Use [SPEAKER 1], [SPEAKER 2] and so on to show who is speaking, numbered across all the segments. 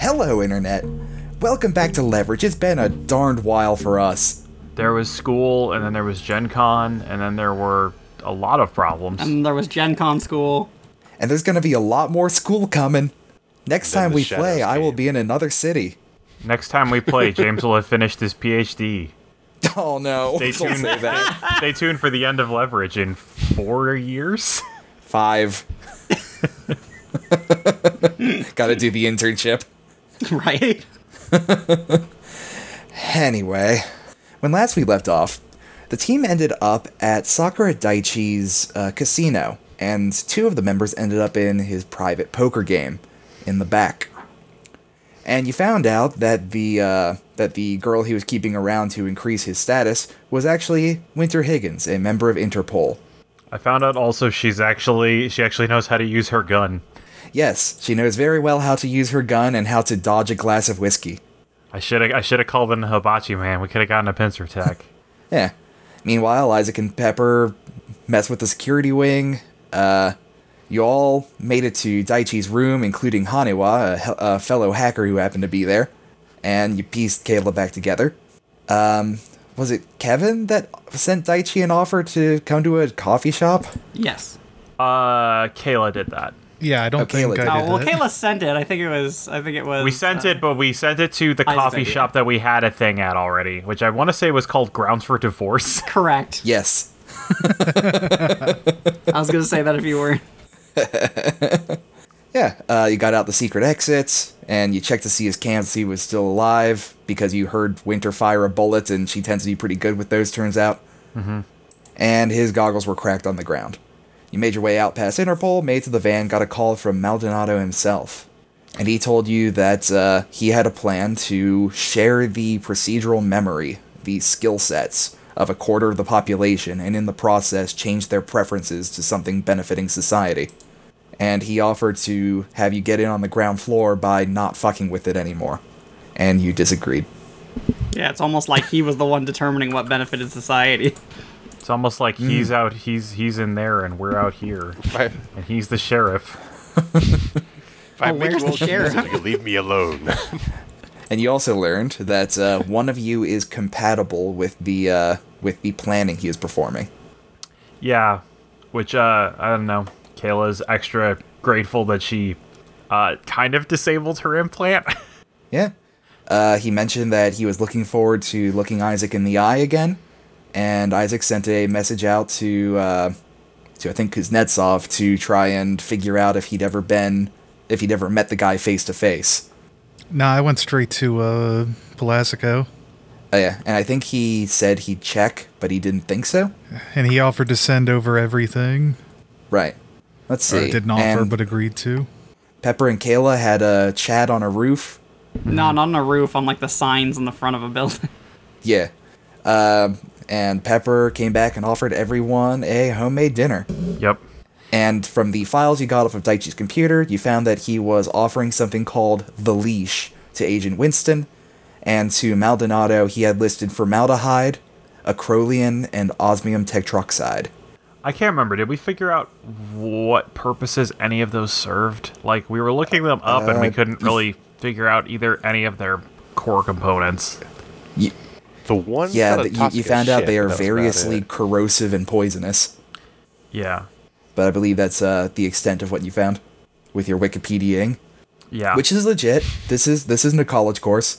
[SPEAKER 1] Hello, Internet. Welcome back to Leverage. It's been a darned while for us.
[SPEAKER 2] There was school, and then there was Gen Con, and then there were a lot of problems.
[SPEAKER 3] And there was Gen Con school.
[SPEAKER 1] And there's going to be a lot more school coming. Next
[SPEAKER 4] Then
[SPEAKER 1] time
[SPEAKER 4] the
[SPEAKER 1] we
[SPEAKER 4] shadows
[SPEAKER 1] play, I will
[SPEAKER 4] came.
[SPEAKER 1] be in another city.
[SPEAKER 2] Next time we play, James will have finished his PhD.
[SPEAKER 1] Oh, no.
[SPEAKER 2] Stay
[SPEAKER 1] Don't
[SPEAKER 2] tuned.
[SPEAKER 1] say that.
[SPEAKER 2] Stay tuned for the end of Leverage in four years.
[SPEAKER 1] Five. Gotta do the internship.
[SPEAKER 3] right?
[SPEAKER 1] Anyway, when last we left off, the team ended up at Sakura Daiichi's uh, casino, and two of the members ended up in his private poker game in the back. And you found out that the uh, that the girl he was keeping around to increase his status was actually Winter Higgins, a member of Interpol.
[SPEAKER 2] I found out also she's actually she actually knows how to use her gun.
[SPEAKER 1] Yes, she knows very well how to use her gun and how to dodge a glass of whiskey.
[SPEAKER 2] I should have I should have called in the hibachi man. We could have gotten a pincer tech.
[SPEAKER 1] Yeah. Meanwhile, Isaac and Pepper mess with the security wing. Uh, you all made it to Daichi's room, including Haniwa, a, he- a fellow hacker who happened to be there, and you pieced Kayla back together. Um, was it Kevin that sent Daichi an offer to come to a coffee shop?
[SPEAKER 3] Yes.
[SPEAKER 2] uh, Kayla did that.
[SPEAKER 5] Yeah, I don't
[SPEAKER 1] Okay,
[SPEAKER 5] think
[SPEAKER 1] like-
[SPEAKER 5] I
[SPEAKER 3] Oh,
[SPEAKER 5] did
[SPEAKER 3] well,
[SPEAKER 5] that.
[SPEAKER 3] Kayla sent it. I think it was. I think it was.
[SPEAKER 2] We sent
[SPEAKER 3] uh,
[SPEAKER 2] it, but we sent it to the
[SPEAKER 3] Isaac's
[SPEAKER 2] coffee
[SPEAKER 3] idea.
[SPEAKER 2] shop that we had a thing at already, which I want to say was called Grounds for Divorce.
[SPEAKER 3] Uh, Correct.
[SPEAKER 1] Yes.
[SPEAKER 3] I was gonna say that if you were.
[SPEAKER 1] Yeah, uh, you got out the secret exit, and you checked to see if Kansi was still alive, because you heard Winter fire a bullet, and she tends to be pretty good with those, turns out. Mm-hmm. And his goggles were cracked on the ground. You made your way out past Interpol, made it to the van, got a call from Maldonado himself. And he told you that uh, he had a plan to share the procedural memory, the skill sets, of a quarter of the population, and in the process change their preferences to something benefiting society and he offered to have you get in on the ground floor by not fucking with it anymore. And you disagreed.
[SPEAKER 3] Yeah, it's almost like he was the one determining what benefited society.
[SPEAKER 2] It's almost like
[SPEAKER 1] Mm.
[SPEAKER 2] he's out, he's he's in there, and we're out here,
[SPEAKER 4] If I, if
[SPEAKER 2] and he's the sheriff.
[SPEAKER 4] I
[SPEAKER 3] Oh,
[SPEAKER 4] make
[SPEAKER 3] where's the
[SPEAKER 4] Will Smith,
[SPEAKER 3] sheriff?
[SPEAKER 4] you can leave me alone.
[SPEAKER 1] And you also learned that uh, one of you is compatible with the uh, with the planning he is performing.
[SPEAKER 2] Yeah, which uh, I don't know. Kayla's extra grateful that she uh, kind of disabled her implant.
[SPEAKER 1] Yeah. Uh, he mentioned that he was looking forward to looking Isaac in the eye again, and Isaac sent a message out to uh, to I think Kuznetsov to try and figure out if he'd ever been if he'd ever met the guy face to face.
[SPEAKER 5] Nah, I went straight to uh, Pelasco,
[SPEAKER 1] Oh yeah, and I think he said he'd check, but he didn't think so.
[SPEAKER 5] and he offered to send over everything.
[SPEAKER 1] Right. Let's
[SPEAKER 5] Or
[SPEAKER 1] see.
[SPEAKER 5] didn't offer,
[SPEAKER 1] And
[SPEAKER 5] but agreed to.
[SPEAKER 1] Pepper and Kayla had a chat on a roof.
[SPEAKER 3] No, not on a roof. On like the signs in the front of a building.
[SPEAKER 1] Yeah. Um, and Pepper came back and offered everyone a homemade dinner.
[SPEAKER 2] yep.
[SPEAKER 1] And from the files you got off of Daichi's computer, you found that he was offering something called the leash to Agent Winston, and to Maldonado, he had listed formaldehyde, acrolein, and osmium tetroxide.
[SPEAKER 2] I can't remember. Did we figure out what purposes any of those served? Like we were looking them up, and we
[SPEAKER 1] Uh,
[SPEAKER 2] couldn't really figure out either any of their core components.
[SPEAKER 1] Y-
[SPEAKER 4] The one.
[SPEAKER 1] yeah,
[SPEAKER 4] that
[SPEAKER 1] that you, you found out they are variously
[SPEAKER 4] variously.
[SPEAKER 1] corrosive and poisonous.
[SPEAKER 2] Yeah.
[SPEAKER 1] but I believe that's uh, the extent of what you found with your Wikipediaing,
[SPEAKER 2] Yeah.
[SPEAKER 1] which is legit. This is this isn't a college course.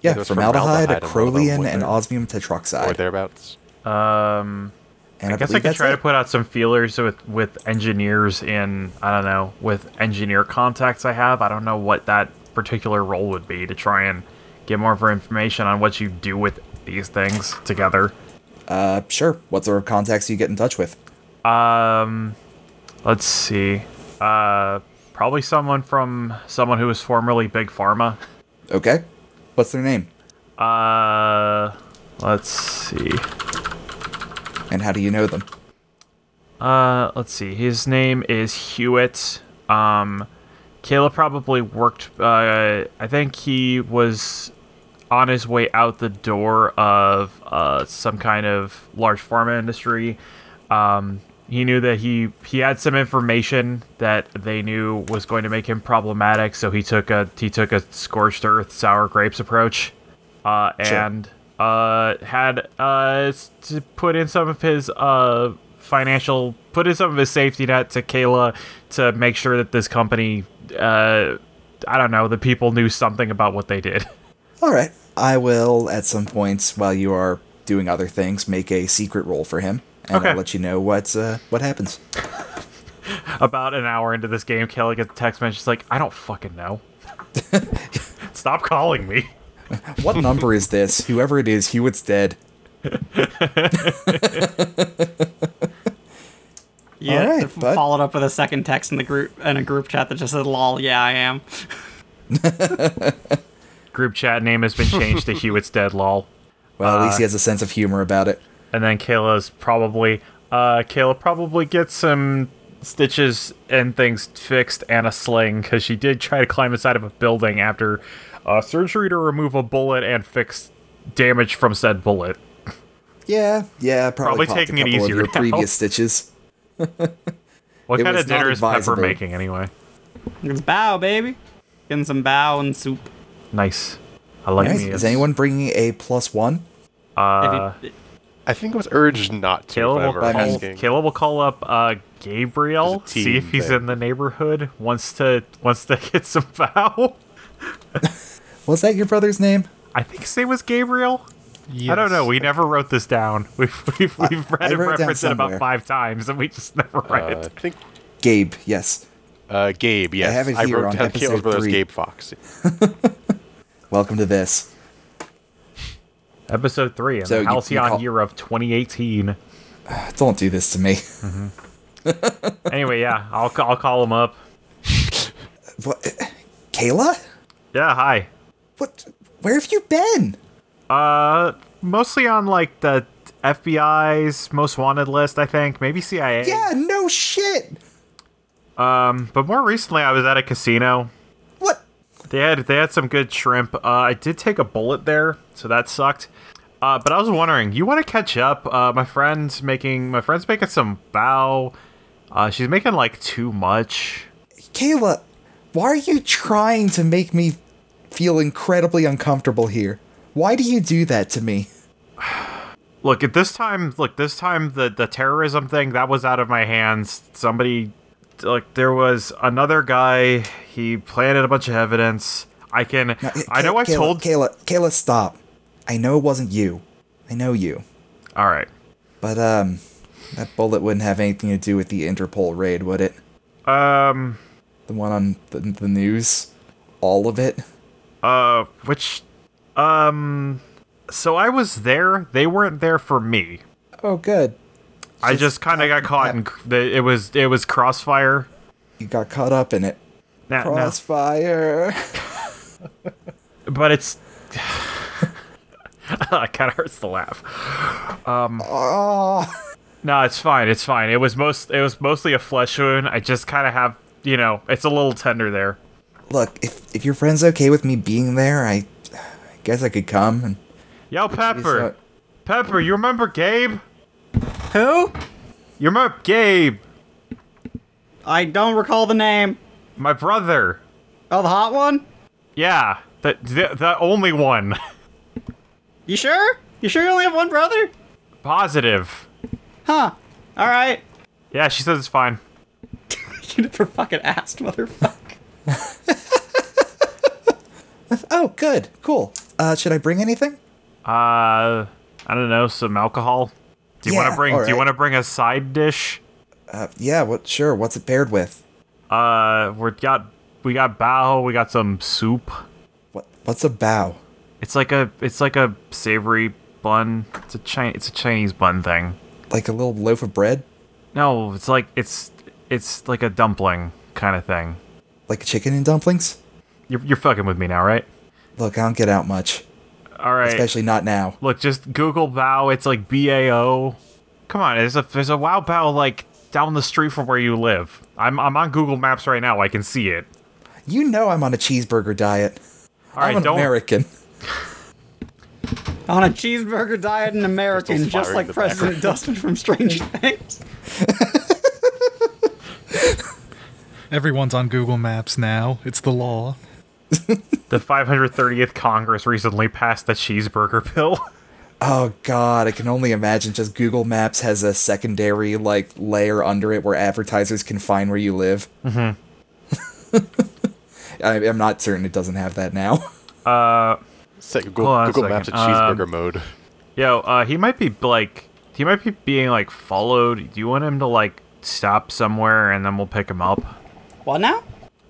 [SPEAKER 1] Yeah,
[SPEAKER 4] There's
[SPEAKER 1] formaldehyde,
[SPEAKER 4] formaldehyde in one of them,
[SPEAKER 1] acrolein,
[SPEAKER 4] wasn't
[SPEAKER 1] and
[SPEAKER 4] there?
[SPEAKER 1] osmium
[SPEAKER 4] Or
[SPEAKER 1] tetroxide.
[SPEAKER 4] thereabouts.
[SPEAKER 2] um.
[SPEAKER 1] and
[SPEAKER 2] I guess I
[SPEAKER 1] believe
[SPEAKER 2] could
[SPEAKER 1] that's
[SPEAKER 2] try
[SPEAKER 1] it.
[SPEAKER 2] to put out some feelers with with engineers in I don't know with engineer contacts I have. I don't know what that particular role would be to try and get more for information on what you do with these things together.
[SPEAKER 1] Uh, sure. What sort of contacts do you get in touch with?
[SPEAKER 2] Um, let's see. Uh, probably someone from someone who was formerly Big Pharma.
[SPEAKER 1] Okay. What's their name?
[SPEAKER 2] Uh, let's see.
[SPEAKER 1] And how do you know them?
[SPEAKER 2] Uh, let's see. His name is Hewitt. Um, Kayla probably worked. Uh, I think he was on his way out the door of uh, some kind of large pharma industry. Um, he knew that he he had some information that they knew was going to make him problematic, so he took a he took a scorched earth sour grapes approach, uh,
[SPEAKER 1] Sure.
[SPEAKER 2] and uh, had uh, s- to put in some of his uh, financial put in some of his safety net to Kayla to make sure that this company uh, I don't know the people knew something about what they did.
[SPEAKER 1] All right. I will, at some points while you are doing other things, make a secret roll for him, and
[SPEAKER 2] Okay.
[SPEAKER 1] I'll let you know what's uh, what happens.
[SPEAKER 2] About an hour into this game, Kayla gets a text message she's like, "I don't fucking know. Stop calling me."
[SPEAKER 1] What number is this? Whoever it is, Hewitt's dead.
[SPEAKER 3] Yeah,
[SPEAKER 1] All right,
[SPEAKER 3] f-
[SPEAKER 1] bud.
[SPEAKER 3] followed up with a second text in the group in a group chat that just said, "Lol, yeah, I am."
[SPEAKER 2] Group chat name has been changed to Hewitt's Dead Lol.
[SPEAKER 1] Well, at least
[SPEAKER 2] Uh,
[SPEAKER 1] he has a sense of humor about it.
[SPEAKER 2] And then Kayla's probably uh Kayla probably gets some stitches and things fixed and a sling because she did try to climb inside of a building after uh, surgery to remove a bullet and fix damage from said bullet.
[SPEAKER 1] Yeah, yeah, probably,
[SPEAKER 2] Probably
[SPEAKER 1] popped a
[SPEAKER 2] taking it
[SPEAKER 1] couple of
[SPEAKER 2] easier
[SPEAKER 1] your
[SPEAKER 2] now.
[SPEAKER 1] previous stitches.
[SPEAKER 2] What
[SPEAKER 1] It
[SPEAKER 2] kind
[SPEAKER 1] was
[SPEAKER 2] of
[SPEAKER 1] not
[SPEAKER 2] dinner is Pepper
[SPEAKER 1] advisable.
[SPEAKER 2] making anyway?
[SPEAKER 3] It's bow, baby. Getting some bow and soup.
[SPEAKER 2] Nice. I like
[SPEAKER 1] All right,
[SPEAKER 2] me.
[SPEAKER 1] Is anyone bringing a plus one?
[SPEAKER 2] Uh,
[SPEAKER 3] If you-
[SPEAKER 4] I think it was urged not to. if I
[SPEAKER 2] Kayla will,
[SPEAKER 4] were
[SPEAKER 1] I'm
[SPEAKER 2] call,
[SPEAKER 4] asking.
[SPEAKER 2] Kayla will call up uh, Gabriel,
[SPEAKER 4] There's a
[SPEAKER 2] see
[SPEAKER 4] team
[SPEAKER 2] if he's
[SPEAKER 4] there.
[SPEAKER 2] in the neighborhood. Wants to wants to get some foul.
[SPEAKER 1] Was that your brother's name?
[SPEAKER 2] I think his name was Gabriel. I
[SPEAKER 5] Yes.
[SPEAKER 2] don't know. We never wrote this down. We've we've, we've read
[SPEAKER 1] I
[SPEAKER 2] and
[SPEAKER 1] wrote it down
[SPEAKER 2] referenced it about
[SPEAKER 1] somewhere.
[SPEAKER 2] five times, and we just never read
[SPEAKER 4] Uh, I
[SPEAKER 2] it.
[SPEAKER 4] think
[SPEAKER 1] Gabe. Yes.
[SPEAKER 4] uh, Gabe. Yes, I,
[SPEAKER 1] have it here
[SPEAKER 4] wrote
[SPEAKER 1] on
[SPEAKER 4] down
[SPEAKER 1] episode
[SPEAKER 4] Kayla's brother's
[SPEAKER 1] three.
[SPEAKER 4] Gabe Fox.
[SPEAKER 1] Welcome to this.
[SPEAKER 2] Episode three in
[SPEAKER 1] So
[SPEAKER 2] the
[SPEAKER 1] you- you
[SPEAKER 2] halcyon
[SPEAKER 1] call-
[SPEAKER 2] year of 2018.
[SPEAKER 1] Don't do this to me.
[SPEAKER 2] anyway, yeah, I'll ca- I'll call him up.
[SPEAKER 1] What? Kayla?
[SPEAKER 2] Yeah, hi.
[SPEAKER 1] What? Where have you been?
[SPEAKER 2] Uh, mostly on like the FBI's most wanted list, I think. Maybe CIA.
[SPEAKER 1] Yeah, no shit.
[SPEAKER 2] Um, but more recently, I was at a casino.
[SPEAKER 1] What?
[SPEAKER 2] They had they had some good shrimp. Uh, I did take a bullet there, so that sucked. Uh, but I was wondering, you want to catch up? Uh, my friend's making my friend's making some bow. Uh, she's making like too much.
[SPEAKER 1] Kayla, why are you trying to make me feel incredibly uncomfortable here? Why do you do that to me?
[SPEAKER 2] Look at this time. Look this time. The the terrorism thing that was out of my hands. Somebody, like there was another guy. He planted a bunch of evidence. I can. I know
[SPEAKER 1] Kay- Kayla,
[SPEAKER 2] I told.
[SPEAKER 1] Kayla. Kayla, stop. I know it wasn't you. I know you.
[SPEAKER 2] All right.
[SPEAKER 1] But um, that bullet wouldn't have anything to do with the Interpol raid, would it?
[SPEAKER 2] Um.
[SPEAKER 1] The one on the, the news, all of it.
[SPEAKER 2] Uh, which, um, so I was there. They weren't there for me.
[SPEAKER 1] Oh, good.
[SPEAKER 2] I just kind of got caught in the, it was it was crossfire.
[SPEAKER 1] You got caught up in it.
[SPEAKER 2] Nah, nah.
[SPEAKER 1] Crossfire.
[SPEAKER 2] but it's it kind of hurts to laugh.
[SPEAKER 1] Oh.
[SPEAKER 2] No, it's fine. It's fine. It was most it was mostly a flesh wound. I just kind of have you know it's a little tender there.
[SPEAKER 1] Look, if if your friend's okay with me being there, I, I guess I could come and
[SPEAKER 2] Yo, Pepper,
[SPEAKER 1] not-
[SPEAKER 2] Pepper, you remember Gabe?
[SPEAKER 3] Who?
[SPEAKER 2] You remember Gabe,
[SPEAKER 3] I don't recall the name.
[SPEAKER 2] my brother?
[SPEAKER 3] Oh, the hot one.
[SPEAKER 2] Yeah, the the, the only one.
[SPEAKER 3] You sure? You sure you only have one brother?
[SPEAKER 2] Positive.
[SPEAKER 3] Huh. All right.
[SPEAKER 2] Yeah, she says it's fine.
[SPEAKER 3] You never fucking asked, motherfucker.
[SPEAKER 1] Oh, good. Cool. Uh, should I bring anything?
[SPEAKER 2] Uh, I don't know, some alcohol. Do you want
[SPEAKER 1] Yeah,
[SPEAKER 2] to bring? Do you
[SPEAKER 1] alright.
[SPEAKER 2] want to bring a side dish?
[SPEAKER 1] Uh, yeah, what sure. What's it paired with?
[SPEAKER 2] Uh, we got we got bao. We got some soup.
[SPEAKER 1] What what's a bow?
[SPEAKER 2] It's like a it's like a savory bun. It's a chi- it's a Chinese bun thing.
[SPEAKER 1] Like a little loaf of bread?
[SPEAKER 2] No, it's like it's it's like a dumpling kind of thing.
[SPEAKER 1] Like chicken and dumplings?
[SPEAKER 2] You're you're fucking with me now, right?
[SPEAKER 1] Look, I don't get out much.
[SPEAKER 2] All right.
[SPEAKER 1] Especially not now.
[SPEAKER 2] Look, just Google bao. It's like B A O. Come on, there's a there's a wow bao like down the street from where you live. I'm I'm on Google Maps right now. I can see it.
[SPEAKER 1] You know I'm on a cheeseburger diet.
[SPEAKER 2] All right,
[SPEAKER 1] I'm an
[SPEAKER 2] don't
[SPEAKER 1] American.
[SPEAKER 3] On a cheeseburger diet, an American,
[SPEAKER 4] Crystal's
[SPEAKER 3] just
[SPEAKER 4] firing
[SPEAKER 3] like
[SPEAKER 4] the
[SPEAKER 3] President Dustin from Stranger Things.
[SPEAKER 5] Everyone's on Google Maps now. It's the law.
[SPEAKER 2] The 530th Congress recently passed the cheeseburger bill.
[SPEAKER 1] Oh god, I can only imagine just Google Maps has a secondary like layer under it where advertisers can find where you live. Mm-hmm. I, I'm not certain it doesn't have that now.
[SPEAKER 4] It's like Google,
[SPEAKER 2] Hold on a
[SPEAKER 4] Google Maps at
[SPEAKER 2] second. Um,
[SPEAKER 4] cheeseburger mode.
[SPEAKER 2] Yo, uh, he might be like, he might be being like followed. Do you want him to like stop somewhere and then we'll pick him up?
[SPEAKER 3] What now?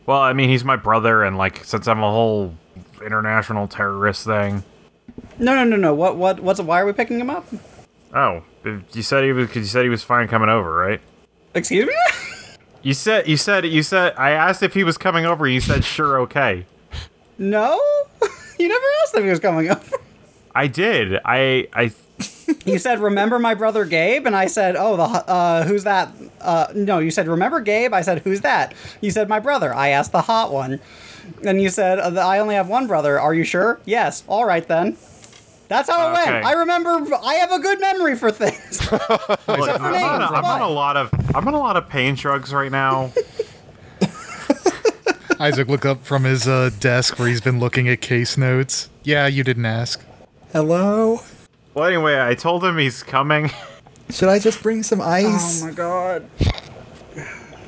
[SPEAKER 2] Well, I mean, he's my brother, and like, since I'm a whole international terrorist thing.
[SPEAKER 3] No, no, no, no. What? What? What's? Why are we picking him up?
[SPEAKER 2] Oh, you said he was. Cause you said he was fine coming over, right?
[SPEAKER 3] Excuse me?
[SPEAKER 2] You said. You said. You said. I asked if he was coming over. You said sure, okay.
[SPEAKER 3] no, you never asked if he was coming over.
[SPEAKER 2] I did. I. I.
[SPEAKER 3] You said, "Remember my brother Gabe," and I said, "Oh, the ho- uh, who's that?" Uh, no, you said, "Remember Gabe." I said, "Who's that?" You said, "My brother." I asked the hot one, and you said, uh, "I only have one brother. Are you sure?" Yes. All right then. That's how it
[SPEAKER 2] Okay.
[SPEAKER 3] went. I remember. I have a good memory for things.
[SPEAKER 2] Look,
[SPEAKER 3] Except for
[SPEAKER 2] I'm, on a,
[SPEAKER 3] names,
[SPEAKER 2] I'm on a
[SPEAKER 3] what?
[SPEAKER 2] lot of. I'm on a lot of pain drugs right now.
[SPEAKER 5] Isaac looked up from his uh, desk where he's been looking at case notes. Yeah, you didn't ask.
[SPEAKER 1] Hello?
[SPEAKER 2] well, anyway, I told him he's coming.
[SPEAKER 1] Should I just bring some ice?
[SPEAKER 3] god.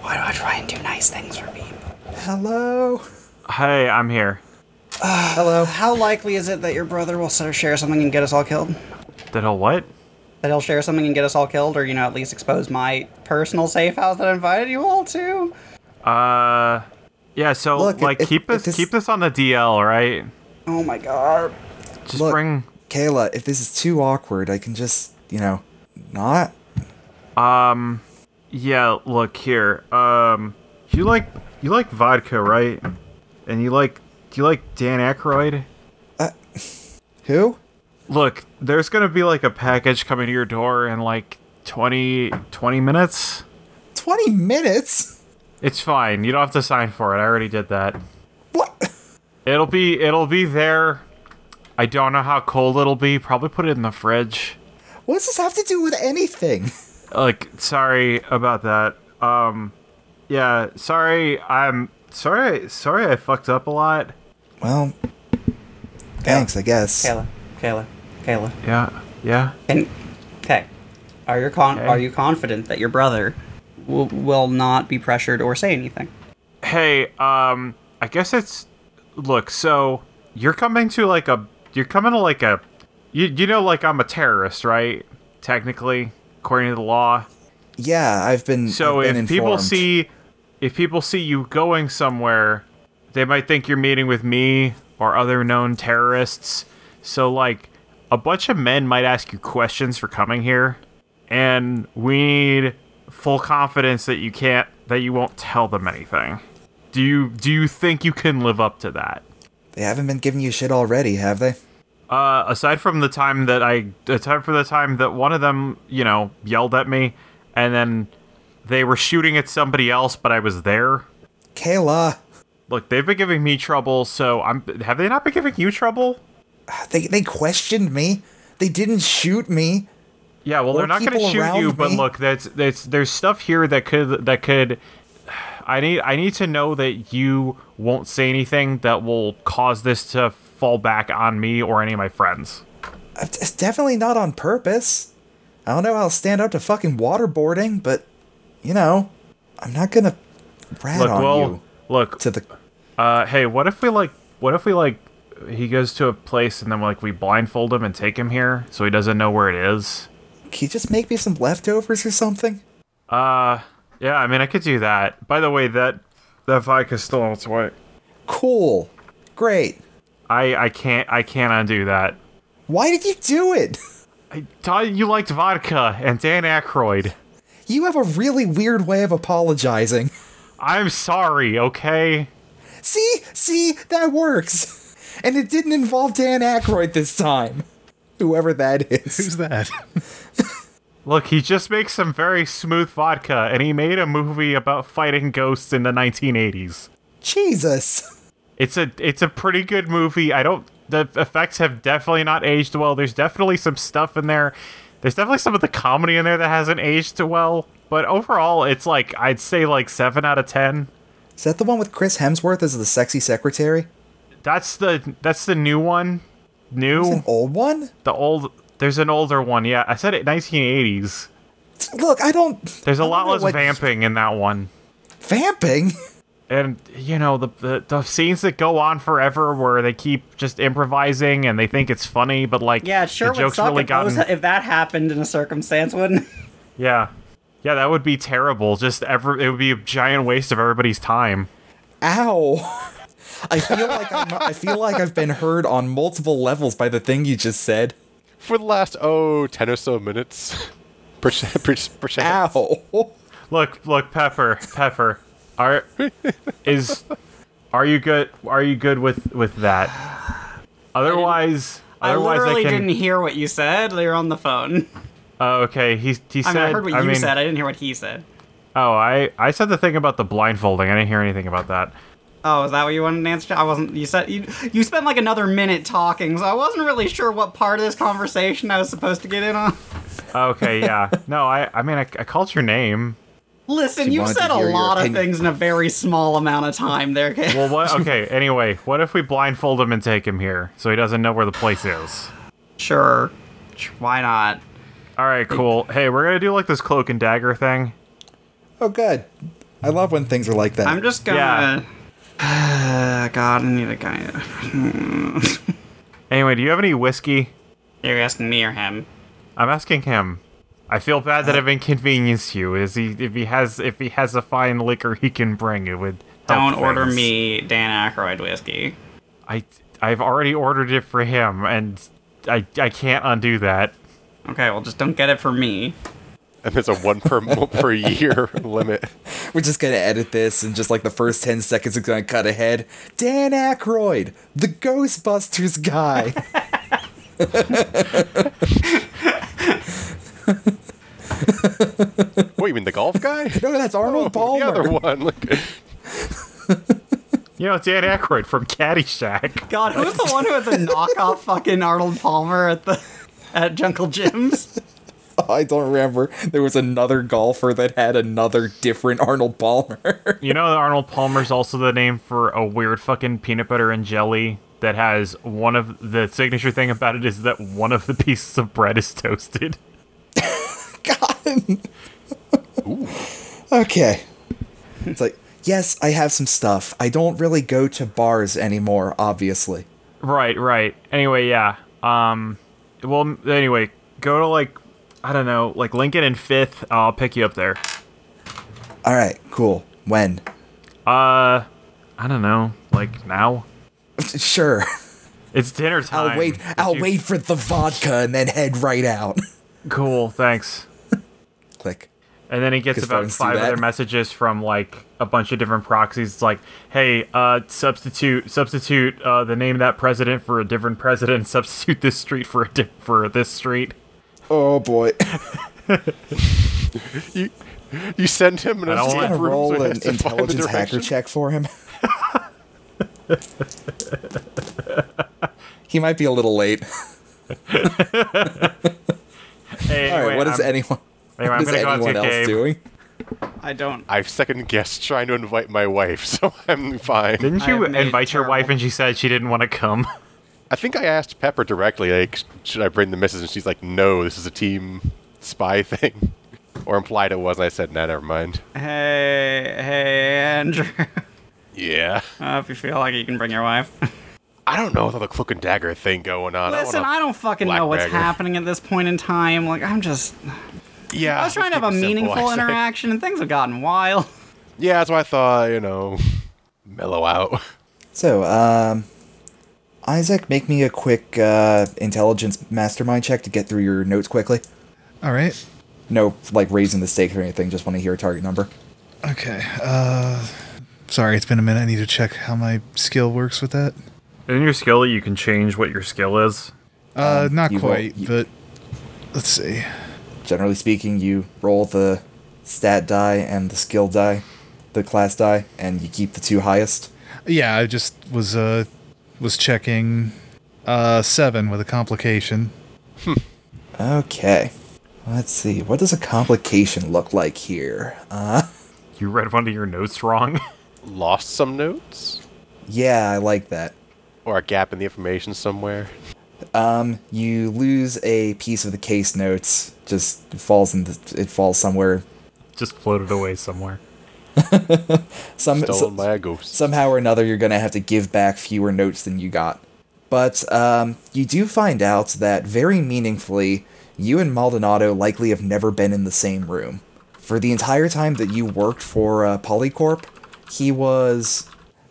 [SPEAKER 3] Why do I try and do nice things for people?
[SPEAKER 1] Hello?
[SPEAKER 2] hey, I'm here.
[SPEAKER 1] Hello?
[SPEAKER 3] How likely is it that your brother will sort of share something and get us all killed?
[SPEAKER 2] That he'll what?
[SPEAKER 3] That he'll share something and get us all killed, or you know, at least expose my personal safe house that I invited you all to?
[SPEAKER 2] Uh. Yeah. So
[SPEAKER 1] Look,
[SPEAKER 2] like,
[SPEAKER 1] if-
[SPEAKER 2] keep
[SPEAKER 1] if
[SPEAKER 2] this.
[SPEAKER 1] this-
[SPEAKER 2] Keep this on the DL, right?
[SPEAKER 3] Oh my god.
[SPEAKER 2] Just
[SPEAKER 1] Look.
[SPEAKER 2] bring.
[SPEAKER 1] Kayla, if this is too awkward, I can just, you know, not.
[SPEAKER 2] Yeah, look here. Um, you like you like vodka, right? And you like you like Dan Aykroyd.
[SPEAKER 1] Who?
[SPEAKER 2] Look, there's gonna be like a package coming to your door in like 20, 20 minutes.
[SPEAKER 1] 20 minutes?
[SPEAKER 2] It's fine. You don't have to sign for it. I already did that.
[SPEAKER 1] What?
[SPEAKER 2] It'll be it'll be there. I don't know how cold it'll be. Probably put it in the fridge.
[SPEAKER 1] What does this have to do with anything?
[SPEAKER 2] like sorry about that um yeah sorry i'm sorry sorry i fucked up a lot
[SPEAKER 1] Well, thanks, I guess.
[SPEAKER 3] Kayla, Kayla, Kayla.
[SPEAKER 2] yeah yeah
[SPEAKER 3] And okay, are you con-
[SPEAKER 2] Okay.
[SPEAKER 3] are you confident that your brother will, will not be pressured or say anything?
[SPEAKER 2] hey um i guess it's look so you're coming to like a you're coming to like a you, you know like i'm a terrorist right technically according to the law
[SPEAKER 1] Yeah, I've been.
[SPEAKER 2] so
[SPEAKER 1] I've
[SPEAKER 2] if
[SPEAKER 1] been
[SPEAKER 2] people
[SPEAKER 1] informed.
[SPEAKER 2] see if people see you going somewhere they might think you're meeting with me or other known terrorists so like a bunch of men might ask you questions for coming here and we need full confidence that you can't that you won't tell them anything do you do you think you can live up to that
[SPEAKER 1] They haven't been giving you shit already, have they?
[SPEAKER 2] uh, aside from the time that I, aside from the time that one of them, you know, yelled at me, and then they were shooting at somebody else, but I was there.
[SPEAKER 1] Kayla,
[SPEAKER 2] Look, they've been giving me trouble, so I'm. Have they not been giving you trouble?
[SPEAKER 1] they, they questioned me. They didn't shoot me.
[SPEAKER 2] Yeah, well,
[SPEAKER 1] Or
[SPEAKER 2] they're not going
[SPEAKER 1] people
[SPEAKER 2] to shoot
[SPEAKER 1] around
[SPEAKER 2] you, but
[SPEAKER 1] me.
[SPEAKER 2] look, that's that's there's stuff here that could that could. I need I need to know that you won't say anything that will cause this to fall back on me or any of my friends.
[SPEAKER 1] Uh, It's definitely not on purpose. I don't know how I'll stand up to fucking waterboarding, but, you know, I'm not gonna rat
[SPEAKER 2] Look,
[SPEAKER 1] on
[SPEAKER 2] well,
[SPEAKER 1] you
[SPEAKER 2] look,
[SPEAKER 1] to the.
[SPEAKER 2] Uh, hey, what if we like? What if we like? He goes to a place and then like we blindfold him and take him here so he doesn't know where it is.
[SPEAKER 1] Can you just make me some leftovers or something?
[SPEAKER 2] Uh, yeah. I mean, I could do that. By the way, that that vodka's still on its way.
[SPEAKER 1] Cool. Great.
[SPEAKER 2] I I can't I can't undo that.
[SPEAKER 1] Why did you do it?
[SPEAKER 2] I thought you liked vodka and Dan Aykroyd.
[SPEAKER 1] You have a really weird way of apologizing.
[SPEAKER 2] I'm sorry. Okay.
[SPEAKER 1] See? See? That works. And it didn't involve Dan Aykroyd this time. Whoever that is.
[SPEAKER 5] Who's that?
[SPEAKER 2] Look, he just makes some very smooth vodka, and he made a movie about fighting ghosts in the 1980s.
[SPEAKER 1] Jesus.
[SPEAKER 2] It's a it's a pretty good movie. I don't the effects have definitely not aged well. There's definitely some stuff in there. There's definitely some of the comedy in there that hasn't aged well, but overall it's like I'd say like 7 out of 10.
[SPEAKER 1] Is that the one with Chris Hemsworth as the sexy secretary?
[SPEAKER 2] That's the that's the new one.
[SPEAKER 1] It's an
[SPEAKER 2] New
[SPEAKER 1] old one?
[SPEAKER 2] the old. There's an older one. Yeah, I said it. 1980s.
[SPEAKER 1] Look, I don't.
[SPEAKER 2] There's a
[SPEAKER 1] I don't
[SPEAKER 2] lot
[SPEAKER 1] know
[SPEAKER 2] less
[SPEAKER 1] what-
[SPEAKER 2] vamping in that one.
[SPEAKER 1] Vamping?
[SPEAKER 2] and you know the, the the scenes that go on forever where they keep just improvising and they think it's funny but like
[SPEAKER 3] Yeah, it sure
[SPEAKER 2] the
[SPEAKER 3] would
[SPEAKER 2] jokes
[SPEAKER 3] suck
[SPEAKER 2] really
[SPEAKER 3] if, those-
[SPEAKER 2] gotten
[SPEAKER 3] if that happened in a circumstance, wouldn't it?
[SPEAKER 2] yeah yeah that would be terrible just ever it would be a giant waste of everybody's time
[SPEAKER 1] Ow. I feel like I'm, I feel like I've been heard on multiple levels by the thing you just said.
[SPEAKER 4] For the last, oh, 10 or so minutes. per, per, per,
[SPEAKER 1] Ow.
[SPEAKER 2] look look pepper pepper are is are you good are you good with with that otherwise
[SPEAKER 3] I
[SPEAKER 2] otherwise
[SPEAKER 3] literally
[SPEAKER 2] can
[SPEAKER 3] didn't hear what you said. They were on the phone.
[SPEAKER 2] oh, okay he he
[SPEAKER 3] I
[SPEAKER 2] said
[SPEAKER 3] mean, I heard what you
[SPEAKER 2] mean,
[SPEAKER 3] said. I didn't hear what he said.
[SPEAKER 2] oh i i said the thing about the blindfolding i didn't hear anything about that
[SPEAKER 3] Oh, is that what you wanted to answer? to? I wasn't. You said you you spent like another minute talking, so I wasn't really sure what part of this conversation I was supposed to get in on.
[SPEAKER 2] Okay, yeah. No, I I mean I, I called your name.
[SPEAKER 3] Listen,
[SPEAKER 1] She
[SPEAKER 3] you've
[SPEAKER 1] wanted
[SPEAKER 3] said
[SPEAKER 1] to
[SPEAKER 3] a
[SPEAKER 1] hear your
[SPEAKER 3] lot of
[SPEAKER 1] opinion.
[SPEAKER 3] things in a very small amount of time there, Kay.
[SPEAKER 2] Well, what? Okay. Anyway, what if we blindfold him and take him here so he doesn't know where the place is?
[SPEAKER 3] sure. Ch- Why not?
[SPEAKER 2] All right, cool. Hey, we're gonna do like this cloak and dagger thing.
[SPEAKER 1] Oh, good. I love when things are like that.
[SPEAKER 3] I'm just gonna. God, I need a guy.
[SPEAKER 2] Anyway, do you have any whiskey?
[SPEAKER 3] You're asking me or him?
[SPEAKER 2] I'm asking him. I feel bad
[SPEAKER 3] Uh,
[SPEAKER 2] that I've inconvenienced you. Is he if he has if he has a fine liquor he can bring it would. help
[SPEAKER 3] Don't order
[SPEAKER 2] things.
[SPEAKER 3] me Dan Aykroyd whiskey.
[SPEAKER 2] I I've already ordered it for him and I I can't undo that.
[SPEAKER 3] Okay, well, just don't get it for me.
[SPEAKER 4] and there's a one per, mo- per year limit.
[SPEAKER 1] We're just gonna edit this, and just like the first ten seconds, it's gonna cut ahead. Dan Aykroyd, the Ghostbusters guy.
[SPEAKER 4] What, you mean the golf guy?
[SPEAKER 1] no, that's Arnold
[SPEAKER 4] Oh, the
[SPEAKER 1] Palmer.
[SPEAKER 4] other one. Like,
[SPEAKER 2] You know, Dan Aykroyd from Caddyshack.
[SPEAKER 3] God, who's the one who had the knockoff fucking Arnold Palmer at the at Jungle Jim's?
[SPEAKER 1] I don't remember. There was another golfer that had another different Arnold Palmer.
[SPEAKER 2] You know, Arnold Palmer's also the name for a weird fucking peanut butter and jelly that has one of the signature thing about it is that one of the pieces of bread is toasted.
[SPEAKER 1] God. okay. It's like, yes, I have some stuff. I don't really go to bars anymore, obviously.
[SPEAKER 2] Right, right. Anyway, yeah. Um, well, m- anyway, go to like, I don't know, like Lincoln and Fifth. Oh, I'll pick you up there.
[SPEAKER 1] All right, cool. When?
[SPEAKER 2] Uh, I don't know, like now.
[SPEAKER 1] Sure.
[SPEAKER 2] It's dinner time.
[SPEAKER 1] I'll wait.
[SPEAKER 2] Did
[SPEAKER 1] I'll
[SPEAKER 2] you-
[SPEAKER 1] wait for the vodka and then head right out.
[SPEAKER 2] Cool. Thanks.
[SPEAKER 1] Click.
[SPEAKER 2] And then he gets
[SPEAKER 1] Guess
[SPEAKER 2] about
[SPEAKER 1] phones do
[SPEAKER 2] five
[SPEAKER 1] that.
[SPEAKER 2] other messages from like a bunch of different proxies. It's like, hey, uh, substitute substitute uh, the name of that president for a different president. Substitute this street for a di- for this street.
[SPEAKER 1] Oh boy.
[SPEAKER 4] you, you send him an
[SPEAKER 2] I don't want-
[SPEAKER 1] I'm
[SPEAKER 4] escape
[SPEAKER 1] gonna
[SPEAKER 4] room so
[SPEAKER 1] roll
[SPEAKER 4] he
[SPEAKER 1] an
[SPEAKER 4] has to find the
[SPEAKER 1] intelligence hacker
[SPEAKER 4] direction.
[SPEAKER 1] check for him. he might be a little late.
[SPEAKER 2] Hey,
[SPEAKER 1] All right,
[SPEAKER 2] anyway,
[SPEAKER 1] what is
[SPEAKER 2] I'm-
[SPEAKER 1] anyone? what
[SPEAKER 2] anyway, I'm
[SPEAKER 1] is
[SPEAKER 2] gonna go out
[SPEAKER 1] anyone
[SPEAKER 2] to
[SPEAKER 1] else
[SPEAKER 2] Gabe.
[SPEAKER 1] doing?
[SPEAKER 3] I don't.
[SPEAKER 4] I've second guessed trying to invite my wife, so I'm fine.
[SPEAKER 2] Didn't
[SPEAKER 3] I
[SPEAKER 2] you
[SPEAKER 3] have made it
[SPEAKER 2] invite your wife
[SPEAKER 3] terrible.
[SPEAKER 2] and she said she didn't want to come?
[SPEAKER 4] I think I asked Pepper directly, like, should I bring the missus? And she's like, no, this is a team spy thing. Or implied it was, and I said, nah, never mind.
[SPEAKER 3] Hey, hey, Andrew.
[SPEAKER 4] Yeah.
[SPEAKER 3] Uh, if you feel like it, you can bring your wife.
[SPEAKER 4] I don't know with all the cloak and dagger thing going on.
[SPEAKER 3] Listen,
[SPEAKER 4] wanna-
[SPEAKER 3] I don't fucking
[SPEAKER 4] black
[SPEAKER 3] know what's
[SPEAKER 4] bagger.
[SPEAKER 3] happening at this point in time. Like, I'm just.
[SPEAKER 4] Yeah.
[SPEAKER 3] I was trying to have
[SPEAKER 4] let's
[SPEAKER 3] a
[SPEAKER 4] keep it simple,
[SPEAKER 3] meaningful
[SPEAKER 4] I say.
[SPEAKER 3] interaction, and things have gotten wild.
[SPEAKER 4] Yeah, that's why I thought, you know, mellow out.
[SPEAKER 1] So, um, Isaac, make me a quick uh, intelligence mastermind check to get through your notes quickly.
[SPEAKER 5] All right.
[SPEAKER 1] No, like raising the stakes or anything. Just want to hear a target number.
[SPEAKER 5] Okay. Uh, sorry, it's been a minute. I need to check how my skill works with that.
[SPEAKER 2] In your skill, you can change what your skill is.
[SPEAKER 5] Uh, not
[SPEAKER 1] Um, you will-
[SPEAKER 5] quite,
[SPEAKER 1] you-
[SPEAKER 5] but let's see.
[SPEAKER 1] Generally speaking, you roll the stat die and the skill die, the class die, and you keep the two highest.
[SPEAKER 5] Yeah, I just was uh was checking uh seven with a complication.
[SPEAKER 1] Okay. Let's see. What does a complication look like here? Uh,
[SPEAKER 2] You read one of your notes wrong.
[SPEAKER 4] lost some notes
[SPEAKER 1] Yeah, I like that.
[SPEAKER 4] or a gap in the information somewhere.
[SPEAKER 1] You lose a piece of the case notes. Just falls in. The, it falls somewhere.
[SPEAKER 2] Just floated away somewhere.
[SPEAKER 1] Some
[SPEAKER 4] Stolen
[SPEAKER 1] some-
[SPEAKER 4] by a ghost.
[SPEAKER 1] somehow or another you're going to have to give back fewer notes than you got. But um, you do find out that very meaningfully, you and Maldonado likely have never been in the same room. For the entire time that you worked for uh, Polycorp, he was.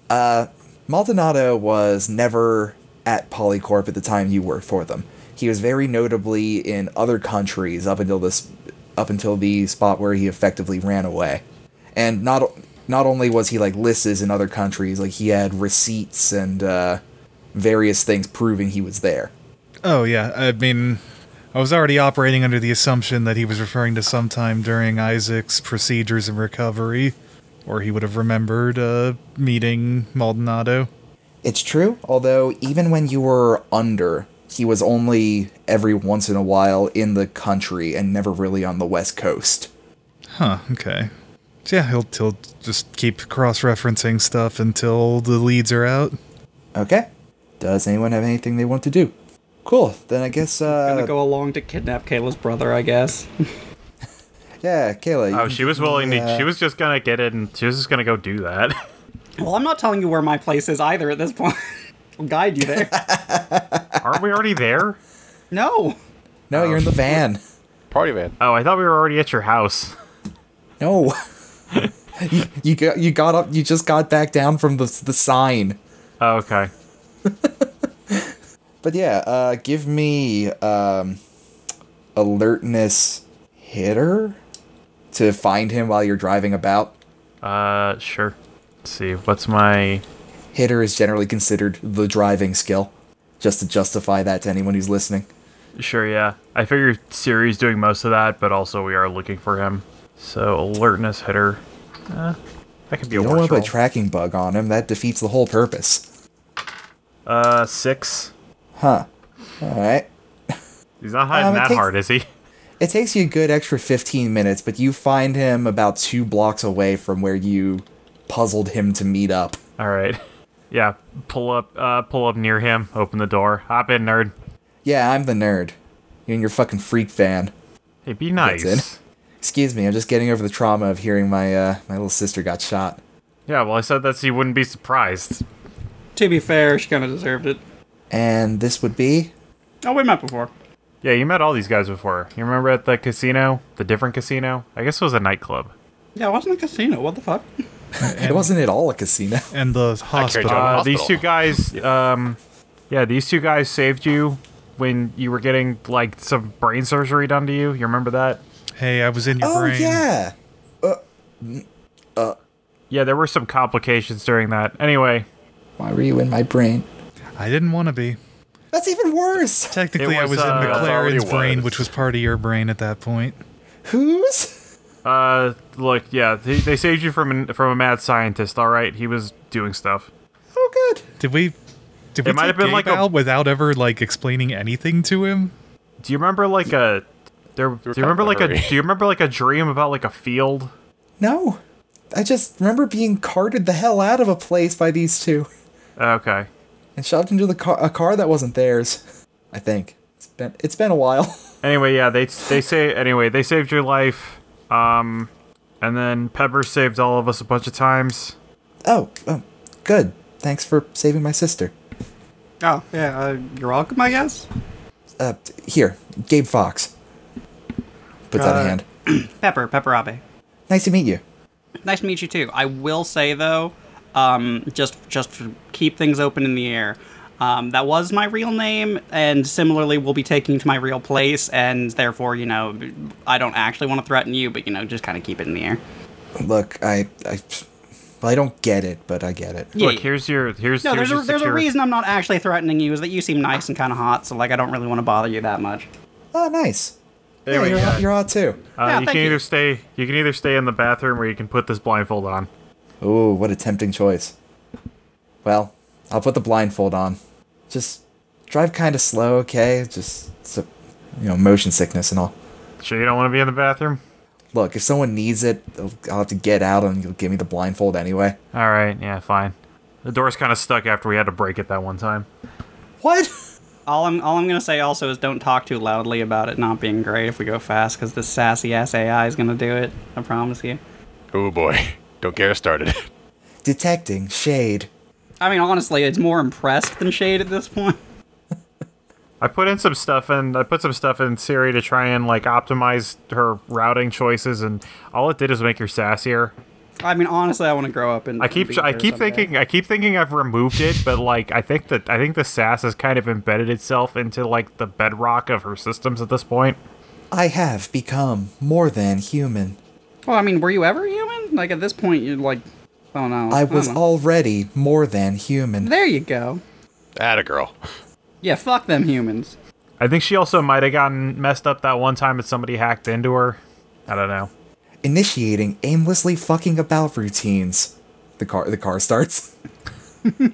[SPEAKER 1] Uh, Maldonado was never at Polycorp at the time you worked for them. He was very notably in other countries up until this, up until the spot where he effectively ran away and not not only was he like listed in other countries, like he had receipts and uh, various things proving he was there.
[SPEAKER 5] Oh yeah, I mean, I was already operating under the assumption that he was referring to sometime during Isaac's procedures and recovery, or he would have remembered uh, meeting Maldonado.
[SPEAKER 1] It's true, although even when you were under, he was only every once in a while in the country and never really on the west coast.
[SPEAKER 5] Huh. Okay. So yeah, he'll, he'll just keep cross-referencing stuff until the leads are out.
[SPEAKER 1] Okay. Does anyone have anything they want to do? Cool. Then I guess
[SPEAKER 3] Gonna
[SPEAKER 1] uh
[SPEAKER 3] go along to kidnap Kayla's brother, I guess.
[SPEAKER 1] yeah, Kayla. you
[SPEAKER 2] Oh,
[SPEAKER 1] can
[SPEAKER 2] she was
[SPEAKER 1] give me,
[SPEAKER 2] willing to.
[SPEAKER 1] uh,
[SPEAKER 2] She was just gonna get it, and she was just gonna go do that.
[SPEAKER 3] well, I'm not telling you where my place is either at this point. I'll guide you there.
[SPEAKER 2] Aren't we already there?
[SPEAKER 3] no.
[SPEAKER 1] No, you're in the van.
[SPEAKER 4] Party van.
[SPEAKER 2] Oh, I thought we were already at your house.
[SPEAKER 1] No. you, you got you got up. You just got back down from the the sign.
[SPEAKER 2] Oh, okay.
[SPEAKER 1] But yeah, uh, give me um, alertness hitter to find him while you're driving about.
[SPEAKER 2] Uh, sure. Let's see. What's my?
[SPEAKER 1] Hitter is generally considered the driving skill, just to justify that to anyone who's listening.
[SPEAKER 2] Sure. Yeah. I figure Siri's doing most of that, but also we are looking for him. So alertness hitter. Uh, that could be
[SPEAKER 1] You
[SPEAKER 2] a
[SPEAKER 1] don't
[SPEAKER 2] worse
[SPEAKER 1] want to
[SPEAKER 2] roll.
[SPEAKER 1] put a tracking bug on him. That defeats the whole purpose.
[SPEAKER 2] uh, six.
[SPEAKER 1] Huh. All right.
[SPEAKER 2] He's not hiding
[SPEAKER 1] Um, it
[SPEAKER 2] that
[SPEAKER 1] takes-
[SPEAKER 2] hard, is he?
[SPEAKER 1] It takes you a good extra 15 minutes, but you find him about two blocks away from where you puzzled him to meet up.
[SPEAKER 2] All right. Yeah. Pull up. Uh, pull up near him. Open the door. Hop in, nerd.
[SPEAKER 1] Yeah, I'm the nerd. You and your fucking freak fan.
[SPEAKER 2] Hey, be
[SPEAKER 1] in.
[SPEAKER 2] nice.
[SPEAKER 1] Excuse me, I'm just getting over the trauma of hearing my uh, my little sister got shot.
[SPEAKER 2] Yeah. Well, I said that so you wouldn't be surprised.
[SPEAKER 3] To be fair, she kind of deserved it.
[SPEAKER 1] And this would be
[SPEAKER 3] Oh, we met before.
[SPEAKER 2] Yeah, you met all these guys before. You remember at the casino, the different casino? I guess it was a nightclub.
[SPEAKER 3] Yeah, it wasn't a casino. What the fuck?
[SPEAKER 1] it wasn't at all a casino.
[SPEAKER 5] And the
[SPEAKER 4] carried
[SPEAKER 5] hospital.
[SPEAKER 4] you out.
[SPEAKER 2] Uh, these
[SPEAKER 4] hospital.
[SPEAKER 2] two guys, um, yeah, these two guys saved you when you were getting like some brain surgery done to you. You remember that?
[SPEAKER 5] hey, I was in your brain.
[SPEAKER 1] Oh, yeah.
[SPEAKER 2] Yeah, there were some complications during that. Anyway,
[SPEAKER 1] Why were you in my brain?
[SPEAKER 5] I didn't want to be.
[SPEAKER 1] That's even worse.
[SPEAKER 5] Technically,
[SPEAKER 2] It
[SPEAKER 5] I
[SPEAKER 2] was,
[SPEAKER 5] was
[SPEAKER 2] uh,
[SPEAKER 5] in
[SPEAKER 2] it
[SPEAKER 4] already
[SPEAKER 5] McLaren's brain,
[SPEAKER 4] was.
[SPEAKER 5] which was part of your brain at that point.
[SPEAKER 1] Who's?
[SPEAKER 2] uh, look, yeah, they, they saved you from an, from a mad scientist. All right, he was doing stuff.
[SPEAKER 1] Oh, good.
[SPEAKER 5] Did we? Did we
[SPEAKER 2] It might have
[SPEAKER 5] take
[SPEAKER 2] been like
[SPEAKER 5] Gabe
[SPEAKER 2] a-
[SPEAKER 5] out without ever like explaining anything to him?
[SPEAKER 2] Do you remember like a? There, do you
[SPEAKER 4] kind of
[SPEAKER 2] remember like a?
[SPEAKER 4] blurry.
[SPEAKER 2] Do you remember like a dream about like a field?
[SPEAKER 1] No, I just remember being carted the hell out of a place by these two
[SPEAKER 2] Uh, Okay.
[SPEAKER 1] and shoved into the car a car that wasn't theirs. I think it's been it's been a while.
[SPEAKER 2] Anyway, yeah, they they say anyway they saved your life, um, and then Pepper saved all of us a bunch of times.
[SPEAKER 1] Oh, oh, good. Thanks for saving my sister.
[SPEAKER 3] Oh, yeah, uh, you're welcome, I guess.
[SPEAKER 1] Uh, t- here, Gabe Fox. Puts out a
[SPEAKER 3] Uh,
[SPEAKER 1] hand.
[SPEAKER 3] Pepper, Pepper Abe.
[SPEAKER 1] Nice to meet you.
[SPEAKER 3] Nice to meet you too. I will say though, um, just just to keep things open in the air. Um, that was my real name, and similarly, will be taking to my real place, and therefore, you know, I don't actually want to threaten you, but you know, just kind of keep it in the air.
[SPEAKER 1] Look, I, I, well, I don't get it, but I get it.
[SPEAKER 3] Yeah.
[SPEAKER 2] Look, here's your here's
[SPEAKER 3] no,
[SPEAKER 2] here's
[SPEAKER 3] there's a,
[SPEAKER 2] your
[SPEAKER 3] there's a
[SPEAKER 2] secure-
[SPEAKER 3] reason I'm not actually threatening you is that you seem nice and kind of hot, so like I don't really want to bother you that much.
[SPEAKER 1] Oh, nice.
[SPEAKER 2] There
[SPEAKER 1] yeah,
[SPEAKER 2] we
[SPEAKER 1] you're,
[SPEAKER 2] go.
[SPEAKER 1] hot- you're hot too.
[SPEAKER 2] Uh,
[SPEAKER 3] Yeah,
[SPEAKER 2] you
[SPEAKER 3] thank
[SPEAKER 2] can either
[SPEAKER 3] you.
[SPEAKER 2] stay you can either stay in the bathroom or you can put this blindfold on.
[SPEAKER 1] Ooh, what a tempting choice. Well, I'll put the blindfold on. Just drive kind of slow, okay? Just, so, you know, motion sickness and all.
[SPEAKER 2] Sure, you don't want to be in the bathroom.
[SPEAKER 1] Look, if someone needs it, I'll- I'll have to get out and you'll give me the blindfold anyway.
[SPEAKER 2] All right, yeah, fine. The door's kind of stuck after we had to break it that one time.
[SPEAKER 1] What?
[SPEAKER 3] All I'm all I'm gonna say also is don't talk too loudly about it not being great if we go fast, because this sassy ass AI is gonna do it. I promise you.
[SPEAKER 4] Oh boy, don't get us started.
[SPEAKER 1] Detecting shade.
[SPEAKER 3] I mean, honestly, it's more impressed than shade at this point.
[SPEAKER 2] I put in some stuff and I put some stuff in Siri to try and like optimize her routing choices, and all it did is make her sassier.
[SPEAKER 3] I mean, honestly, I want to grow up and.
[SPEAKER 2] I keep
[SPEAKER 3] and
[SPEAKER 2] tr-
[SPEAKER 3] be
[SPEAKER 2] I
[SPEAKER 3] her
[SPEAKER 2] keep
[SPEAKER 3] someday.
[SPEAKER 2] thinking I keep thinking I've removed it, but like I think that I think the sass has kind of embedded itself into like the bedrock of her systems at this point.
[SPEAKER 1] I have become more than human.
[SPEAKER 3] Well, I mean, were you ever human? Like at this point, you're like, oh no.
[SPEAKER 1] I was already more than human.
[SPEAKER 3] There you go.
[SPEAKER 4] Atta girl.
[SPEAKER 3] Yeah, fuck them humans.
[SPEAKER 2] I think she also might have gotten messed up that one time that somebody hacked into her. I don't know.
[SPEAKER 1] Initiating aimlessly fucking about routines. The car the car starts.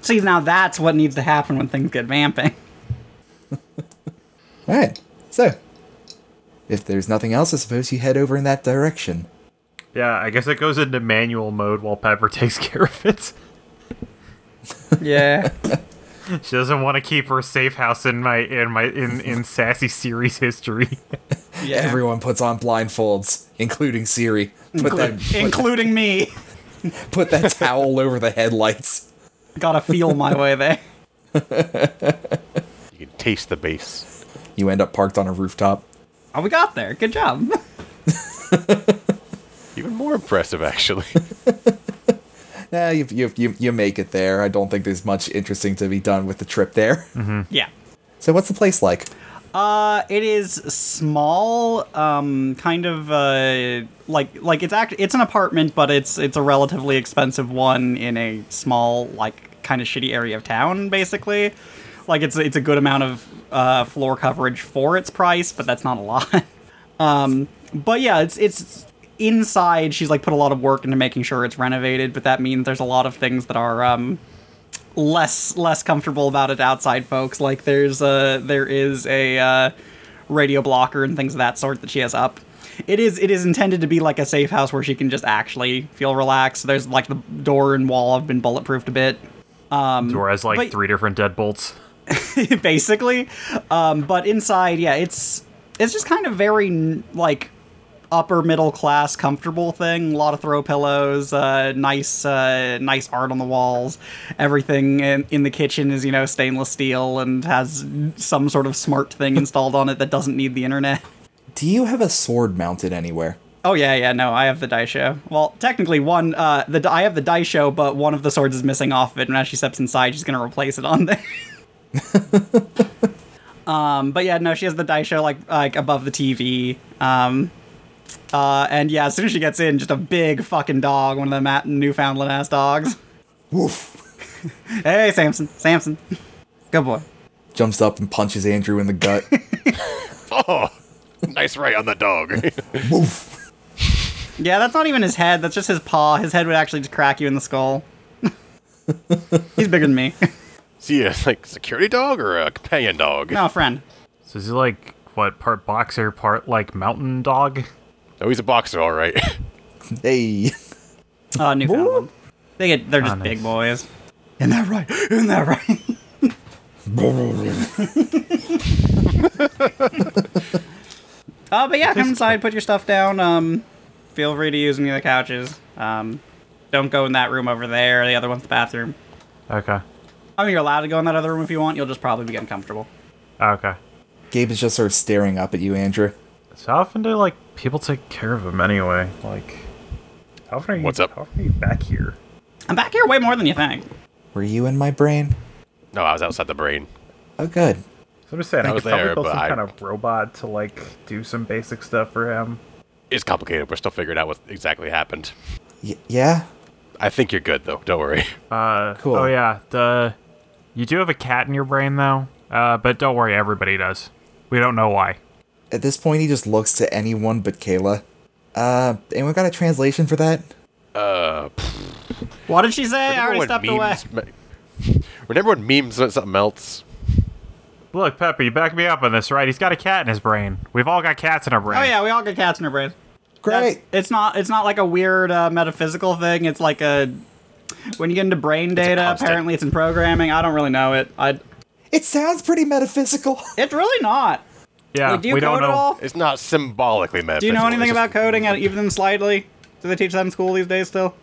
[SPEAKER 3] See, now that's what needs to happen when things get vamping.
[SPEAKER 1] Alright. So if there's nothing else, I suppose you head over in that direction.
[SPEAKER 2] Yeah, I guess it goes into manual mode while Pepper takes care of it.
[SPEAKER 3] Yeah.
[SPEAKER 2] She doesn't want to keep her safe house in my in my in in sassy series history.
[SPEAKER 3] yeah.
[SPEAKER 1] Everyone puts on blindfolds, including Siri. Put that put,
[SPEAKER 3] Including me.
[SPEAKER 1] put that towel over the headlights.
[SPEAKER 3] Gotta feel my way there.
[SPEAKER 4] You can taste the bass.
[SPEAKER 1] You end up parked on a rooftop.
[SPEAKER 3] Oh, we got there. Good job.
[SPEAKER 4] Even more impressive, actually.
[SPEAKER 1] Nah, you, you, you, you make it there. I don't think there's much interesting to be done with the trip there.
[SPEAKER 3] yeah.
[SPEAKER 1] So what's the place like?
[SPEAKER 3] Uh, it is small, um, kind of uh, like like it's act it's an apartment, but it's it's a relatively expensive one in a small like kind of shitty area of town, basically. Like it's it's a good amount of uh, floor coverage for its price, but that's not a lot. Um, but yeah, it's it's inside. She's like put a lot of work into making sure it's renovated, but that means there's a lot of things that are um less less comfortable about it outside, folks. Like there's a there is a uh, radio blocker and things of that sort that she has up. It is it is intended to be like a safe house where she can just actually feel relaxed. There's like the door and wall have been bulletproofed a bit.
[SPEAKER 2] Dora has like
[SPEAKER 3] But-
[SPEAKER 2] three different deadbolts.
[SPEAKER 3] basically. Um, but inside, yeah, it's it's just kind of very n- like upper middle class comfortable thing. A lot of throw pillows, uh, nice uh, nice art on the walls. Everything in, in the kitchen is you know stainless steel and has some sort of smart thing installed on it that doesn't need the internet.
[SPEAKER 1] Do you have a sword mounted anywhere?
[SPEAKER 3] Oh yeah, yeah. No, I have the die show. Well, technically, one uh, the I have the die show, but one of the swords is missing off of it, and as she steps inside, she's gonna replace it on there. um, but yeah, no, she has the die show like like above the TV. Um, uh, and yeah, as soon as she gets in, just a big fucking dog, one of the ma- Newfoundland ass dogs.
[SPEAKER 1] Woof.
[SPEAKER 3] Hey, Samson, Samson, good boy.
[SPEAKER 1] Jumps up and punches Andrew in the gut.
[SPEAKER 4] oh, nice right on the dog.
[SPEAKER 1] Woof.
[SPEAKER 3] Yeah, that's not even his head. That's just his paw. His head would actually just crack you in the skull. He's bigger than me.
[SPEAKER 4] See, a like security dog or a companion dog?
[SPEAKER 3] no, Oh, friend.
[SPEAKER 2] So is he like what part boxer, part like mountain dog?
[SPEAKER 4] Oh, he's a boxer, all right.
[SPEAKER 1] Hey.
[SPEAKER 3] Uh, Newfoundland. They get they're just
[SPEAKER 2] nice.
[SPEAKER 3] big boys. Ah, Isn't that right? Isn't that right? uh, but yeah, come inside, put your stuff down. Um, feel free to use any of the couches. Um, don't go in that room over there. The other one's the bathroom.
[SPEAKER 2] Okay.
[SPEAKER 3] I mean, you're allowed to go in that other room if you want. You'll just probably be uncomfortable.
[SPEAKER 2] Okay.
[SPEAKER 1] Gabe is just sort of staring up at you, Andrew.
[SPEAKER 2] So how often do like people take care of him anyway? Like how often are you
[SPEAKER 4] What's up?
[SPEAKER 2] how often are you back here?
[SPEAKER 3] I'm back here way more than you think.
[SPEAKER 1] Were you in my brain?
[SPEAKER 4] no, I was outside the brain.
[SPEAKER 1] Oh, good.
[SPEAKER 2] So I'm just saying
[SPEAKER 4] I
[SPEAKER 2] I
[SPEAKER 4] was
[SPEAKER 2] could
[SPEAKER 4] there,
[SPEAKER 2] probably build
[SPEAKER 4] but
[SPEAKER 2] some
[SPEAKER 4] I-
[SPEAKER 2] kind of robot to like do some basic stuff for him.
[SPEAKER 4] It's complicated. We're still figuring out what exactly happened.
[SPEAKER 1] Y- yeah?
[SPEAKER 4] I think you're good, though. Don't worry.
[SPEAKER 2] Uh,
[SPEAKER 1] Cool.
[SPEAKER 2] Oh yeah, the you do have a cat in your brain though. Uh, but don't worry, everybody does. We don't know why.
[SPEAKER 1] At this point, he just looks to anyone but Kayla. Uh, anyone got a translation for that?
[SPEAKER 4] Uh, pff,
[SPEAKER 3] What did she say? I already stepped away.
[SPEAKER 4] memes ma- remember when memes meant something else?
[SPEAKER 2] Look, Peppy, back me up on this, right? He's got a cat in his brain. We've all got cats in our brain.
[SPEAKER 3] Oh yeah, we all get cats in our brains.
[SPEAKER 1] Great.
[SPEAKER 3] That's- it's not. It's not like a weird uh, metaphysical thing. It's like a when you get into brain data.
[SPEAKER 4] constant.
[SPEAKER 3] Apparently, it's in programming. I don't really know it. I.
[SPEAKER 1] It sounds pretty metaphysical.
[SPEAKER 3] It's really not.
[SPEAKER 2] Yeah,
[SPEAKER 3] Like, do you
[SPEAKER 2] we
[SPEAKER 3] code
[SPEAKER 2] don't know.
[SPEAKER 3] at all?
[SPEAKER 4] It's not symbolically
[SPEAKER 3] Do
[SPEAKER 4] metaphysical.
[SPEAKER 3] you know anything
[SPEAKER 4] it's just-
[SPEAKER 3] about coding, uh, even slightly? Do they teach that in school these days still?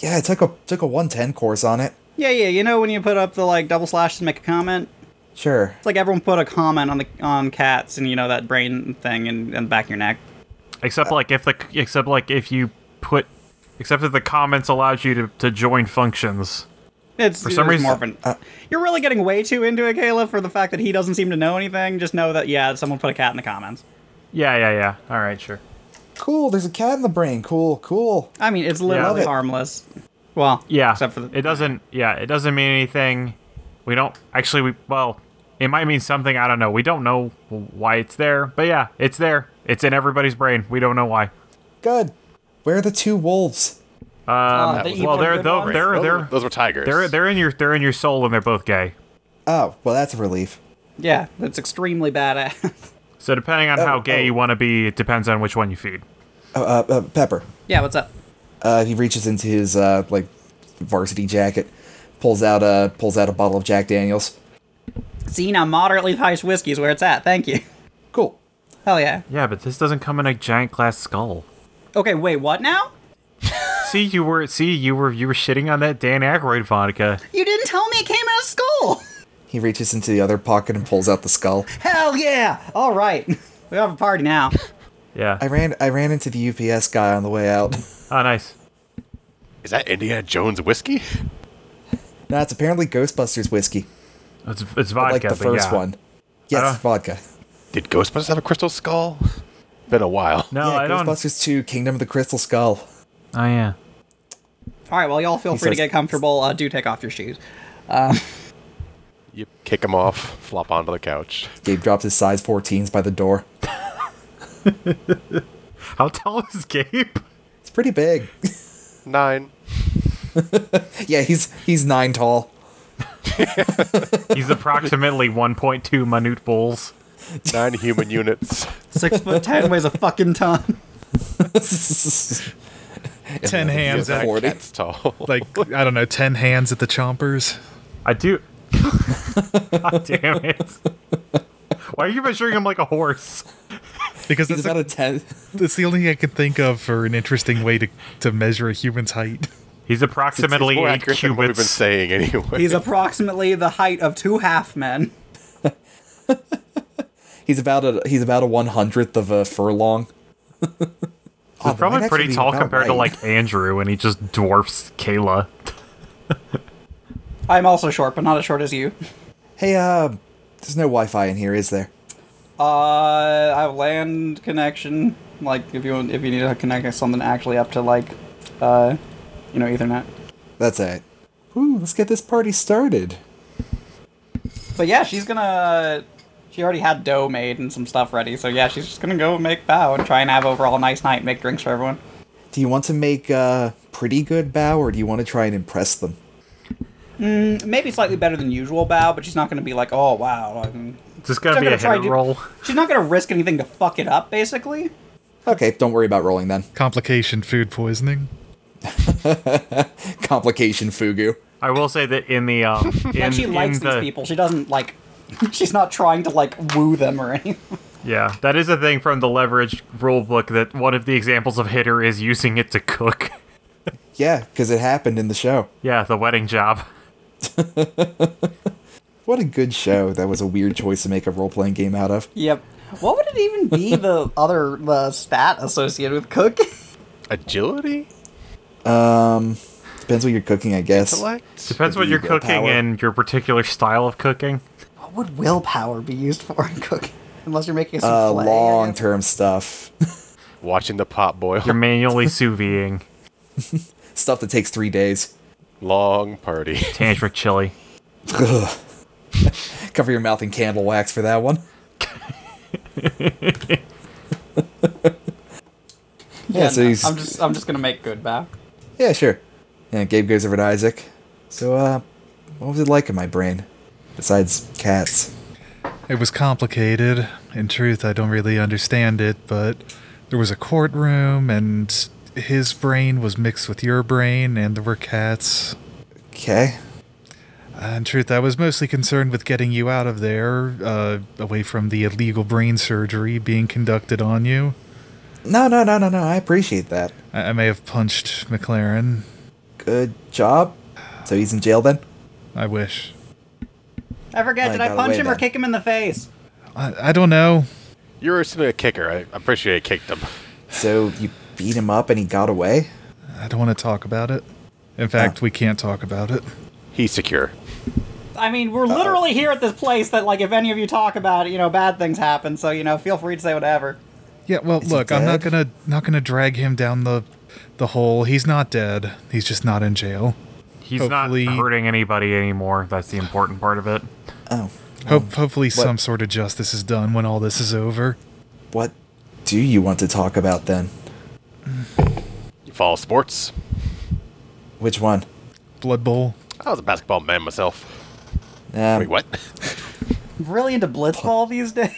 [SPEAKER 1] yeah, I took a took a 110 course on it.
[SPEAKER 3] Yeah, yeah. You know when you put up the like double slashes and make a comment.
[SPEAKER 1] Sure.
[SPEAKER 3] It's like everyone put a comment on the on cats and you know that brain thing in, in the back of your neck.
[SPEAKER 2] Except like if the except like if you put except if the comments allows you to, to join functions.
[SPEAKER 3] It's
[SPEAKER 2] For some
[SPEAKER 3] it's
[SPEAKER 2] reason- uh,
[SPEAKER 3] more of an- you're really getting way too into it, Caleb, for the fact that he doesn't seem to know anything. Just know that yeah, someone put a cat in the comments.
[SPEAKER 2] Yeah, yeah, yeah. All right, sure.
[SPEAKER 1] Cool. There's a cat in the brain. Cool. Cool.
[SPEAKER 3] I mean, it's literally
[SPEAKER 1] it.
[SPEAKER 3] harmless. Well,
[SPEAKER 2] Yeah.
[SPEAKER 3] except for the,
[SPEAKER 2] it doesn't. Yeah, it doesn't mean anything. We don't actually. We well, it might mean something. I don't know. We don't know why it's there, but yeah, it's there. It's in everybody's brain. We don't know why.
[SPEAKER 1] Good. Where are the two wolves?
[SPEAKER 3] uh,
[SPEAKER 4] the
[SPEAKER 2] well, they're they're they're
[SPEAKER 4] Those, were-
[SPEAKER 2] they're,
[SPEAKER 4] those were tigers.
[SPEAKER 2] they're they're in your they're in your soul, and they're both gay.
[SPEAKER 1] Oh, well, that's a relief.
[SPEAKER 3] yeah, that's extremely badass.
[SPEAKER 2] So depending on
[SPEAKER 1] Oh,
[SPEAKER 2] how gay
[SPEAKER 1] oh.
[SPEAKER 2] you want to be, it depends on which one you feed.
[SPEAKER 1] Uh, uh, uh, Pepper.
[SPEAKER 3] yeah, what's up?
[SPEAKER 1] Uh, he reaches into his uh, like varsity jacket, pulls out a pulls out a bottle of Jack Daniels.
[SPEAKER 3] See now, moderately priced whiskey is where it's at. Thank you.
[SPEAKER 1] Cool.
[SPEAKER 3] Hell yeah.
[SPEAKER 2] Yeah, but this doesn't come in a giant glass skull.
[SPEAKER 3] Okay, wait, what now?
[SPEAKER 2] See, you were see you were you were shitting on that Dan Aykroyd vodka.
[SPEAKER 3] You didn't tell me it came out of school.
[SPEAKER 1] He reaches into the other pocket and pulls out the skull.
[SPEAKER 3] Hell yeah! All right, we have a party now.
[SPEAKER 2] Yeah.
[SPEAKER 1] I ran I ran into the UPS guy on the way out.
[SPEAKER 2] Oh, nice.
[SPEAKER 4] Is that Indiana Jones whiskey?
[SPEAKER 1] No, it's apparently Ghostbusters whiskey,
[SPEAKER 2] It's it's vodka,
[SPEAKER 1] like the
[SPEAKER 2] but
[SPEAKER 1] first
[SPEAKER 2] yeah.
[SPEAKER 1] one. Yes,
[SPEAKER 2] Uh,
[SPEAKER 1] vodka.
[SPEAKER 4] Did Ghostbusters have a crystal skull? Been a while.
[SPEAKER 2] No,
[SPEAKER 1] yeah,
[SPEAKER 2] I don't. Oh
[SPEAKER 1] Ghostbusters 2, Kingdom of the Crystal Skull.
[SPEAKER 2] yeah.
[SPEAKER 3] All right, well, y'all feel
[SPEAKER 1] He
[SPEAKER 3] free to
[SPEAKER 1] says-
[SPEAKER 3] get comfortable. Uh, do take off your shoes.
[SPEAKER 4] You kick him off, flop onto the couch.
[SPEAKER 1] Gabe drops his size 14s by the door.
[SPEAKER 2] How tall is Gabe?
[SPEAKER 1] It's pretty big.
[SPEAKER 4] Nine.
[SPEAKER 1] yeah, he's he's nine tall.
[SPEAKER 2] He's approximately 1.2 minute bulls.
[SPEAKER 4] Nine human units.
[SPEAKER 3] Six foot ten weighs a fucking ton.
[SPEAKER 5] Ten hands
[SPEAKER 1] Yeah,
[SPEAKER 5] at,
[SPEAKER 1] four. 40.
[SPEAKER 4] That cat's tall.
[SPEAKER 5] like I don't know, ten hands at the chompers.
[SPEAKER 2] I do. God damn it! Why are you measuring him like a horse?
[SPEAKER 5] Because
[SPEAKER 1] he's
[SPEAKER 5] that's,
[SPEAKER 1] about
[SPEAKER 5] the-
[SPEAKER 1] a ten.
[SPEAKER 5] that's the only thing I can think of for an interesting way to, to measure a human's height.
[SPEAKER 2] He's approximately
[SPEAKER 4] More
[SPEAKER 2] eight
[SPEAKER 4] accurate than what we've been
[SPEAKER 2] cubits.
[SPEAKER 4] saying anyway.
[SPEAKER 3] He's approximately the height of two half men.
[SPEAKER 1] He's about a he's about a one hundredth of a furlong. Oh, that might
[SPEAKER 2] Probably
[SPEAKER 1] actually
[SPEAKER 2] pretty
[SPEAKER 1] be
[SPEAKER 2] tall
[SPEAKER 1] about
[SPEAKER 2] compared to
[SPEAKER 1] right.
[SPEAKER 2] like Andrew, and he just dwarfs Kayla.
[SPEAKER 3] I'm also short, but not as short as you.
[SPEAKER 1] Hey, uh, there's no Wi-Fi in here, is there?
[SPEAKER 3] Uh, I have land connection. Like, if you want, if you need to connect something actually up to like, uh, you know, Ethernet.
[SPEAKER 1] That's it. Ooh, let's get this party started.
[SPEAKER 3] But yeah, she's gonna. She already had dough made and some stuff ready, so yeah, she's just gonna go make bow and try and have overall a nice night, make drinks for everyone.
[SPEAKER 1] Do you want to make uh pretty good bow, or do you want to try and impress them?
[SPEAKER 3] Maybe slightly better than usual bow, but she's not gonna be like, oh wow. I mean,
[SPEAKER 2] It's just gonna
[SPEAKER 3] She's
[SPEAKER 2] be a
[SPEAKER 3] not gonna try
[SPEAKER 2] hit
[SPEAKER 3] to-
[SPEAKER 2] roll.
[SPEAKER 3] she's not gonna risk anything to fuck it up, basically.
[SPEAKER 1] Okay, don't worry about rolling then.
[SPEAKER 5] Complication food poisoning.
[SPEAKER 1] Complication fugu.
[SPEAKER 2] I will say that in the um, in,
[SPEAKER 3] And she
[SPEAKER 2] in
[SPEAKER 3] likes
[SPEAKER 2] the,
[SPEAKER 3] these people. She doesn't like. She's not trying to like woo them or anything.
[SPEAKER 2] Yeah, that is a thing from the leverage rulebook that one of the examples of hitter is using it to cook.
[SPEAKER 1] Yeah, because it happened in the show.
[SPEAKER 2] Yeah, the wedding job.
[SPEAKER 1] What a good show. That was a weird choice to make a role playing game out of.
[SPEAKER 3] Yep. What would it even be the other the stat associated with cook?
[SPEAKER 4] Agility?
[SPEAKER 1] Depends what you're cooking, I guess.
[SPEAKER 4] Select?
[SPEAKER 2] Depends what
[SPEAKER 1] Maybe
[SPEAKER 2] you're
[SPEAKER 1] willpower.
[SPEAKER 2] cooking and your particular style of cooking.
[SPEAKER 3] What would willpower be used for in cooking? Unless you're making some
[SPEAKER 1] Uh,
[SPEAKER 3] filet, I
[SPEAKER 1] long
[SPEAKER 3] guess.
[SPEAKER 1] term stuff.
[SPEAKER 4] Watching the pot boil.
[SPEAKER 2] You're manually sous videing
[SPEAKER 1] stuff that takes three days.
[SPEAKER 4] Long party.
[SPEAKER 2] tantric chili.
[SPEAKER 1] Ugh. Cover your mouth in candle wax for that one. yeah, so
[SPEAKER 3] no,
[SPEAKER 1] he's,
[SPEAKER 3] I'm just I'm just gonna make good bow.
[SPEAKER 1] yeah, sure. And Gabe goes over to Isaac. So, uh, what was it like in my brain? Besides cats.
[SPEAKER 5] It was complicated. In truth, I don't really understand it, but there was a courtroom, and his brain was mixed with your brain, and there were cats.
[SPEAKER 1] Okay.
[SPEAKER 5] Uh, In truth, I was mostly concerned with getting you out of there, uh, away from the illegal brain surgery being conducted on you.
[SPEAKER 1] No, no, no, no, no. I appreciate that.
[SPEAKER 5] I, I may have punched McLaren.
[SPEAKER 1] Good job. So he's in jail then?
[SPEAKER 5] I wish.
[SPEAKER 3] I forget.
[SPEAKER 1] I
[SPEAKER 3] did I
[SPEAKER 1] got
[SPEAKER 3] punch
[SPEAKER 1] away
[SPEAKER 3] him or
[SPEAKER 1] then.
[SPEAKER 3] kick him in the face?
[SPEAKER 5] I, I don't know.
[SPEAKER 4] You were simply a kicker. I, I'm pretty sure you kicked him.
[SPEAKER 1] So you beat him up and he got away?
[SPEAKER 5] I don't want to talk about it.
[SPEAKER 4] Ah.
[SPEAKER 5] In fact, we can't talk about it.
[SPEAKER 4] He's secure.
[SPEAKER 3] I mean, we're literally here at this place that, like, if any of you talk about it, you know, bad things happen. So, you know, feel free to say whatever.
[SPEAKER 5] Yeah, well,
[SPEAKER 1] Is he
[SPEAKER 5] look, I'm not
[SPEAKER 1] dead?
[SPEAKER 5] gonna not gonna drag him down the the hole. He's not dead. He's just not in jail.
[SPEAKER 2] He's
[SPEAKER 5] Hopefully-
[SPEAKER 2] not hurting anybody anymore. That's the important part of it.
[SPEAKER 1] Oh.
[SPEAKER 5] Hope, hopefully, some sort of justice is done when all this is over.
[SPEAKER 1] What do you want to talk about then?
[SPEAKER 4] You follow sports?
[SPEAKER 1] Which one?
[SPEAKER 5] Blood Bowl.
[SPEAKER 4] I was a basketball man myself.
[SPEAKER 1] Um,
[SPEAKER 4] Wait, what?
[SPEAKER 3] Really into blitzball these days.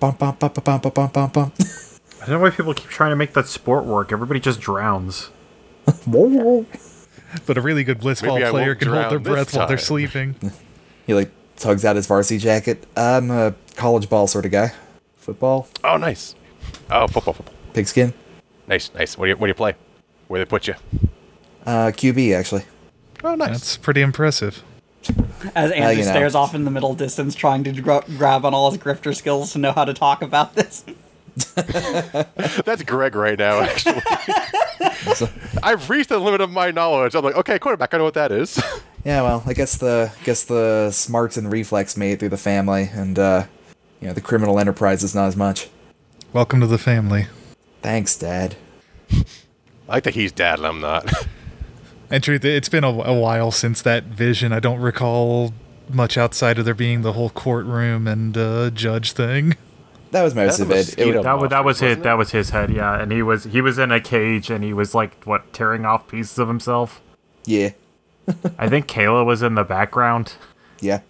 [SPEAKER 1] Bum, bum, bum, bum, bum, bum, bum, bum.
[SPEAKER 2] I don't know why people keep trying to make that sport work. Everybody just drowns.
[SPEAKER 5] But a really good blitzball
[SPEAKER 4] Maybe I
[SPEAKER 5] player
[SPEAKER 4] won't
[SPEAKER 5] can hold their
[SPEAKER 4] drown this
[SPEAKER 5] breath while they're
[SPEAKER 4] time.
[SPEAKER 5] sleeping.
[SPEAKER 1] he like tugs out his varsity jacket. I'm a college ball sort of guy. Football,
[SPEAKER 4] Oh, nice. Oh, football, football.
[SPEAKER 1] pigskin,
[SPEAKER 4] Nice, nice. What do you, what do you play? Where they put you?
[SPEAKER 1] uh, QB actually.
[SPEAKER 4] Oh, nice.
[SPEAKER 5] That's pretty impressive.
[SPEAKER 3] As Andrew
[SPEAKER 1] you know.
[SPEAKER 3] stares off in the middle distance, trying to gra- grab on all his grifter skills to know how to talk about this.
[SPEAKER 4] That's Greg right now, actually. I've reached the limit of my knowledge. I'm like, okay, quarterback, I know what that is.
[SPEAKER 1] Yeah, well, I guess the guess the smarts and reflex made it through the family, and uh, you know the criminal enterprise is not as much.
[SPEAKER 5] Welcome to the family.
[SPEAKER 1] Thanks, Dad.
[SPEAKER 4] I like that he's dad and I'm not.
[SPEAKER 5] And truth, it's been a, a while since that vision. I don't recall much outside of there being the whole courtroom and uh, judge thing.
[SPEAKER 1] That was most
[SPEAKER 4] That's a
[SPEAKER 1] of it. it.
[SPEAKER 4] mosquito.
[SPEAKER 1] was-
[SPEAKER 2] That was that was
[SPEAKER 4] Wasn't
[SPEAKER 2] his that was his head, yeah. And he was he was in a cage and he was like what tearing off pieces of himself.
[SPEAKER 1] yeah,
[SPEAKER 2] I think Kayla was in the background.
[SPEAKER 1] yeah.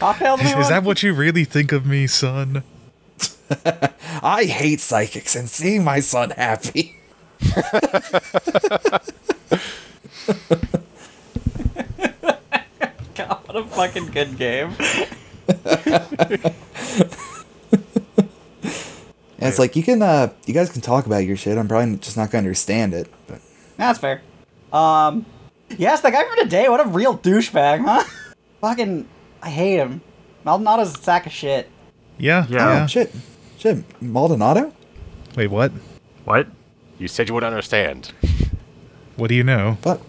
[SPEAKER 3] Cocktails,
[SPEAKER 5] Is, is
[SPEAKER 3] anyone?
[SPEAKER 5] that what you really think of me, son?
[SPEAKER 1] I hate psychics, and seeing my son happy.
[SPEAKER 3] God, what a fucking good game.
[SPEAKER 1] And it's like you can, uh, you guys can talk about your shit. I'm probably just not gonna understand it. But
[SPEAKER 3] That's fair. Um, yes, the guy from today. What a real douchebag, huh? Fucking, I hate him. I'm not a sack of shit.
[SPEAKER 5] Yeah.
[SPEAKER 2] Yeah.
[SPEAKER 1] oh shit, shit, Maldonado.
[SPEAKER 5] Wait, what?
[SPEAKER 2] What?
[SPEAKER 4] You said you wouldn't understand.
[SPEAKER 5] What do you know?
[SPEAKER 1] But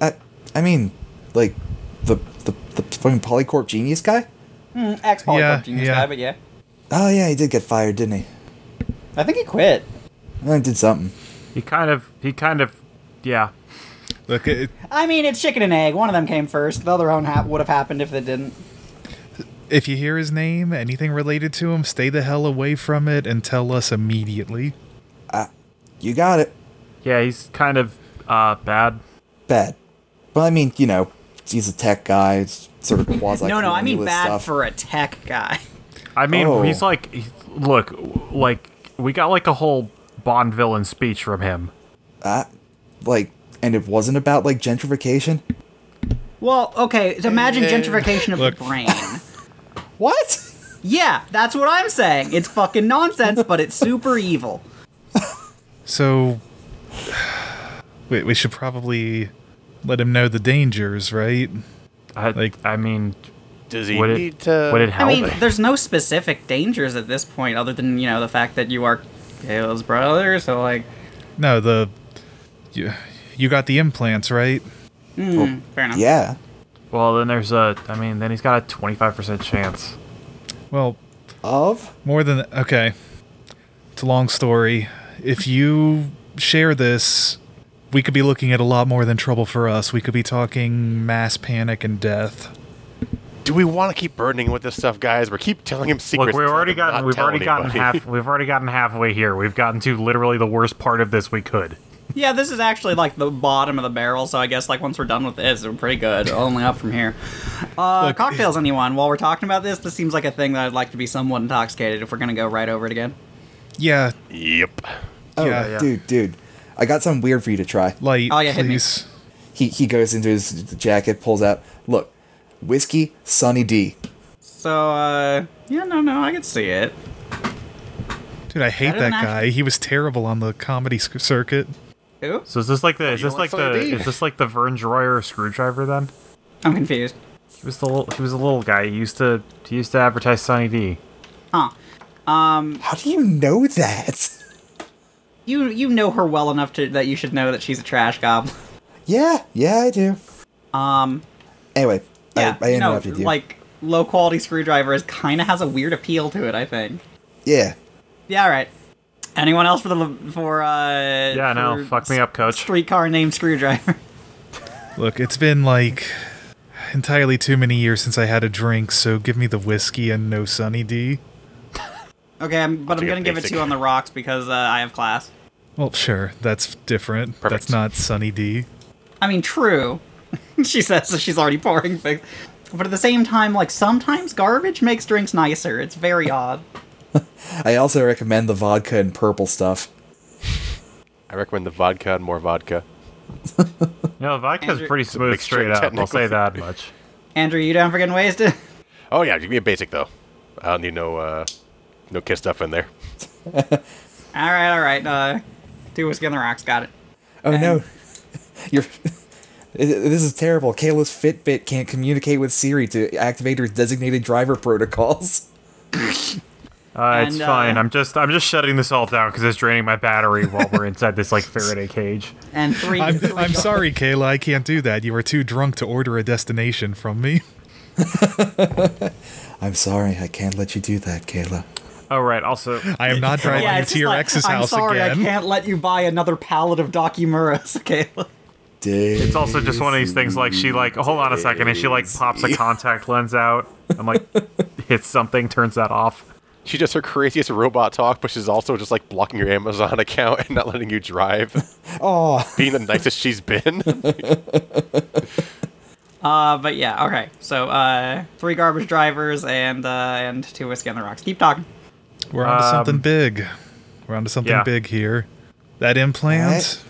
[SPEAKER 1] I, I mean, like the the the fucking Polycorp genius guy.
[SPEAKER 3] Ex Polycorp
[SPEAKER 5] Yeah,
[SPEAKER 3] Mm, genius
[SPEAKER 5] yeah.
[SPEAKER 3] guy, but yeah,
[SPEAKER 1] Oh yeah, he did get fired, didn't he?
[SPEAKER 3] I think he quit.
[SPEAKER 1] Well, he did something.
[SPEAKER 2] He kind of he kind of yeah.
[SPEAKER 5] Look, it,
[SPEAKER 3] I mean, it's chicken and egg. One of them came first. The other one ha- would have happened if they didn't.
[SPEAKER 5] if you hear his name, anything related to him, stay the hell away from it and tell us immediately.
[SPEAKER 1] You got it.
[SPEAKER 2] Yeah, he's kind of uh bad.
[SPEAKER 1] Bad. Well, I mean, you know, he's a tech guy. It's sort of quasi.
[SPEAKER 3] no, no, I mean
[SPEAKER 1] colonialist
[SPEAKER 3] bad
[SPEAKER 1] stuff.
[SPEAKER 3] for a tech guy.
[SPEAKER 2] I mean,
[SPEAKER 1] Oh.
[SPEAKER 2] he's like he- look, like we got like a whole Bond villain speech from him.
[SPEAKER 1] like, and it wasn't about like gentrification.
[SPEAKER 3] Well, okay, so imagine gentrification of
[SPEAKER 5] Look.
[SPEAKER 3] the brain.
[SPEAKER 1] What?
[SPEAKER 3] yeah, that's what I'm saying. It's fucking nonsense, but it's super evil.
[SPEAKER 5] So, we, we should probably let him know the dangers, right?
[SPEAKER 2] I,
[SPEAKER 5] Like-
[SPEAKER 2] I mean,
[SPEAKER 4] Does he
[SPEAKER 2] would
[SPEAKER 4] need
[SPEAKER 2] it,
[SPEAKER 4] to?
[SPEAKER 2] would it
[SPEAKER 3] I
[SPEAKER 2] help?
[SPEAKER 3] mean, there's no specific dangers at this point, other than you know the fact that you are Kayla's brother. So like,
[SPEAKER 5] No, the you, you got the implants, right?
[SPEAKER 3] fair enough.
[SPEAKER 1] Yeah.
[SPEAKER 2] well, then there's a. I mean, then he's got a 25% chance.
[SPEAKER 5] Well,
[SPEAKER 1] Of.
[SPEAKER 5] more than okay. It's a long story. If you share this, we could be looking at a lot more than trouble for us. We could be talking mass panic and death.
[SPEAKER 4] Do we want to keep burdening with this stuff, guys? We keep telling him
[SPEAKER 2] Look,
[SPEAKER 4] secrets.
[SPEAKER 2] we've
[SPEAKER 4] telling
[SPEAKER 2] already
[SPEAKER 4] him
[SPEAKER 2] gotten
[SPEAKER 4] not
[SPEAKER 2] we've
[SPEAKER 4] tell
[SPEAKER 2] already gotten
[SPEAKER 4] anybody.
[SPEAKER 2] half we've already gotten halfway here. We've gotten to literally the worst part of this we could.
[SPEAKER 3] Yeah, this is actually like the bottom of the barrel, so I guess like once we're done with this, we're pretty good. Only up from here. Uh,
[SPEAKER 5] Look,
[SPEAKER 3] cocktails, anyone? While we're talking about this, this seems like a thing that I'd like to be somewhat intoxicated if we're gonna go right over it again.
[SPEAKER 5] Yeah,
[SPEAKER 4] Yep.
[SPEAKER 1] Oh,
[SPEAKER 5] Yeah,
[SPEAKER 2] yeah.
[SPEAKER 1] dude, dude, I got something weird for you to try.
[SPEAKER 5] Light,
[SPEAKER 3] Oh, yeah, hit me.
[SPEAKER 5] please.
[SPEAKER 1] He he goes into his jacket, pulls out. Look, whiskey, Sunny D.
[SPEAKER 3] So, uh, yeah, no, no, I can see it.
[SPEAKER 5] Dude, I hate
[SPEAKER 3] Better
[SPEAKER 5] that
[SPEAKER 3] than I-
[SPEAKER 5] guy. He was terrible on the comedy sc- circuit.
[SPEAKER 3] Who?
[SPEAKER 2] So is this like the is
[SPEAKER 4] you
[SPEAKER 2] this
[SPEAKER 4] want
[SPEAKER 2] like
[SPEAKER 4] some
[SPEAKER 2] the
[SPEAKER 4] indeed.
[SPEAKER 2] is this like the Vern Dreyer screwdriver then?
[SPEAKER 3] I'm confused.
[SPEAKER 2] He was the little, he was a little guy. He used to he used to advertise Sunny D.
[SPEAKER 3] Huh.
[SPEAKER 1] How do you know that?
[SPEAKER 3] You you know her well enough to that you should know that she's a trash goblin.
[SPEAKER 1] Yeah, yeah, I do.
[SPEAKER 3] Um,
[SPEAKER 1] Anyway,
[SPEAKER 3] yeah,
[SPEAKER 1] I, I
[SPEAKER 3] you know,
[SPEAKER 1] interrupted you.
[SPEAKER 3] like low quality screwdriver is kind of has a weird appeal to it. I think.
[SPEAKER 1] yeah,
[SPEAKER 3] Yeah, all right. Anyone else for the for uh?
[SPEAKER 2] Yeah, no,
[SPEAKER 3] for
[SPEAKER 2] fuck me up, coach.
[SPEAKER 3] Streetcar named Screwdriver.
[SPEAKER 5] Look, it's been like entirely too many years since I had a drink, so give me the whiskey and no Sunny D.
[SPEAKER 3] okay, I'm, but I'm
[SPEAKER 4] Take a
[SPEAKER 3] gonna give it
[SPEAKER 4] basic.
[SPEAKER 3] to you on the rocks because uh, I have class.
[SPEAKER 5] Well, sure, that's different. That's
[SPEAKER 4] Perfect.
[SPEAKER 5] not Sunny D.
[SPEAKER 3] I mean, true. she says that she's already pouring things, but at the same time, like sometimes garbage makes drinks nicer. It's very odd.
[SPEAKER 1] I also recommend the vodka and purple stuff.
[SPEAKER 4] I recommend the vodka and more vodka.
[SPEAKER 2] No, vodka's
[SPEAKER 3] Andrew-
[SPEAKER 2] pretty smooth
[SPEAKER 4] mixture,
[SPEAKER 2] straight up. I'll say
[SPEAKER 4] technically.
[SPEAKER 2] that much.
[SPEAKER 3] Andrew, you down for getting wasted?
[SPEAKER 4] Oh yeah, give me a basic though. I don't need no uh, no kiss stuff in there.
[SPEAKER 3] all right, all right. Uh, do whiskey on the rocks. Got it.
[SPEAKER 1] Oh no, you're. This is terrible. Kayla's Fitbit can't communicate with Siri to activate her designated driver protocols.
[SPEAKER 2] Uh, it's
[SPEAKER 3] And, uh,
[SPEAKER 2] fine. I'm just I'm just shutting this all down because it's draining my battery while we're inside this like Faraday cage.
[SPEAKER 3] And 3
[SPEAKER 5] I'm,
[SPEAKER 3] three
[SPEAKER 5] I'm sorry, Kayla, I can't do that. You were too drunk to order a destination from me.
[SPEAKER 1] I'm sorry, I can't let you do that, Kayla.
[SPEAKER 2] Oh right. Also,
[SPEAKER 5] I am not driving
[SPEAKER 3] Yeah,
[SPEAKER 5] you
[SPEAKER 3] it's
[SPEAKER 5] to
[SPEAKER 3] just
[SPEAKER 5] your
[SPEAKER 3] like,
[SPEAKER 5] ex's
[SPEAKER 3] I'm
[SPEAKER 5] house
[SPEAKER 3] sorry,
[SPEAKER 5] again.
[SPEAKER 3] I can't let you buy another pallet of Documuras, Caleb.
[SPEAKER 1] It's
[SPEAKER 2] it's also just one of these things like she like hold on a second and she like pops a contact lens out. I'm like hits something, turns that off.
[SPEAKER 4] She does her craziest robot talk, but she's also just like blocking your Amazon account and not letting you drive.
[SPEAKER 1] oh,
[SPEAKER 4] Being the nicest she's been.
[SPEAKER 3] Uh, but yeah, okay. So, uh, three garbage drivers and uh, and two whiskey on the rocks. Keep talking.
[SPEAKER 5] Oh We're onto something
[SPEAKER 2] Um,
[SPEAKER 5] big. We're onto something
[SPEAKER 2] yeah.
[SPEAKER 5] big here. That implant,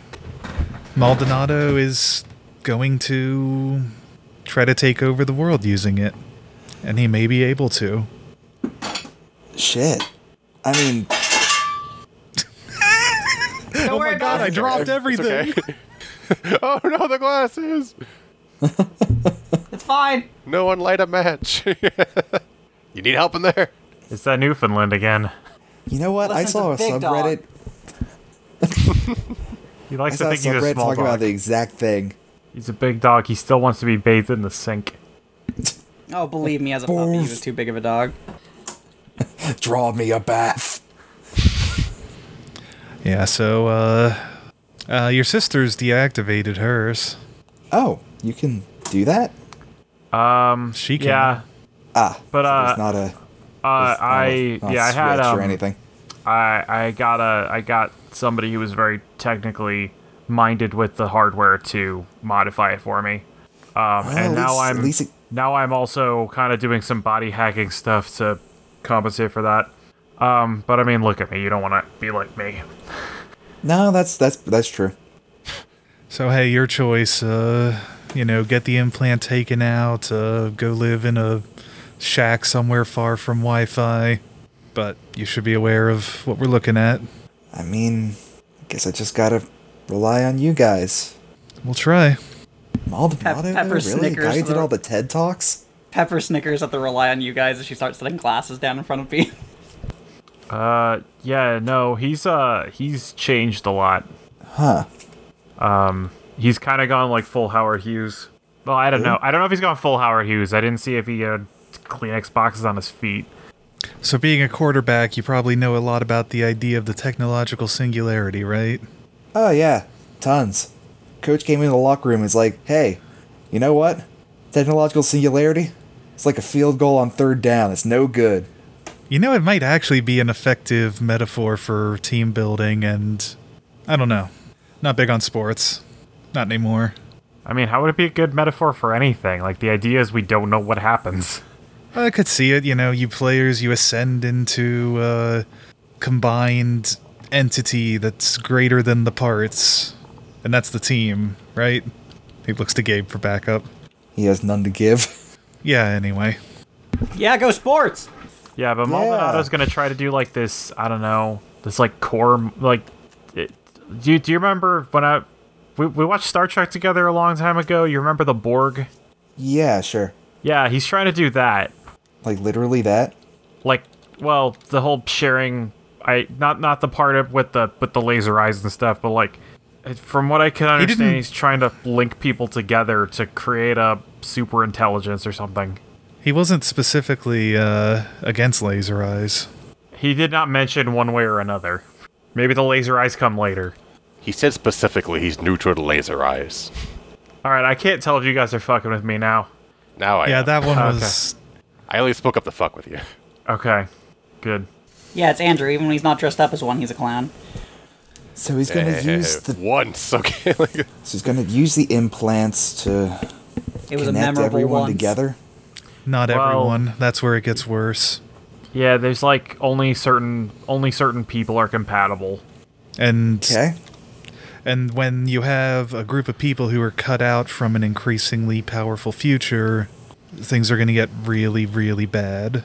[SPEAKER 5] Maldonado is going to try to take over the world using it, and he may be able to.
[SPEAKER 1] shit. I mean,
[SPEAKER 3] Don't worry about it.
[SPEAKER 5] dropped everything.
[SPEAKER 4] oh no, the glasses!
[SPEAKER 3] It's fine.
[SPEAKER 4] No one light a match. you need help in there?
[SPEAKER 2] It's that Newfoundland again.
[SPEAKER 1] you know what? I
[SPEAKER 3] Listen
[SPEAKER 1] saw
[SPEAKER 3] to
[SPEAKER 1] a
[SPEAKER 3] Big Dog.
[SPEAKER 1] subreddit. I
[SPEAKER 2] He likes
[SPEAKER 1] saw
[SPEAKER 2] to
[SPEAKER 1] a
[SPEAKER 2] think he's a
[SPEAKER 1] subreddit
[SPEAKER 2] small
[SPEAKER 1] talking
[SPEAKER 2] dog.
[SPEAKER 1] about the exact thing.
[SPEAKER 2] He's a big dog. He still wants to be bathed in the sink.
[SPEAKER 3] Oh, believe me, as a puppy, he was too big of a dog.
[SPEAKER 1] Draw me a bath.
[SPEAKER 5] Yeah. So, uh, uh, your sister's deactivated hers.
[SPEAKER 1] Oh, you can do that?
[SPEAKER 2] Um,
[SPEAKER 5] She can.
[SPEAKER 2] yeah,
[SPEAKER 1] Ah,
[SPEAKER 2] but
[SPEAKER 1] it's
[SPEAKER 2] uh,
[SPEAKER 1] not a.
[SPEAKER 2] uh I
[SPEAKER 1] it's not a- not a
[SPEAKER 2] yeah I had
[SPEAKER 1] switch
[SPEAKER 2] um,
[SPEAKER 1] or anything.
[SPEAKER 2] I I got a I got somebody who was very technically minded with the hardware to modify it for me. Um,
[SPEAKER 1] at
[SPEAKER 2] and now
[SPEAKER 1] least-
[SPEAKER 2] I'm
[SPEAKER 1] at least it-
[SPEAKER 2] now I'm also kind of doing some body hacking stuff to compensate for that. Um, but I mean, look at me. You don't want to be like me.
[SPEAKER 1] No, that's that's that's true.
[SPEAKER 5] So hey, your choice. Uh, you know, get the implant taken out. Uh, go live in a shack somewhere far from Wi-Fi. But you should be aware of what we're looking at.
[SPEAKER 1] I mean, I guess I just gotta rely on you guys.
[SPEAKER 5] We'll try.
[SPEAKER 1] Maldonado,
[SPEAKER 3] Pep-
[SPEAKER 1] though,
[SPEAKER 3] Pepper
[SPEAKER 1] really? The
[SPEAKER 3] Snickers
[SPEAKER 1] guy who did
[SPEAKER 3] though.
[SPEAKER 1] all the TED talks.
[SPEAKER 3] Pepper snickers at the rely on you guys as she starts setting glasses down in front of me.
[SPEAKER 2] Uh, yeah, no, he's uh he's changed a lot. Um,
[SPEAKER 1] Huh?
[SPEAKER 2] He's kind of gone like full Howard Hughes. Well, I don't know. I don't know if he's gone full Howard Hughes. I didn't see if he had Kleenex boxes on his feet.
[SPEAKER 5] So being a quarterback, you probably know a lot about the idea of the technological singularity, right?
[SPEAKER 1] Oh yeah, tons. Coach came into the locker room. and was like, "Hey, you know what? Technological singularity. It's like a field goal on third down. It's no good.
[SPEAKER 5] You know, it might actually be an effective metaphor for team building and I don't know. Not big on sports. Not anymore.
[SPEAKER 2] I mean, how would it be a good metaphor for anything? Like the idea is we don't know what happens.
[SPEAKER 5] I could see it. You know, you players, you ascend into uh, combined entity that's greater than the parts, and that's the team, right? He looks to Gabe for backup.
[SPEAKER 1] He has none to give.
[SPEAKER 5] Yeah, anyway.
[SPEAKER 3] Yeah, go sports.
[SPEAKER 2] Yeah, but Maldonado's gonna try to do like this. I don't know. This like core like. It, do you, do you remember when I we, we watched Star Trek together a long time ago? You remember the Borg?
[SPEAKER 1] Yeah, sure.
[SPEAKER 2] Yeah, he's trying to do that.
[SPEAKER 1] Like literally that.
[SPEAKER 2] Like, well, the whole sharing. I not not the part of with the with the laser eyes and stuff, but like, from what I can understand,
[SPEAKER 5] didn't-
[SPEAKER 2] he's trying to link people together to create a super intelligence or something.
[SPEAKER 5] He wasn't specifically uh, against laser eyes.
[SPEAKER 2] He did not mention one way or another. Maybe the laser eyes come later.
[SPEAKER 4] He said specifically he's neutral to laser eyes.
[SPEAKER 2] All right, I can't tell if you guys are fucking with me now.
[SPEAKER 4] Now I
[SPEAKER 5] Yeah,
[SPEAKER 4] am.
[SPEAKER 5] that one
[SPEAKER 2] Okay.
[SPEAKER 5] was.
[SPEAKER 4] I only spoke up the fuck with you.
[SPEAKER 2] Okay, good.
[SPEAKER 3] Yeah, it's Andrew. Even when he's not dressed up as one, he's a clown.
[SPEAKER 1] So he's gonna use
[SPEAKER 4] Eh,
[SPEAKER 1] the
[SPEAKER 4] once, okay. like,
[SPEAKER 1] so he's gonna use the implants to
[SPEAKER 3] It was a
[SPEAKER 1] connect
[SPEAKER 3] memorable
[SPEAKER 1] everyone
[SPEAKER 3] once.
[SPEAKER 1] together.
[SPEAKER 5] Not
[SPEAKER 2] Well-
[SPEAKER 5] everyone. That's where it gets worse.
[SPEAKER 2] Yeah, there's like only certain only certain people are compatible.
[SPEAKER 5] And
[SPEAKER 1] Okay.
[SPEAKER 5] and when you have a group of people who are cut out from an increasingly powerful future, things are going to get really, really bad.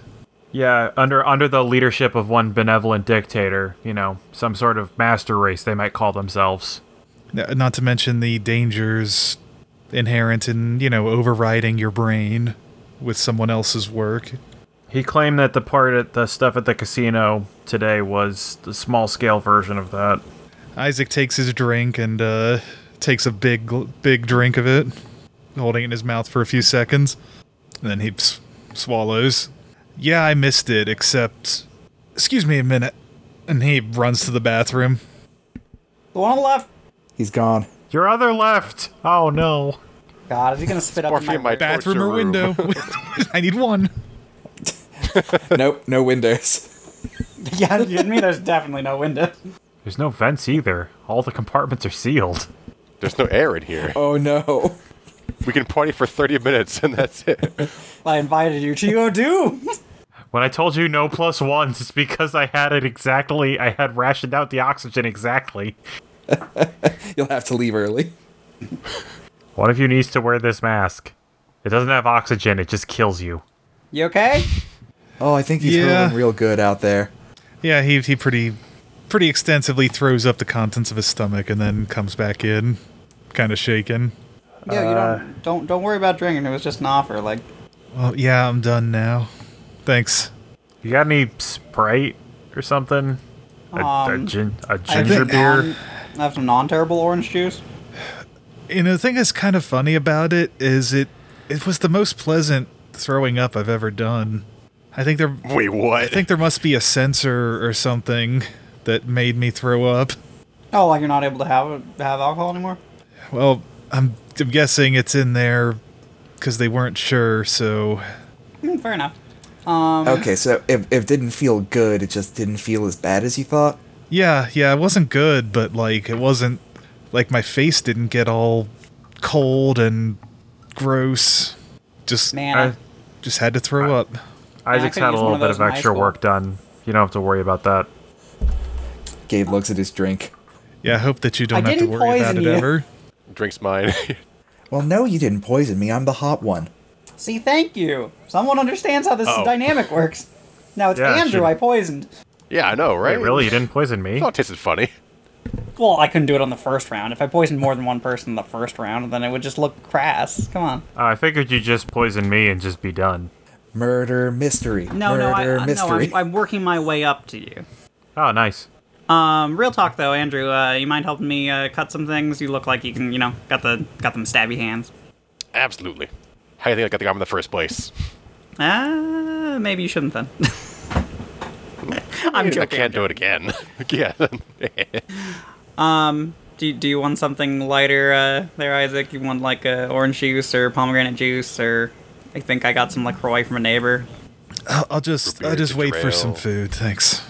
[SPEAKER 2] Yeah, under under the leadership of one benevolent dictator, you know, some sort of master race they might call themselves.
[SPEAKER 5] N- Uh, Not to mention the dangers inherent in you know overriding your brain with someone else's work.
[SPEAKER 2] He claimed that the part at the stuff at the casino today was the small scale version of that.
[SPEAKER 5] Isaac takes his drink and uh, takes a big, gl- big drink of it, holding it in his mouth for a few seconds. And then he s- swallows. Yeah, I missed it, except. Excuse me a minute. And he runs to the bathroom.
[SPEAKER 3] The one on the left.
[SPEAKER 1] He's gone.
[SPEAKER 2] Your other left. Oh no.
[SPEAKER 3] God, is he gonna spit up
[SPEAKER 4] Morphe
[SPEAKER 3] in
[SPEAKER 4] in my
[SPEAKER 3] my?
[SPEAKER 4] back.
[SPEAKER 5] Bathroom
[SPEAKER 4] Torture
[SPEAKER 5] or
[SPEAKER 4] room.
[SPEAKER 5] window? I need one.
[SPEAKER 1] nope, no windows.
[SPEAKER 3] yeah, you and me. There's definitely no window.
[SPEAKER 2] There's no vents either. All the compartments are sealed.
[SPEAKER 4] there's no air in here.
[SPEAKER 1] Oh no.
[SPEAKER 4] We can party for 30 minutes and that's it.
[SPEAKER 3] I invited you to your doom.
[SPEAKER 2] When I told you no plus ones, it's because I had it exactly. I had rationed out the oxygen exactly.
[SPEAKER 1] You'll have to leave early.
[SPEAKER 2] One of you needs to wear this mask. It doesn't have oxygen, it just kills you.
[SPEAKER 3] You okay?
[SPEAKER 1] Oh, I think he's
[SPEAKER 5] Yeah.
[SPEAKER 1] hurling real good out there.
[SPEAKER 5] Yeah, he, he pretty, pretty extensively throws up the contents of his stomach and then comes back in, kind of shaken.
[SPEAKER 3] Yeah, you don't don't don't worry about drinking. It was just an offer. Like,
[SPEAKER 5] Well, yeah, I'm done now. Thanks.
[SPEAKER 2] You got any Sprite or something? A, a,
[SPEAKER 3] Um,
[SPEAKER 2] gin, a
[SPEAKER 3] I have
[SPEAKER 2] ginger
[SPEAKER 3] some
[SPEAKER 2] beer?
[SPEAKER 3] non- I have some non-terrible orange juice.
[SPEAKER 5] You know, the thing that's kind of funny about it is it it was the most pleasant throwing up I've ever done. I think there
[SPEAKER 4] Wait, what?
[SPEAKER 5] I think there must be a sensor or something that made me throw up.
[SPEAKER 3] Oh, like you're not able to have have alcohol anymore?
[SPEAKER 5] Well, I'm, I'm guessing it's in there because they weren't sure. So
[SPEAKER 3] Hmm, fair enough.
[SPEAKER 1] Okay, so if, if it didn't feel good, it just didn't feel as bad as you thought.
[SPEAKER 5] yeah, yeah, it wasn't good, but like it wasn't like my face didn't get all cold and gross. Just
[SPEAKER 3] Man,
[SPEAKER 2] I-
[SPEAKER 5] just had to throw up.
[SPEAKER 2] Isaac's
[SPEAKER 3] could
[SPEAKER 2] had a
[SPEAKER 3] use
[SPEAKER 2] little
[SPEAKER 3] one of
[SPEAKER 2] bit
[SPEAKER 3] those
[SPEAKER 2] of
[SPEAKER 3] in high
[SPEAKER 2] extra
[SPEAKER 3] school.
[SPEAKER 2] work done. You don't have to worry about that.
[SPEAKER 1] Gabe looks at his drink.
[SPEAKER 5] Yeah, I hope that you don't have to
[SPEAKER 3] didn't
[SPEAKER 5] worry about
[SPEAKER 3] poison
[SPEAKER 5] it
[SPEAKER 3] you.
[SPEAKER 5] ever.
[SPEAKER 4] Drinks mine.
[SPEAKER 1] Well, no, you didn't poison me. I'm the hot one.
[SPEAKER 3] see, thank you. Someone understands how this
[SPEAKER 4] Oh.
[SPEAKER 3] dynamic works. Now it's
[SPEAKER 2] Yeah,
[SPEAKER 3] Andrew
[SPEAKER 2] should-
[SPEAKER 3] I poisoned.
[SPEAKER 4] yeah, I know, right?
[SPEAKER 2] Wait, really? You didn't poison me?
[SPEAKER 4] It all tasted funny.
[SPEAKER 3] Well, I couldn't do it on the first round. If I poisoned more than one person in the first round, then it would just look crass. Come on.
[SPEAKER 2] Uh, I figured you'd just poison me and just be done.
[SPEAKER 1] Murder mystery.
[SPEAKER 3] No,
[SPEAKER 1] Murder
[SPEAKER 3] no, I, no
[SPEAKER 1] mystery.
[SPEAKER 3] I'm, I'm working my way up to you.
[SPEAKER 2] Oh, nice.
[SPEAKER 3] Um, real talk though, Andrew, uh, you mind helping me uh, cut some things? You look like you can, you know, got the got them stabby hands.
[SPEAKER 4] Absolutely. How do you think I got the guy in the first place?
[SPEAKER 3] Ah, maybe you shouldn't then. I'm joking.
[SPEAKER 4] I can't do it again. yeah.
[SPEAKER 3] Do you, do you want something lighter uh, there, Isaac? You want like uh, orange juice or pomegranate juice or I think I got some LaCroix from a neighbor.
[SPEAKER 5] I'll, I'll just
[SPEAKER 4] Prepare
[SPEAKER 5] I'll just
[SPEAKER 4] to
[SPEAKER 5] wait for some
[SPEAKER 4] trail.
[SPEAKER 5] food. Thanks.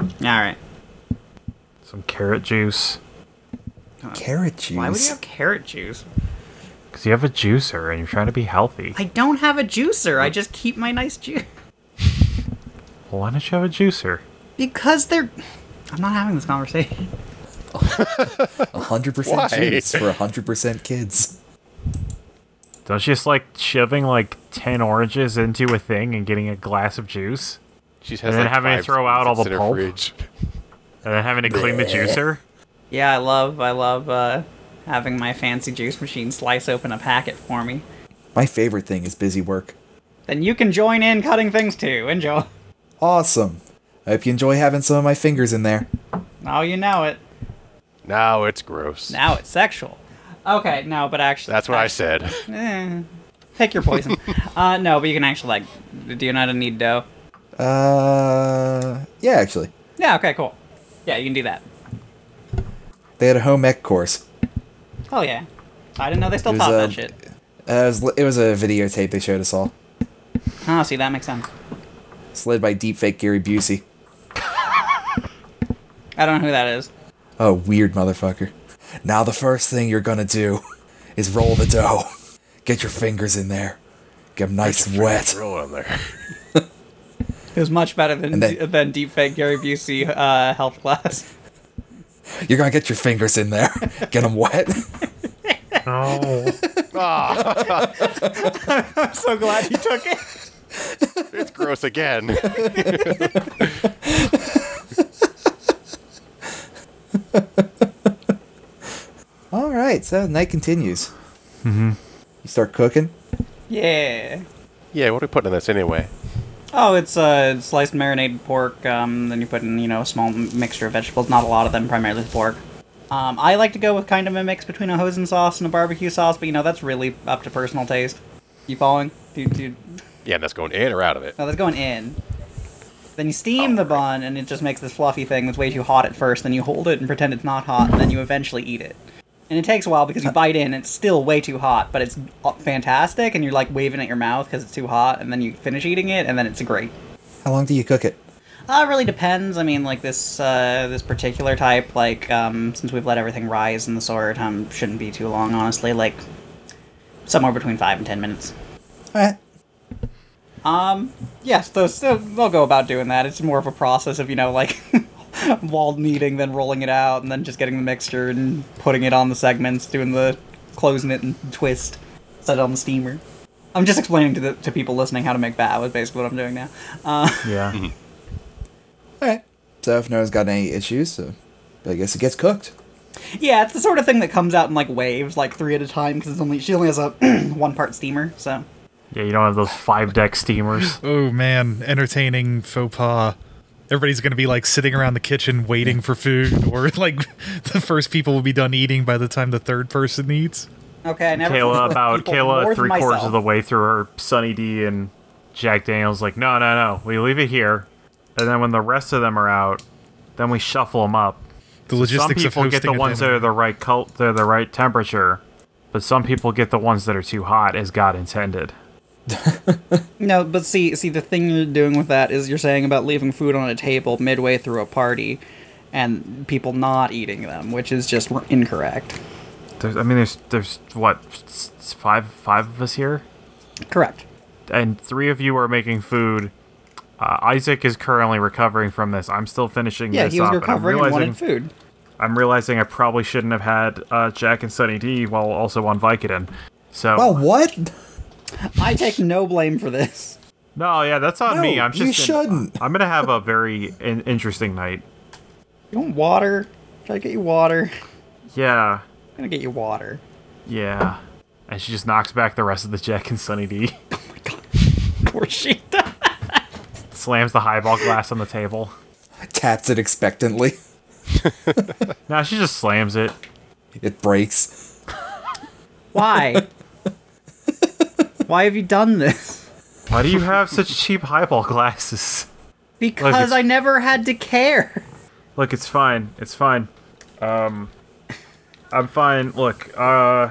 [SPEAKER 3] All right.
[SPEAKER 2] Some carrot juice.
[SPEAKER 1] Carrot juice.
[SPEAKER 3] Why would you have carrot juice?
[SPEAKER 2] Because you have a juicer and you're trying to be healthy.
[SPEAKER 3] I don't have a juicer. I just keep my nice juice
[SPEAKER 2] Why don't you have a juicer?
[SPEAKER 3] because they're I'm not having this conversation.
[SPEAKER 1] hundred
[SPEAKER 4] Why?
[SPEAKER 1] percent Jews for hundred percent kids.
[SPEAKER 2] Don't you just like shoving like ten oranges into a thing and getting a glass of juice,
[SPEAKER 4] She has
[SPEAKER 2] And then
[SPEAKER 4] like
[SPEAKER 2] having to
[SPEAKER 4] five
[SPEAKER 2] throw out
[SPEAKER 4] spoons
[SPEAKER 2] all the
[SPEAKER 4] in her
[SPEAKER 2] pulp?
[SPEAKER 4] fridge.
[SPEAKER 2] and then having to clean the juicer?
[SPEAKER 3] Yeah, I love I love uh, having my fancy juice machine slice open a packet for me.
[SPEAKER 1] My favorite thing is busy work.
[SPEAKER 3] Then you can join in cutting things too. Enjoy.
[SPEAKER 1] Awesome. I hope you enjoy having some of my fingers in there.
[SPEAKER 3] Now you know it.
[SPEAKER 4] Now it's gross.
[SPEAKER 3] Now it's sexual. Okay, no, but actually
[SPEAKER 4] That's what I
[SPEAKER 3] actually-
[SPEAKER 4] said.
[SPEAKER 3] Eh, take your poison. uh, no, but you can actually like. Do you not need dough?
[SPEAKER 1] Uh, yeah, actually,
[SPEAKER 3] Yeah. Okay. Cool. Yeah, you can do that.
[SPEAKER 1] they had a home ec course.
[SPEAKER 3] Hell yeah. I didn't know they still
[SPEAKER 1] It was,
[SPEAKER 3] taught that
[SPEAKER 1] uh,
[SPEAKER 3] shit.
[SPEAKER 1] Uh, it, was, it was a videotape they showed us all.
[SPEAKER 3] Oh, see, that makes sense.
[SPEAKER 1] It's led by deepfake Gary Busey.
[SPEAKER 3] I don't know who that is.
[SPEAKER 1] Oh, weird motherfucker. Now the first thing you're gonna do is roll the dough. Get your fingers in there. Get 'em nice and wet.
[SPEAKER 4] Roll on there.
[SPEAKER 3] It was much better than
[SPEAKER 1] And then-
[SPEAKER 3] than deepfake Gary Busey uh, health class.
[SPEAKER 1] You're gonna get your fingers in there. Get 'em wet.
[SPEAKER 2] Oh,
[SPEAKER 4] Ah,
[SPEAKER 3] I'm so glad you took it.
[SPEAKER 4] it's gross again.
[SPEAKER 1] All right, so the night continues. Mm-hmm. You start cooking.
[SPEAKER 3] Yeah.
[SPEAKER 4] Yeah, what are we putting in this anyway?
[SPEAKER 3] Oh, it's uh, sliced marinated pork. Um, then you put in you know a small m- mixture of vegetables. Not a lot of them, primarily pork. Um, I like to go with kind of a mix between a hoisin sauce and a barbecue sauce, but you know that's really up to personal taste. You following? Dude, dude.
[SPEAKER 4] Yeah, and that's going in or out of it.
[SPEAKER 3] No, that's going in. Then you steam the bun, and it just makes this fluffy thing that's way too hot at first. Then you hold it and pretend it's not hot, and then you eventually eat it. And it takes a while because you bite in, and it's still way too hot, but it's uh, fantastic, and you're like waving at your mouth because it's too hot, and then you finish eating it, and then it's great.
[SPEAKER 1] How long do you cook it?
[SPEAKER 3] Uh, it really depends. I mean, like this uh, this particular type, like um, since we've let everything rise in the sort, um, shouldn't be too long, honestly. Like somewhere between five and ten minutes.
[SPEAKER 1] All right.
[SPEAKER 3] Yes, those so they'll go about doing that. It's more of a process of you know like wall kneading, then rolling it out, and then just getting the mixture and putting it on the segments, doing the closing it and twist, set it on the steamer. I'm just explaining to the, to people listening how to make bat. Was basically what I'm doing now. Uh,
[SPEAKER 2] yeah.
[SPEAKER 1] All right. So if no one's got any issues, so I guess it gets cooked.
[SPEAKER 3] yeah, it's the sort of thing that comes out in like waves, like three at a time, because it's only she only has a one part steamer. So
[SPEAKER 2] Yeah, you don't have those five deck steamers.
[SPEAKER 5] Oh man, entertaining faux pas. Everybody's gonna be like sitting around the kitchen waiting for food, or like the first people will be done eating by the time the third person eats.
[SPEAKER 3] okay, I never
[SPEAKER 2] Kayla about
[SPEAKER 3] people
[SPEAKER 2] Kayla
[SPEAKER 3] more than
[SPEAKER 2] three quarters
[SPEAKER 3] myself.
[SPEAKER 2] of the way through her Sunny D and Jack Daniels like no no no we leave it here and then when the rest of them are out then we shuffle them up.
[SPEAKER 5] The logistics
[SPEAKER 2] some
[SPEAKER 5] of
[SPEAKER 2] people
[SPEAKER 5] hosting
[SPEAKER 2] get the
[SPEAKER 5] a
[SPEAKER 2] ones that
[SPEAKER 5] dinner.
[SPEAKER 2] are the right cult they're the right temperature, but some people get the ones that are too hot as God intended.
[SPEAKER 3] No, but see, see, the thing you're doing with that is you're saying about leaving food on a table midway through a party, and people not eating them, which is just r- incorrect.
[SPEAKER 2] There's, I mean there's there's what s- s- five five of us here.
[SPEAKER 3] Correct.
[SPEAKER 2] and three of you are making food. Uh, Isaac is currently recovering from this. I'm still finishing
[SPEAKER 3] Yeah,
[SPEAKER 2] this
[SPEAKER 3] he was
[SPEAKER 2] up. and
[SPEAKER 3] recovering
[SPEAKER 2] I'm
[SPEAKER 3] and
[SPEAKER 2] realizing,
[SPEAKER 3] wanted food.
[SPEAKER 2] I'm realizing I probably shouldn't have had uh, Jack and Sunny D while also on Vicodin. So
[SPEAKER 1] Well, Oh, what?
[SPEAKER 3] I take no blame for this.
[SPEAKER 2] no, yeah, that's on
[SPEAKER 1] No,
[SPEAKER 2] me. I'm
[SPEAKER 1] you
[SPEAKER 2] just
[SPEAKER 1] shouldn't.
[SPEAKER 2] I'm gonna have a very in- interesting night.
[SPEAKER 3] You want water? Should I get you water?
[SPEAKER 2] Yeah,
[SPEAKER 3] I'm gonna get you water.
[SPEAKER 2] yeah. And she just knocks back the rest of the Jack and Sunny D,
[SPEAKER 3] Of course she does.
[SPEAKER 2] slams the highball glass on the table.
[SPEAKER 1] Taps it expectantly.
[SPEAKER 2] No, she just slams it.
[SPEAKER 1] It breaks.
[SPEAKER 3] Why? Why have you done this?
[SPEAKER 2] Why do you have such cheap highball glasses?
[SPEAKER 3] Because I never had to care.
[SPEAKER 2] Look, it's fine. It's fine. Um, I'm fine. Look, uh,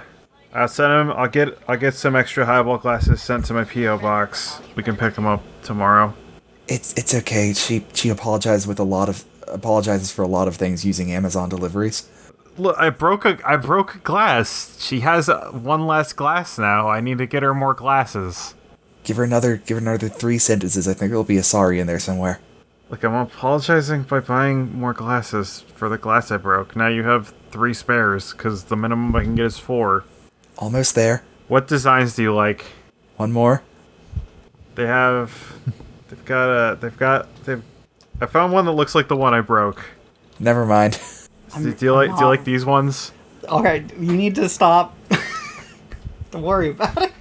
[SPEAKER 2] I'll send him. I'll get. I'll get some extra highball glasses sent to my PO box. We can pick them up tomorrow.
[SPEAKER 1] It's it's okay. She she apologized with a lot of apologizes for a lot of things using Amazon deliveries.
[SPEAKER 2] Look, I broke a. I broke a glass. She has uh, one less glass now. I need to get her more glasses.
[SPEAKER 1] Give her another give her another three sentences. I think there'll be a sorry in there somewhere.
[SPEAKER 2] Look, I'm apologizing by buying more glasses for the glass I broke. Now you have three spares, because the minimum I can get is four.
[SPEAKER 1] Almost there.
[SPEAKER 2] What designs do you like?
[SPEAKER 1] One more.
[SPEAKER 2] They have, they've got a, they've got, they've. I found one that looks like the one I broke.
[SPEAKER 1] Never mind.
[SPEAKER 2] Do, do you like, do you like these ones?
[SPEAKER 3] All right, you need to stop. Don't worry about it.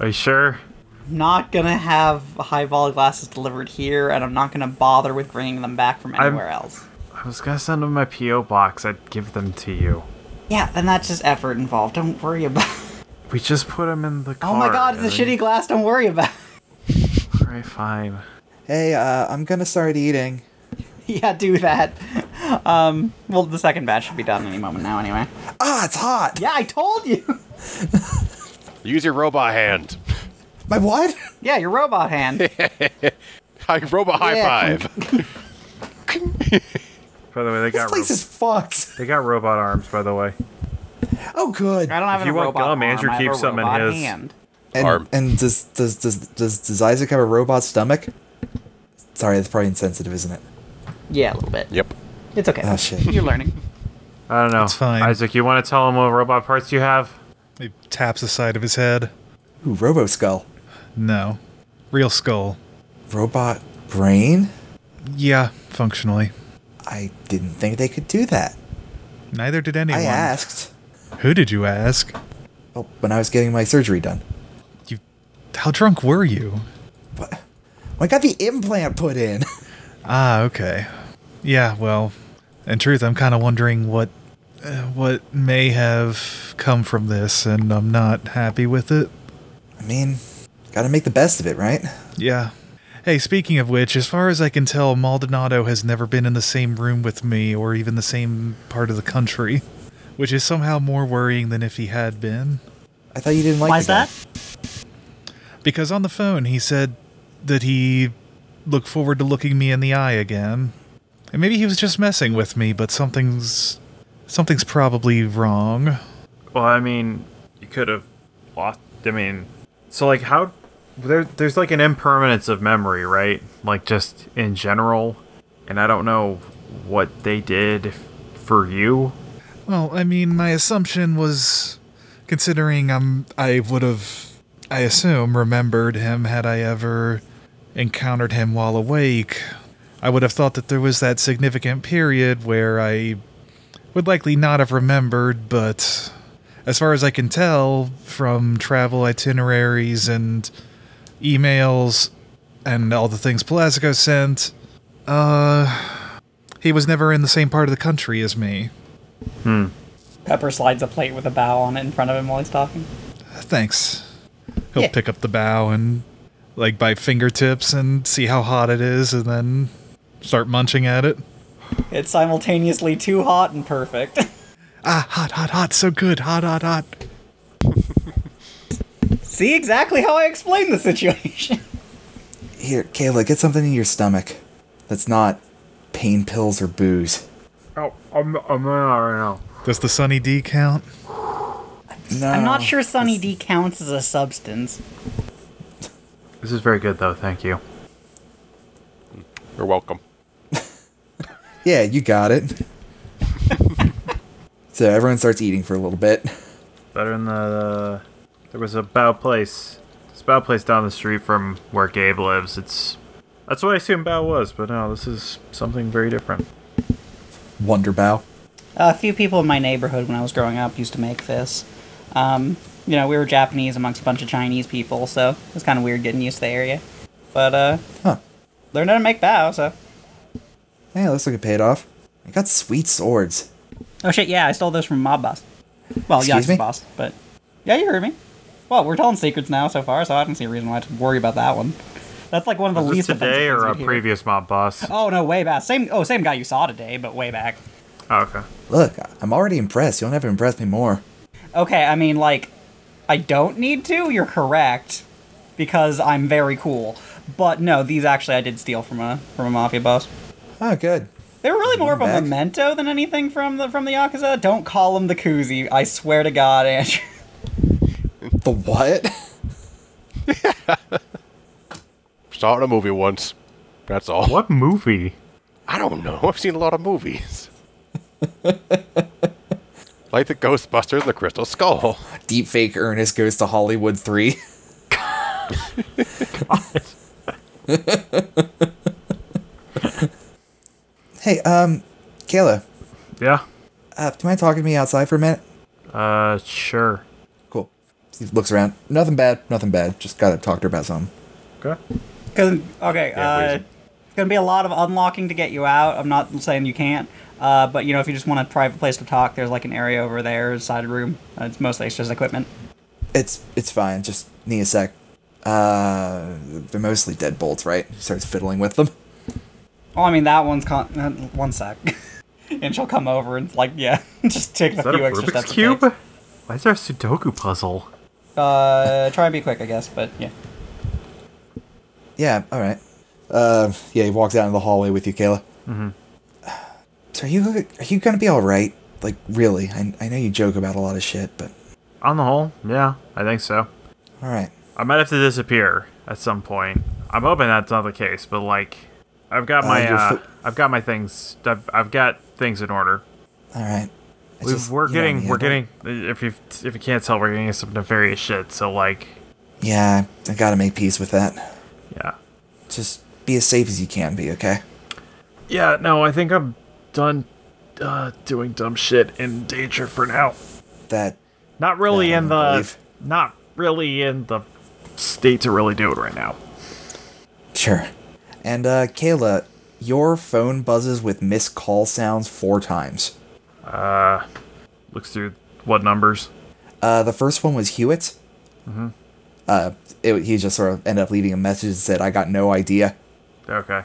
[SPEAKER 2] Are you sure?
[SPEAKER 3] I'm not gonna have highball glasses delivered here, and I'm not gonna bother with bringing them back from anywhere else.
[SPEAKER 2] I was gonna send them my PO box. I'd give them to you.
[SPEAKER 3] Yeah, then that's just effort involved. Don't worry about. It.
[SPEAKER 2] We just put them in the car.
[SPEAKER 3] Oh my god, it's a shitty glass. Don't worry about.
[SPEAKER 2] shitty. All right, fine.
[SPEAKER 1] Hey, uh, I'm gonna start eating.
[SPEAKER 3] It. Yeah, do that. Um, well, the second batch should be done any moment now, anyway.
[SPEAKER 1] Ah, it's hot.
[SPEAKER 3] Yeah, I told you.
[SPEAKER 4] Use your robot hand.
[SPEAKER 1] My what?
[SPEAKER 3] Yeah, your robot hand.
[SPEAKER 4] High robot high
[SPEAKER 3] Yeah.
[SPEAKER 4] five.
[SPEAKER 2] By the way, they
[SPEAKER 1] This
[SPEAKER 2] got
[SPEAKER 1] place
[SPEAKER 2] ro-
[SPEAKER 1] is fucked.
[SPEAKER 2] they got robot arms. By the way,
[SPEAKER 1] Oh, good.
[SPEAKER 3] I don't have
[SPEAKER 2] If
[SPEAKER 3] any
[SPEAKER 2] you want
[SPEAKER 3] robot
[SPEAKER 2] gum,
[SPEAKER 3] arm,
[SPEAKER 2] Andrew
[SPEAKER 3] I have
[SPEAKER 2] keeps
[SPEAKER 3] a
[SPEAKER 2] some in
[SPEAKER 3] robot
[SPEAKER 2] his.
[SPEAKER 3] Hand.
[SPEAKER 1] And,
[SPEAKER 4] Arm.
[SPEAKER 1] and does, does does does does Isaac have a robot stomach? Sorry, that's probably insensitive, isn't it?
[SPEAKER 3] Yeah, a little bit.
[SPEAKER 4] yep.
[SPEAKER 3] It's okay.
[SPEAKER 1] Oh shit.
[SPEAKER 3] You're learning.
[SPEAKER 2] I don't know.
[SPEAKER 5] It's fine.
[SPEAKER 2] Isaac, you want to tell them what robot parts you have?
[SPEAKER 5] He taps the side of his head.
[SPEAKER 1] Ooh, Robo Skull.
[SPEAKER 5] No. Real skull.
[SPEAKER 1] Robot brain?
[SPEAKER 5] Yeah, functionally.
[SPEAKER 1] I didn't think they could do that.
[SPEAKER 5] Neither did anyone.
[SPEAKER 1] I asked.
[SPEAKER 5] Who did you ask?
[SPEAKER 1] Oh, when I was getting my surgery done.
[SPEAKER 5] You How drunk were you?
[SPEAKER 1] But when I got the implant put in.
[SPEAKER 5] Ah, okay. Yeah, well, in truth, I'm kind of wondering what uh, what may have come from this and I'm not happy with it.
[SPEAKER 1] I mean, gotta make the best of it, right?
[SPEAKER 5] Yeah. Hey, speaking of which, as far as I can tell, Maldonado has never been in the same room with me or even the same part of the country, which is somehow more worrying than if he had been.
[SPEAKER 1] I thought you didn't like
[SPEAKER 3] Why's
[SPEAKER 1] the guy.
[SPEAKER 3] that?
[SPEAKER 5] Because on the phone, he said that he looked forward to looking me in the eye again. And maybe he was just messing with me, but something's something's probably wrong.
[SPEAKER 2] Well, I mean, you could have lost. I mean, so like how there there's like an impermanence of memory, right? Like just in general, and I don't know what they did f- for you.
[SPEAKER 5] Well, I mean, my assumption was considering I'm I would have I assume remembered him had I ever encountered him while awake. I would have thought that there was that significant period where I would likely not have remembered, but as far as I can tell from travel itineraries and emails and all the things Pelasco sent, uh he was never in the same part of the country as me.
[SPEAKER 3] Pepper slides a plate with a bow on it in front of him while he's talking.
[SPEAKER 5] thanks. He'll
[SPEAKER 3] Yeah.
[SPEAKER 5] pick up the bow and like by fingertips and see how hot it is and then start munching at it.
[SPEAKER 3] It's simultaneously too hot and perfect.
[SPEAKER 5] Ah, hot, hot, hot, so good, hot, hot, hot.
[SPEAKER 3] See exactly how I explained the situation.
[SPEAKER 1] Here, Kayla, get something in your stomach that's not pain pills or booze.
[SPEAKER 2] Oh, I'm I'm right now.
[SPEAKER 5] Does the Sunny D count?
[SPEAKER 1] No.
[SPEAKER 3] I'm
[SPEAKER 2] Oh,
[SPEAKER 3] not sure Sunny D counts as a substance.
[SPEAKER 2] This is very good though. Thank you.
[SPEAKER 4] You're welcome.
[SPEAKER 1] Yeah, you got it. so everyone starts eating for a little bit.
[SPEAKER 2] Better than the. There was a bow place. This bow place down the street from where Gabe lives. It's. That's what I assumed bow was, but no, this is something very different.
[SPEAKER 1] Wonder Bow.
[SPEAKER 3] A few people in my neighborhood when I was growing up used to make this. Um, you know, we were Japanese amongst a bunch of Chinese people, so it was kind of weird getting used to the area. But uh,
[SPEAKER 1] Huh.
[SPEAKER 3] learned how to make bow, so.
[SPEAKER 1] Yeah, looks like it paid off. I got sweet swords.
[SPEAKER 3] Oh shit, yeah, I stole this from Mob Boss. Well,
[SPEAKER 1] Excuse me?
[SPEAKER 3] Yakuza Boss, but. Yeah, you heard me. Well, we're telling secrets now so far, so I don't see a reason why to worry about that one. That's like one of the
[SPEAKER 2] Was this
[SPEAKER 3] least offensive
[SPEAKER 2] today or
[SPEAKER 3] things
[SPEAKER 2] a
[SPEAKER 3] we hear.
[SPEAKER 2] previous mob boss?
[SPEAKER 3] Oh no, way back. Same. Oh, same guy you saw today, but way back.
[SPEAKER 2] Oh, okay.
[SPEAKER 1] Look, I'm already impressed. You don't have to impress me more.
[SPEAKER 3] Okay, I mean like, I don't need to. You're correct, because I'm very cool. But no, these actually I did steal from a from a mafia boss.
[SPEAKER 1] Oh, good.
[SPEAKER 3] They were really more of a
[SPEAKER 1] Back.
[SPEAKER 3] memento than anything from the from the yakuza. Don't call them the koozie. I swear to God, Andrew.
[SPEAKER 1] The what?
[SPEAKER 4] Saw it in a movie once. That's all.
[SPEAKER 2] What movie?
[SPEAKER 4] I don't know. I've seen a lot of movies. like the Ghostbusters and the Crystal Skull.
[SPEAKER 1] Deepfake Ernest goes to Hollywood 3. hey, um, Kayla,
[SPEAKER 2] Yeah.
[SPEAKER 1] uh, do you mind talking to me outside for a minute?
[SPEAKER 2] Uh, sure.
[SPEAKER 1] Cool. He looks around. Nothing bad. Nothing bad. Just gotta talk to her about something.
[SPEAKER 2] Okay.
[SPEAKER 3] Cause, okay,
[SPEAKER 4] Yeah,
[SPEAKER 3] uh,
[SPEAKER 4] reason.
[SPEAKER 3] gonna be a lot of unlocking to get you out. I'm not saying you can't, uh, but you know, if you just want a private place to talk, there's like an area over there, a side room. Uh, it's mostly it's just equipment.
[SPEAKER 1] It's it's fine. Just need a sec. Uh, they're mostly dead bolts, right? He starts fiddling with them.
[SPEAKER 3] Oh, I mean that one's con- uh, one sec, and she'll come over and like yeah, just take a
[SPEAKER 2] Is that a
[SPEAKER 3] few extra
[SPEAKER 2] Rubik's
[SPEAKER 3] steps. it
[SPEAKER 2] cube?
[SPEAKER 3] takes.
[SPEAKER 2] Why is there a Sudoku puzzle?
[SPEAKER 3] Uh, try and be quick, I guess, but yeah.
[SPEAKER 1] Yeah. All right. Uh, yeah. He walks out in the hallway with you, Kayla. Mm-hmm. So are you are you gonna be all right? Like really? I I know you joke about a lot of shit, but
[SPEAKER 2] On the whole, yeah, I think so.
[SPEAKER 1] all right.
[SPEAKER 2] I might have to disappear at some point. I'm hoping that's not the case, but like, I've got
[SPEAKER 1] Uh,
[SPEAKER 2] my
[SPEAKER 1] your
[SPEAKER 2] uh,
[SPEAKER 1] foot-
[SPEAKER 2] I've got my things. I've, I've got things in order.
[SPEAKER 1] All right. It's
[SPEAKER 2] We've,
[SPEAKER 1] just,
[SPEAKER 2] we're
[SPEAKER 1] you know,
[SPEAKER 2] getting
[SPEAKER 1] yeah,
[SPEAKER 2] we're
[SPEAKER 1] don't-
[SPEAKER 2] getting if you if you can't tell we're getting into some nefarious shit. So like,
[SPEAKER 1] Yeah, I gotta make peace with that.
[SPEAKER 2] yeah,
[SPEAKER 1] Just be as safe as you can be, okay?
[SPEAKER 2] yeah. No, I think I'm done uh, doing dumb shit in danger for now.
[SPEAKER 1] That
[SPEAKER 2] Not really
[SPEAKER 1] Yeah, I
[SPEAKER 2] in the
[SPEAKER 1] don't believe.
[SPEAKER 2] not really in the state to really do it right now.
[SPEAKER 1] Sure. And uh Kayla, your phone buzzes with missed call sounds four times.
[SPEAKER 2] Looks through what numbers.
[SPEAKER 1] Uh the first one was Hewitt. Mm-hmm. Uh it, he just sort of ended up leaving a message that said I got no idea.
[SPEAKER 2] Okay.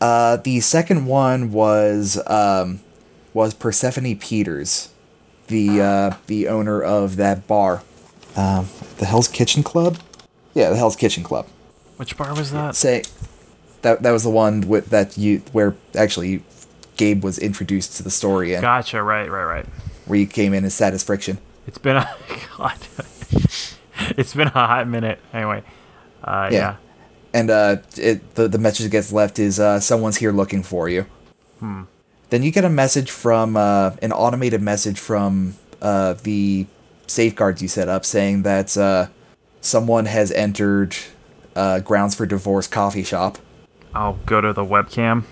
[SPEAKER 1] Uh the second one was um was Persephone Peters, the uh the owner of that bar. Um the Hell's Kitchen Club? Yeah, the Hell's Kitchen Club.
[SPEAKER 2] Which bar was that?
[SPEAKER 1] say that that was the one with that you where actually Gabe was introduced to the story and
[SPEAKER 2] Gotcha. Right. Right. Right.
[SPEAKER 1] where you came in as Satis Friction.
[SPEAKER 2] It's been a God. it's been a hot minute. Anyway. Uh,
[SPEAKER 1] Yeah.
[SPEAKER 2] yeah.
[SPEAKER 1] And uh, it, the the message that gets left is uh, someone's here looking for you. Then you get a message from uh, an automated message from uh, the safeguards you set up saying that uh, someone has entered uh, grounds for divorce coffee shop.
[SPEAKER 2] I'll go to the webcam.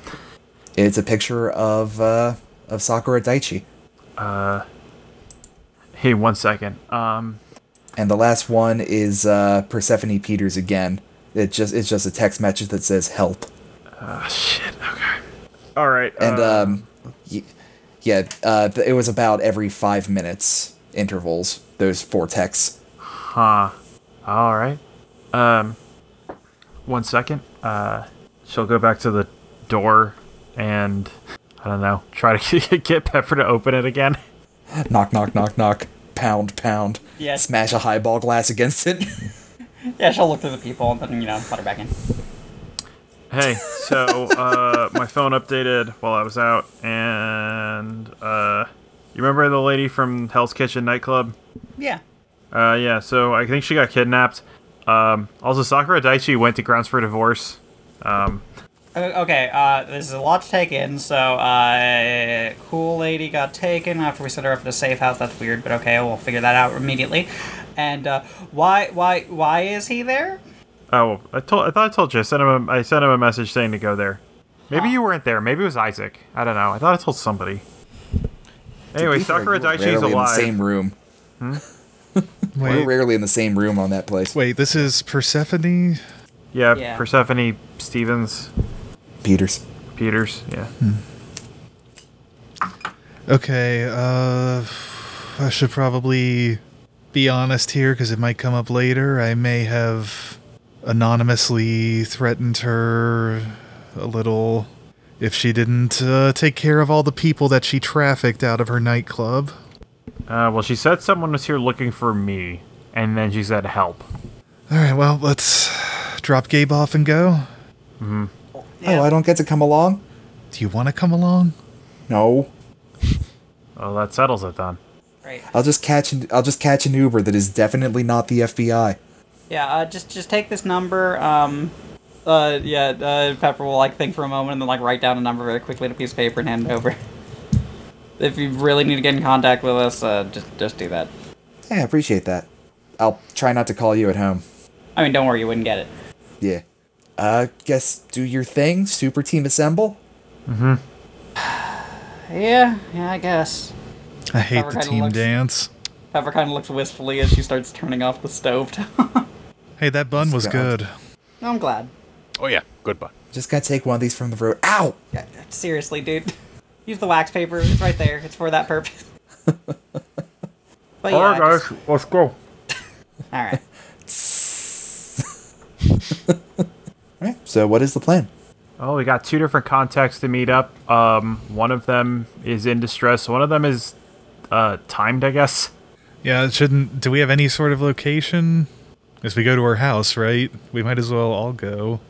[SPEAKER 1] It's a picture of uh, of Sakura Daichi.
[SPEAKER 2] Hey, one second. Um,
[SPEAKER 1] And the last one is uh, Persephone Peters again. It just it's just a text message that says help.
[SPEAKER 2] oh, shit. Okay. All right.
[SPEAKER 1] And
[SPEAKER 2] uh,
[SPEAKER 1] um, y- yeah, uh, th- it was about every five minutes intervals. Those four texts.
[SPEAKER 2] huh. All right. Um, one second. Uh, she'll go back to the door and I don't know. Try to get Pepper to open it again.
[SPEAKER 1] Knock knock knock knock. Pound pound.
[SPEAKER 3] Yeah.
[SPEAKER 1] Smash a highball glass against it.
[SPEAKER 3] Yeah, she'll look through the people and then you know put her back in.
[SPEAKER 2] Hey, so uh, my phone updated while I was out, and uh, you remember the lady from Hell's Kitchen nightclub?
[SPEAKER 3] Yeah.
[SPEAKER 2] Uh, yeah. So I think she got kidnapped. Um, also, Sakura Daichi went to grounds for divorce. Um,
[SPEAKER 3] O- Okay, uh, this is a lot to take in. So, uh, cool lady got taken after we set her up at a safe house. That's weird, but okay, we'll figure that out immediately. And uh, why, why, why is he there?
[SPEAKER 2] oh, I told I thought I told you. I sent him a, I sent him a message saying to go there. Maybe you weren't there. Maybe it was Isaac. I don't know. I thought I told somebody. Anyway,
[SPEAKER 1] To be fair,
[SPEAKER 2] Sakura
[SPEAKER 1] we were
[SPEAKER 2] Daichi's
[SPEAKER 1] rarely
[SPEAKER 2] alive.
[SPEAKER 1] In the same room. We We're
[SPEAKER 5] Wait,
[SPEAKER 1] rarely in the same room on that place.
[SPEAKER 5] wait, this is Persephone?
[SPEAKER 2] Yeah,
[SPEAKER 3] Yeah.
[SPEAKER 2] Persephone Stevens
[SPEAKER 1] Peters.
[SPEAKER 2] Peters. Yeah.
[SPEAKER 1] Hmm.
[SPEAKER 5] Okay, uh, I should probably be honest here because it might come up later. I may have anonymously threatened her a little if she didn't uh, take care of all the people that she trafficked out of her nightclub.
[SPEAKER 2] Uh, well, she said someone was here looking for me, and then she said help.
[SPEAKER 5] All right, well, let's drop Gabe off and go.
[SPEAKER 1] Oh, I don't get to come along.
[SPEAKER 5] Do you want to come along?
[SPEAKER 1] No.
[SPEAKER 2] Well, that settles it then.
[SPEAKER 3] Right.
[SPEAKER 1] I'll just catch an, I'll just catch an Uber that is definitely not the FBI.
[SPEAKER 3] Yeah. Uh, just, just take this number. Um, Uh, yeah, uh, Pepper will like think for a moment and then like write down a number very quickly on a piece of paper and hand it over. if you really need to get in contact with us, uh, just just do that.
[SPEAKER 1] Yeah, I appreciate that. I'll try not to call you at home.
[SPEAKER 3] I mean, don't worry, you wouldn't get it.
[SPEAKER 1] Yeah. Uh, guess do your thing. Super team assemble.
[SPEAKER 3] Yeah, yeah, I guess.
[SPEAKER 5] I hate the
[SPEAKER 3] Evergreen
[SPEAKER 5] team
[SPEAKER 3] looks-
[SPEAKER 5] dance.
[SPEAKER 3] Pepper kind of looks wistfully as she starts turning off the stove.
[SPEAKER 5] Hey, that bun was
[SPEAKER 1] God.
[SPEAKER 5] good.
[SPEAKER 3] I'm glad.
[SPEAKER 4] Oh yeah, good bun.
[SPEAKER 1] Just gotta take one of these from the road. Ow!
[SPEAKER 3] Yeah, Seriously, dude. Use the wax paper. It's right there. It's for that purpose. but yeah, I just-
[SPEAKER 2] let's go.
[SPEAKER 3] all right.
[SPEAKER 1] All right. So what is the plan?
[SPEAKER 2] Oh, we got two different contacts to meet up. Um, one of them is in distress. One of them is uh, timed, I guess.
[SPEAKER 5] Yeah, it shouldn't. Do we have any sort of location? As we go to her house, right? We might as well all go.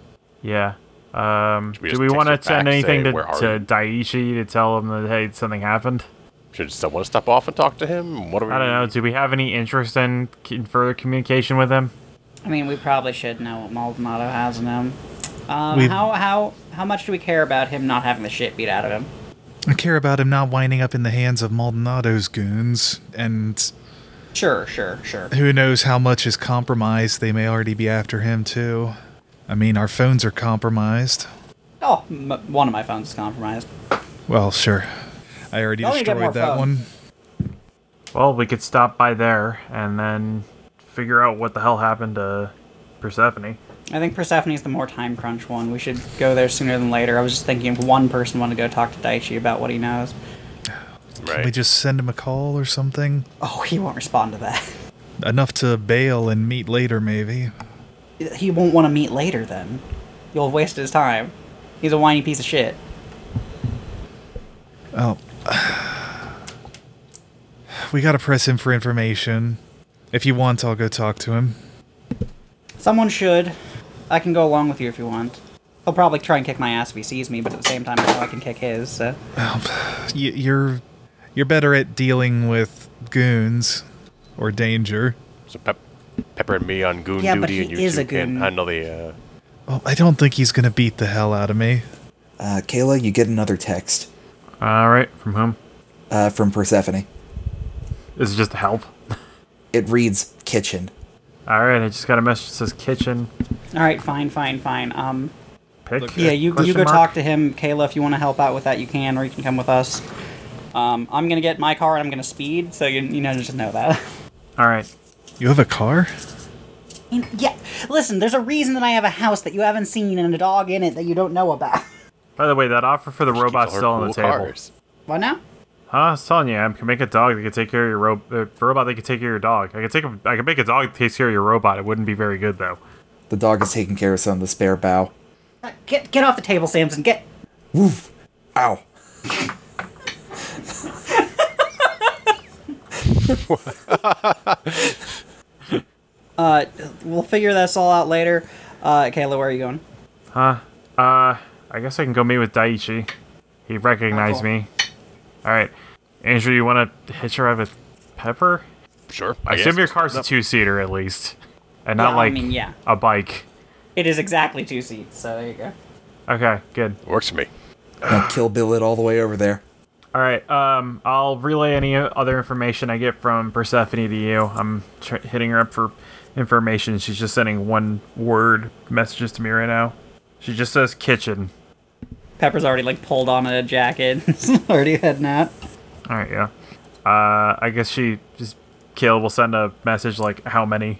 [SPEAKER 2] Yeah. Um, do
[SPEAKER 4] we just
[SPEAKER 2] we
[SPEAKER 4] text
[SPEAKER 2] want
[SPEAKER 4] her
[SPEAKER 2] to
[SPEAKER 4] back,
[SPEAKER 2] send
[SPEAKER 4] say,
[SPEAKER 2] anything to,
[SPEAKER 4] "Where are
[SPEAKER 2] to
[SPEAKER 4] you?"
[SPEAKER 2] Daiichi to tell him that hey, something happened?
[SPEAKER 4] Should someone step off and talk to him? What are we?
[SPEAKER 2] I don't know. Do we have any interest in c- further communication with him?
[SPEAKER 3] I mean, we probably should know what Maldonado has in him. Um,
[SPEAKER 5] We-
[SPEAKER 3] how how how much do we care about him not having the shit beat out of him?
[SPEAKER 5] I care about him not winding up in the hands of Maldonado's goons, and
[SPEAKER 3] Sure, sure, sure.
[SPEAKER 5] who knows how much is compromised. They may already be after him, too. I mean, our phones are compromised.
[SPEAKER 3] Oh, m- one of my phones is compromised.
[SPEAKER 5] Well, sure. I already
[SPEAKER 3] Oh, you get more
[SPEAKER 5] destroyed that
[SPEAKER 3] phones.
[SPEAKER 5] one.
[SPEAKER 2] Well, we could stop by there and then figure out what the hell happened to Persephone.
[SPEAKER 3] I think Persephone's the more time crunch one. We should go there sooner than later. I was just thinking if one person wanted to go talk to Daichi about what he knows.
[SPEAKER 4] Right.
[SPEAKER 5] Can we just send him a call or something?
[SPEAKER 3] Oh, he won't respond to that.
[SPEAKER 5] Enough to bail and meet later, maybe.
[SPEAKER 3] He won't want to meet later then. You'll have wasted his time. He's a whiny piece of shit.
[SPEAKER 5] Oh. We gotta press him for information. If you want, I'll go talk to him.
[SPEAKER 3] Someone should. I can go along with you if you want. He'll probably try and kick my ass if he sees me, but at the same time, I know I can kick his. So.
[SPEAKER 5] Y- you're you're better at dealing with goons or danger.
[SPEAKER 4] So Pep- Pepper and me on goon
[SPEAKER 3] Yeah, but
[SPEAKER 4] duty, and
[SPEAKER 3] he
[SPEAKER 4] you
[SPEAKER 3] is
[SPEAKER 4] two
[SPEAKER 3] a
[SPEAKER 4] can
[SPEAKER 3] goon.
[SPEAKER 4] handle the. Uh,
[SPEAKER 5] Well, Oh, I don't think he's gonna beat the hell out of me.
[SPEAKER 1] Uh, Kayla, you get another text
[SPEAKER 2] All right, from whom?
[SPEAKER 1] uh, from Persephone.
[SPEAKER 2] This is just help.
[SPEAKER 1] It reads kitchen.
[SPEAKER 2] All right, I just got a message that says kitchen
[SPEAKER 3] All right, fine, fine, fine. Um,
[SPEAKER 2] pick.
[SPEAKER 5] Look,
[SPEAKER 3] yeah, you you
[SPEAKER 2] Question
[SPEAKER 3] go
[SPEAKER 2] mark?
[SPEAKER 3] talk to him, Kayla. If you want to help out with that, you can, or you can come with us. Um, I'm gonna get my car and I'm gonna speed, so you you know just know that.
[SPEAKER 2] All right.
[SPEAKER 5] You have a car?
[SPEAKER 3] And yeah, listen. There's a reason that I have a house that you haven't seen and a dog in it that you don't know about.
[SPEAKER 2] By the way, that offer for the robot's
[SPEAKER 4] keeps
[SPEAKER 2] still
[SPEAKER 4] all her
[SPEAKER 2] on the
[SPEAKER 4] cool
[SPEAKER 2] table.
[SPEAKER 4] cars.
[SPEAKER 3] What now?
[SPEAKER 2] Huh? I was telling you, I can make a dog that can take care of your ro- uh, robot. That can take care of your dog. I could take a, I could make a dog that takes care of your robot. It wouldn't be very good though.
[SPEAKER 1] The dog is taking care of some of the spare bow.
[SPEAKER 3] Uh, Get get off the table, Samson. Get.
[SPEAKER 1] Woof. Ow.
[SPEAKER 3] Uh, we'll figure this all out later. Uh, Kayla, where are you going?
[SPEAKER 2] Huh? Uh, I guess I can go meet with Daiichi. He recognized
[SPEAKER 3] Oh, cool.
[SPEAKER 2] me. All right, Andrew, you want to hitch a ride with Pepper?
[SPEAKER 4] Sure.
[SPEAKER 2] I assume
[SPEAKER 4] guess.
[SPEAKER 2] your car's a two seater at least, and not
[SPEAKER 3] Yeah, I
[SPEAKER 2] like
[SPEAKER 3] mean, yeah.
[SPEAKER 2] a bike.
[SPEAKER 3] It is exactly two seats, so there you go.
[SPEAKER 2] Okay, good.
[SPEAKER 4] works for me.
[SPEAKER 1] Now kill Bill it all the way over there.
[SPEAKER 2] All right. Um, I'll relay any other information I get from Persephone to you. I'm tr- hitting her up for information. She's just sending one word messages to me right now. She just says kitchen.
[SPEAKER 3] Pepper's already like pulled on a jacket, already heading out.
[SPEAKER 2] All right. Yeah. Uh, I guess she just kill will send a message like how many.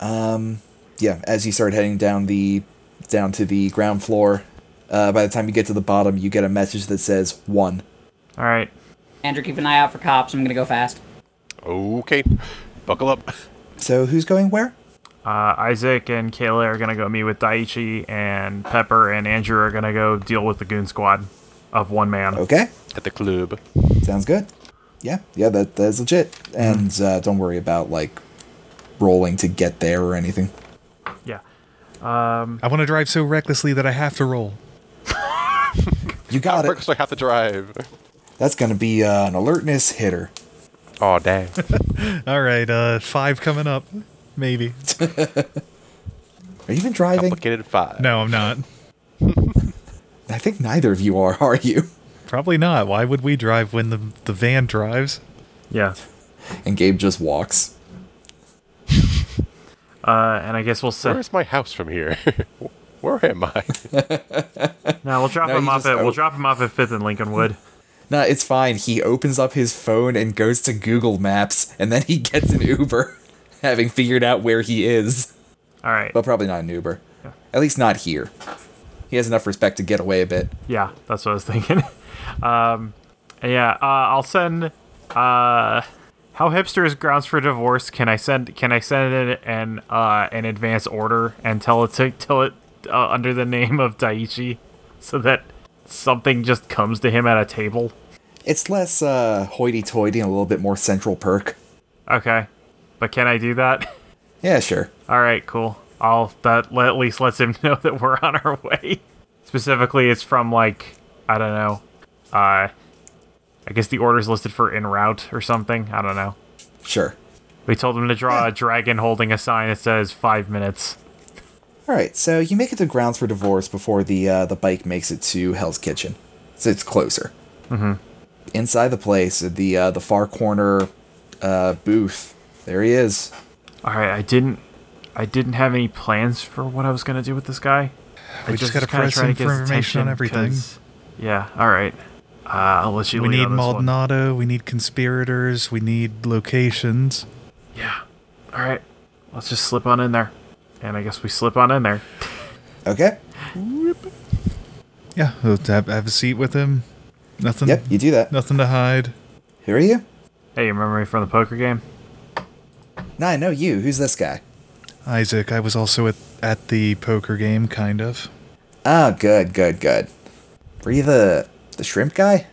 [SPEAKER 1] yeah, as you start heading down the down to the ground floor, uh, by the time you get to the bottom, you get a message that says one.
[SPEAKER 2] All right.
[SPEAKER 3] Andrew, keep an eye out for cops. I'm gonna go fast.
[SPEAKER 4] Okay, buckle up.
[SPEAKER 1] So who's going where?
[SPEAKER 2] Uh, Isaac and Kayla are gonna go meet with Daiichi, and Pepper and Andrew are gonna go deal with the goon squad of one man.
[SPEAKER 1] Okay,
[SPEAKER 4] At the club.
[SPEAKER 1] sounds good. Yeah, yeah, that that's legit. And uh, don't worry about like rolling to get there or anything.
[SPEAKER 2] Yeah.
[SPEAKER 5] I want to drive so recklessly that I have to roll.
[SPEAKER 1] You got
[SPEAKER 4] Works
[SPEAKER 1] it.
[SPEAKER 4] like half the drive.
[SPEAKER 1] That's gonna be uh, an alertness hitter.
[SPEAKER 4] Oh dang.
[SPEAKER 5] All right, uh, five coming up, maybe.
[SPEAKER 1] Are you even driving?
[SPEAKER 4] Complicated five.
[SPEAKER 5] No, I'm not.
[SPEAKER 1] I think neither of you are, are you?
[SPEAKER 5] Probably not. Why would we drive when the the van drives?
[SPEAKER 2] Yeah.
[SPEAKER 1] And Gabe just walks.
[SPEAKER 2] Uh, and I guess we'll set.
[SPEAKER 4] Where's my house from here? Where am I?
[SPEAKER 2] No, we'll drop
[SPEAKER 1] No,
[SPEAKER 2] him
[SPEAKER 1] you
[SPEAKER 2] off
[SPEAKER 1] just-
[SPEAKER 2] at we'll
[SPEAKER 1] oh.
[SPEAKER 2] drop him off at Fifth and Lincolnwood.
[SPEAKER 1] No, it's fine. He opens up his phone and goes to Google Maps, and then he gets an Uber, having figured out where he is.
[SPEAKER 2] All right.
[SPEAKER 1] But probably not an Uber. At least not here. He has enough respect to get away a bit.
[SPEAKER 2] Yeah, that's what I was thinking. um, and yeah, uh, I'll send. Uh, how hipster is grounds for divorce? Can I send? Can I send it an uh, an advance order and tell it to tell it uh, under the name of Daichi, so that something just comes to him at a table?
[SPEAKER 1] It's less uh, hoity-toity and a little bit more central perk.
[SPEAKER 2] Okay, but can I do that?
[SPEAKER 1] Yeah, sure.
[SPEAKER 2] All right, cool. I'll that le- at least lets him know that we're on our way. Specifically, it's from like I don't know. Uh, I guess the order's listed for en route or something. I don't know.
[SPEAKER 1] Sure.
[SPEAKER 2] We told him to draw a dragon holding a sign that says five minutes.
[SPEAKER 1] All right, so you make it to grounds for divorce before the uh, the bike makes it to Hell's Kitchen, so it's closer. Mm-hmm. Inside the place, at the uh, the far corner uh, booth, there he is.
[SPEAKER 2] All right, I didn't, I didn't have any plans for what I was gonna do with this guy. I
[SPEAKER 5] We just gotta
[SPEAKER 2] was kinda
[SPEAKER 5] press
[SPEAKER 2] trying
[SPEAKER 5] him
[SPEAKER 2] get
[SPEAKER 5] for
[SPEAKER 2] his
[SPEAKER 5] information on
[SPEAKER 2] attention
[SPEAKER 5] everything.
[SPEAKER 2] 'cause- Yeah. All right. Uh, I'll let you
[SPEAKER 5] We
[SPEAKER 2] lead
[SPEAKER 5] need
[SPEAKER 2] on this one.
[SPEAKER 5] Maldonado. We need conspirators. We need locations.
[SPEAKER 2] Yeah. All right. Let's just slip on in there, and I guess we slip on in there.
[SPEAKER 1] Okay.
[SPEAKER 5] Yeah, we'll have, have a seat with him. Nothing.
[SPEAKER 1] Yep, you do that.
[SPEAKER 5] Nothing to hide.
[SPEAKER 1] Who are you?
[SPEAKER 2] Hey, you remember me from the poker game?
[SPEAKER 1] No, I know you. Who's this guy?
[SPEAKER 5] Isaac, I was also at at the poker game, kind of.
[SPEAKER 1] Oh, good, good, good. Were you the the shrimp guy?